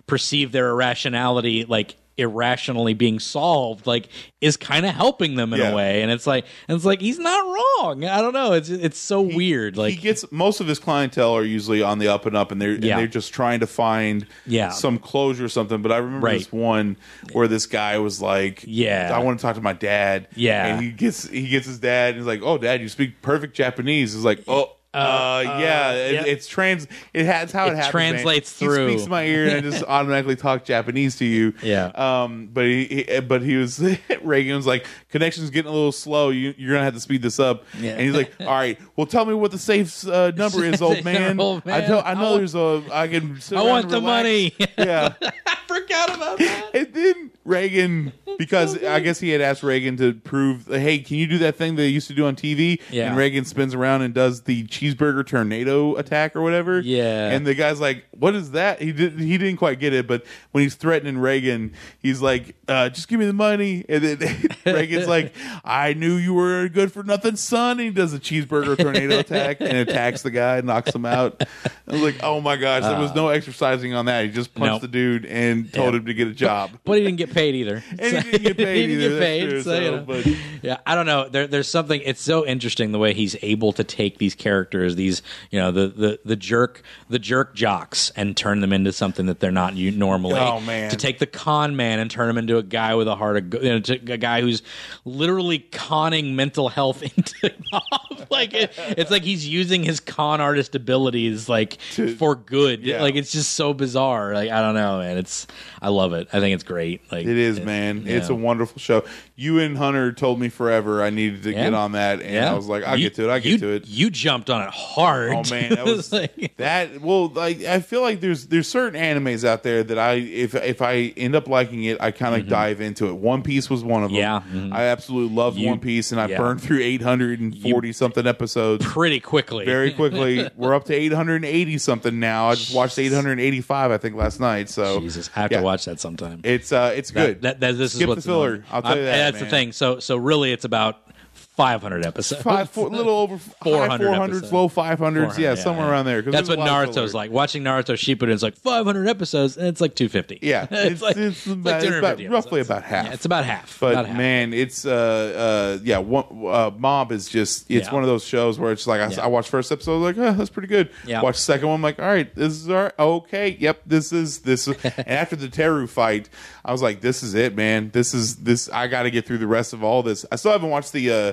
Speaker 3: perceive their irrationality like irrationally being solved like is kind of helping them in
Speaker 4: Yeah.
Speaker 3: a way and it's like and it's like he's not wrong i don't know it's it's so weird like
Speaker 4: he gets most of his clientele are usually on the up and up, and they're
Speaker 3: Yeah.
Speaker 4: and they're just trying to find
Speaker 3: Yeah.
Speaker 4: some closure or something. But I remember
Speaker 3: Right.
Speaker 4: this one where this guy was like,
Speaker 3: Yeah.
Speaker 4: I want to talk to my dad."
Speaker 3: Yeah.
Speaker 4: and he gets he gets his dad, and he's like, "Oh, dad, you speak perfect Japanese." He's like, "Oh." Uh, yeah, it,
Speaker 3: yep.
Speaker 4: it's trans. It has how it,
Speaker 3: It
Speaker 4: happens.
Speaker 3: translates
Speaker 4: man.
Speaker 3: through.
Speaker 4: He speaks in my ear, and I just automatically talk Japanese to you.
Speaker 3: Yeah.
Speaker 4: Um. But he, he but he was Reagan was like, connection's getting a little slow. You you're gonna have to speed this up.
Speaker 3: Yeah.
Speaker 4: And he's like, all right, well, tell me what the safe uh, number is, old man.
Speaker 3: Old man.
Speaker 4: I, tell, I
Speaker 3: I
Speaker 4: know
Speaker 3: want-
Speaker 4: there's a. I can. Sit
Speaker 3: I
Speaker 4: around
Speaker 3: want
Speaker 4: and
Speaker 3: the
Speaker 4: relax.
Speaker 3: money.
Speaker 4: yeah.
Speaker 3: forgot about that.
Speaker 4: And then Reagan, because I guess he had asked Reagan to prove, hey, can you do that thing they used to do on TV?
Speaker 3: Yeah.
Speaker 4: And Reagan spins around and does the cheeseburger tornado attack or whatever.
Speaker 3: Yeah.
Speaker 4: And the guy's like, what is that? He didn't he didn't quite get it, but when he's threatening Reagan, he's like, uh, just give me the money. And then Reagan's like, I knew you were good for nothing, son. And he does a cheeseburger tornado attack and attacks the guy, knocks him out. I was like, oh my gosh, there was no exercising on that. He just punched
Speaker 3: Uh, Nope.
Speaker 4: the dude and told him to get a job.
Speaker 3: But he didn't get paid either.
Speaker 4: And he didn't get paid
Speaker 3: He didn't get
Speaker 4: either, that's
Speaker 3: paid,
Speaker 4: true,
Speaker 3: so, you
Speaker 4: so,
Speaker 3: know.
Speaker 4: but-
Speaker 3: Yeah, I don't know. There, there's something. It's so interesting the way he's able to take these characters, these you know the the, the jerk the jerk jocks, and turn them into something that they're not you normally.
Speaker 4: Oh, man.
Speaker 3: To take the con man and turn him into a guy with a heart, of, go- you know, to a guy who's literally conning mental health into like it, it's like he's using his con artist abilities like for good.
Speaker 4: yeah.
Speaker 3: Like it's just so bizarre. Like I don't know, man. It's I love it. I think it's great. Like
Speaker 4: It is, man. It's
Speaker 3: yeah.
Speaker 4: a wonderful show. You and Hunter told me forever I needed to
Speaker 3: Yeah.
Speaker 4: get on that, and I was like, I'll
Speaker 3: You-
Speaker 4: get to it. I'll
Speaker 3: you-
Speaker 4: get to it.
Speaker 3: You jumped on it hard.
Speaker 4: Oh man, that was
Speaker 3: Like-
Speaker 4: that. Well, like I feel like there's there's certain animes out there that I if if I end up liking it, I kind of dive into it. One Piece was one of them.
Speaker 3: Mm-hmm. Yeah, mhm.
Speaker 4: I absolutely loved
Speaker 3: You-
Speaker 4: One Piece, and I
Speaker 3: yeah.
Speaker 4: burned through 840 something episodes.
Speaker 3: pretty quickly.
Speaker 4: Very quickly, we're up to 880 something now. I just watched 885, I think, last night. So
Speaker 3: Jesus, I have
Speaker 4: yeah.
Speaker 3: to watch that sometime.
Speaker 4: It's uh, it's good.
Speaker 3: That, that, this
Speaker 4: Skip
Speaker 3: is what's
Speaker 4: the filler. I'll tell you that.
Speaker 3: That's
Speaker 4: man.
Speaker 3: the thing. So so really, it's about 500 episodes.
Speaker 4: five, four, little over
Speaker 3: 400
Speaker 4: four hundreds,
Speaker 3: episodes.
Speaker 4: low five hundreds,
Speaker 3: 400,
Speaker 4: yeah, somewhere around there. 'cause
Speaker 3: That's
Speaker 4: there's
Speaker 3: what
Speaker 4: a lot of
Speaker 3: Naruto's
Speaker 4: filler.
Speaker 3: like. Watching Naruto Shippuden is like 500 episodes, and it's like 250.
Speaker 4: Yeah,
Speaker 3: it's,
Speaker 4: it's-
Speaker 3: like, like
Speaker 4: it's about- it's about
Speaker 3: 250
Speaker 4: roughly
Speaker 3: episodes.
Speaker 4: about half.
Speaker 3: Yeah, it's about half.
Speaker 4: But
Speaker 3: about half.
Speaker 4: man, it's uh, uh, yeah, one, uh, Mob is just it's
Speaker 3: Yeah.
Speaker 4: one of those shows where it's like I,
Speaker 3: Yeah.
Speaker 4: I watched first episode, I was like, oh, that's pretty good.
Speaker 3: Yeah.
Speaker 4: Watch second one, I'm like, all right, this is all right. okay. Yep, this is this. Is, and after the Teru fight, I was like, this is it, man. This is this. I got to get through the rest of all this. I still haven't watched the. uh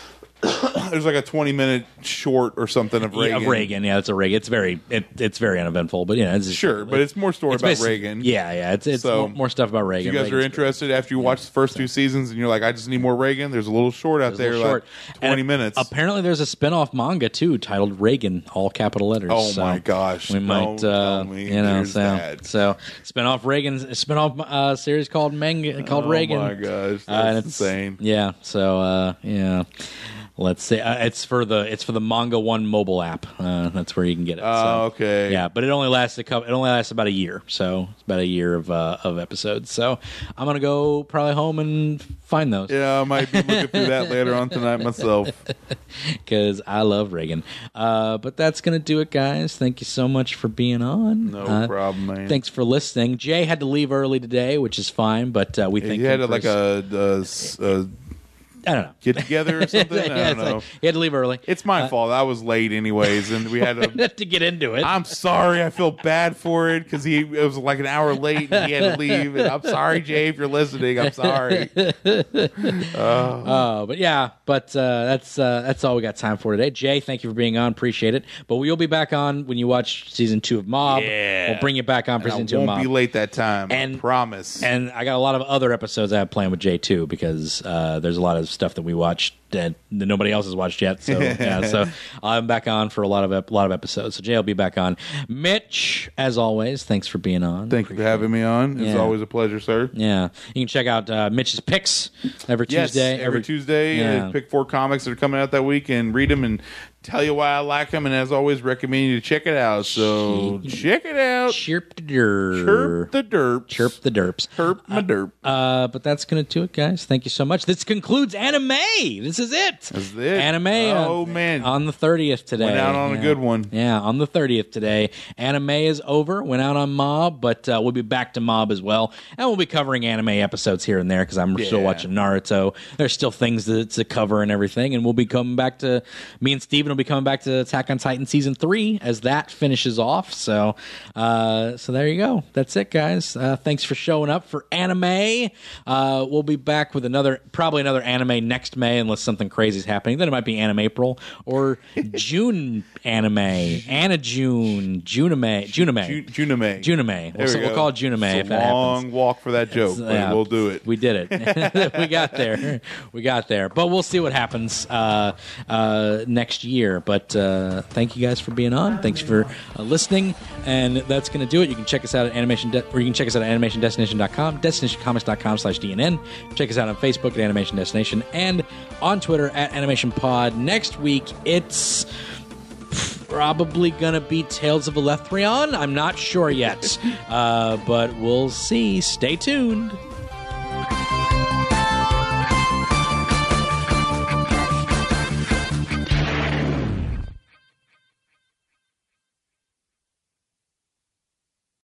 Speaker 4: There's like a 20 minute short or something of
Speaker 3: Yeah,
Speaker 4: Reagan.
Speaker 3: of Reagan, yeah, it's a Reagan. It's very, it, it's very uneventful, but yeah, it's
Speaker 4: Sure, but it's more story
Speaker 3: it's
Speaker 4: about
Speaker 3: basically-
Speaker 4: Reagan.
Speaker 3: Yeah, yeah, it's it's
Speaker 4: So,
Speaker 3: more, more stuff about Reagan.
Speaker 4: If you guys are
Speaker 3: Reagan's-
Speaker 4: interested after you watch the first two seasons and you're like, I just need more Reagan, there's a little short out
Speaker 3: It's a
Speaker 4: there,
Speaker 3: little
Speaker 4: like
Speaker 3: short.
Speaker 4: 20
Speaker 3: And
Speaker 4: minutes.
Speaker 3: Apparently, there's a spin-off manga too titled Reagan, all capital letters.
Speaker 4: Oh
Speaker 3: So
Speaker 4: my gosh,
Speaker 3: We might,
Speaker 4: don't tell
Speaker 3: uh,
Speaker 4: me
Speaker 3: you know,
Speaker 4: there's
Speaker 3: so
Speaker 4: that.
Speaker 3: so spin-off Reagan's spin-off uh, series called manga called
Speaker 4: Oh
Speaker 3: Reagan.
Speaker 4: my gosh, that's
Speaker 3: Uh, and it's-
Speaker 4: insane.
Speaker 3: Yeah. So uh, yeah. Let's see. Uh, it's for the it's for the Manga One mobile app. Uh, that's where you can get it.
Speaker 4: Oh,
Speaker 3: so.
Speaker 4: okay.
Speaker 3: Yeah, but it only lasts a couple. It only lasts about a year, so it's about a year of uh, of episodes. So I'm gonna go probably home and find those
Speaker 4: Yeah, I might be looking through that later on tonight myself.
Speaker 3: because I love Reagan. Uh, but that's gonna do it, guys. Thank you so much for being on.
Speaker 4: No
Speaker 3: Uh,
Speaker 4: problem, man.
Speaker 3: Thanks for listening. Jay had to leave early today, which is fine, but uh, we thank
Speaker 4: You had
Speaker 3: him for
Speaker 4: like
Speaker 3: his-
Speaker 4: a, uh, s- uh
Speaker 3: I don't know.
Speaker 4: get together or something.
Speaker 3: Yeah,
Speaker 4: I
Speaker 3: it's
Speaker 4: don't know.
Speaker 3: like, uh, he had to leave early.
Speaker 4: it's my fault. I was late anyways, and we had a.
Speaker 3: to get into it.
Speaker 4: I'm sorry. I feel bad for it because he it was like an hour late and he had to leave. And I'm sorry, Jay, if you're listening. I'm sorry.
Speaker 3: Uh, but yeah, but uh, that's uh, that's all we got time for today. Jay, thank you for being on. Appreciate it. But we'll be back on when you watch season two of Mob.
Speaker 4: Yeah.
Speaker 3: We'll bring you back on for
Speaker 4: I
Speaker 3: season
Speaker 4: won't
Speaker 3: two of Mob.
Speaker 4: be late that time. I
Speaker 3: And-
Speaker 4: promise.
Speaker 3: And I got a lot of other episodes I have planned with Jay too because uh, there's a lot of stuff that we watched that that nobody else has watched yet. So yeah, so I'm back on for a lot of ep- lot of episodes. So Jay will be back on. Mitch, as always, thanks for being on.
Speaker 4: Thank you for having me on. It's
Speaker 3: Yeah.
Speaker 4: always a pleasure, sir.
Speaker 3: Yeah, you can check out uh, Mitch's picks every
Speaker 4: Yes,
Speaker 3: Tuesday.
Speaker 4: every, Tuesday,
Speaker 3: Yeah.
Speaker 4: I pick four comics that are coming out that week and read them and tell you why I like them. And as always, recommend you to check it out. So check it out.
Speaker 3: Chirp the derp.
Speaker 4: Chirp the derp.
Speaker 3: Chirp the derps.
Speaker 4: Chirp my derp.
Speaker 3: Uh, but that's gonna do it, guys. Thank you so much. This concludes anime. This is it. This
Speaker 4: is it.
Speaker 3: Anime.
Speaker 4: Oh,
Speaker 3: on,
Speaker 4: man.
Speaker 3: on the thirtieth today.
Speaker 4: Went out on a
Speaker 3: Yeah.
Speaker 4: good one.
Speaker 3: Yeah, on the thirtieth today. Anime is over. Went out on Mob, but uh, we'll be back to Mob as well, and we'll be covering anime episodes here and there because I'm still
Speaker 4: Yeah.
Speaker 3: watching Naruto. There's still things to, to cover and everything, and we'll be coming back to me and Steven will be coming back to Attack on Titan season three as that finishes off. So, uh, so there you go. That's it, guys. Uh, thanks for showing up for anime. Uh, we'll be back with another, probably another anime next May, unless something crazy is happening. Then it might be anime April or June anime, Anna June, Junime,
Speaker 4: Ju-
Speaker 3: Junime,
Speaker 4: Junime.
Speaker 3: Junime.
Speaker 4: There
Speaker 3: We'll,
Speaker 4: we
Speaker 3: we'll
Speaker 4: go.
Speaker 3: call it Junime
Speaker 4: It's
Speaker 3: if
Speaker 4: a
Speaker 3: that happens.
Speaker 4: long walk for that joke, but
Speaker 3: Yeah.
Speaker 4: we'll do it.
Speaker 3: We did it. we got there. We got there. But we'll see what happens uh, uh, next year. But uh, thank you guys for being on. Thanks for uh, listening. And that's going to do it. You can check us out at animation, de- or you can check us out at animationdestination.com, destinationcomics.com slash DNN. Check us out on Facebook at Animation Destination and on Twitter at Animation Pod. Next week, it's probably gonna be Tales of Elethrion. I'm not sure yet, uh, but we'll see. Stay tuned.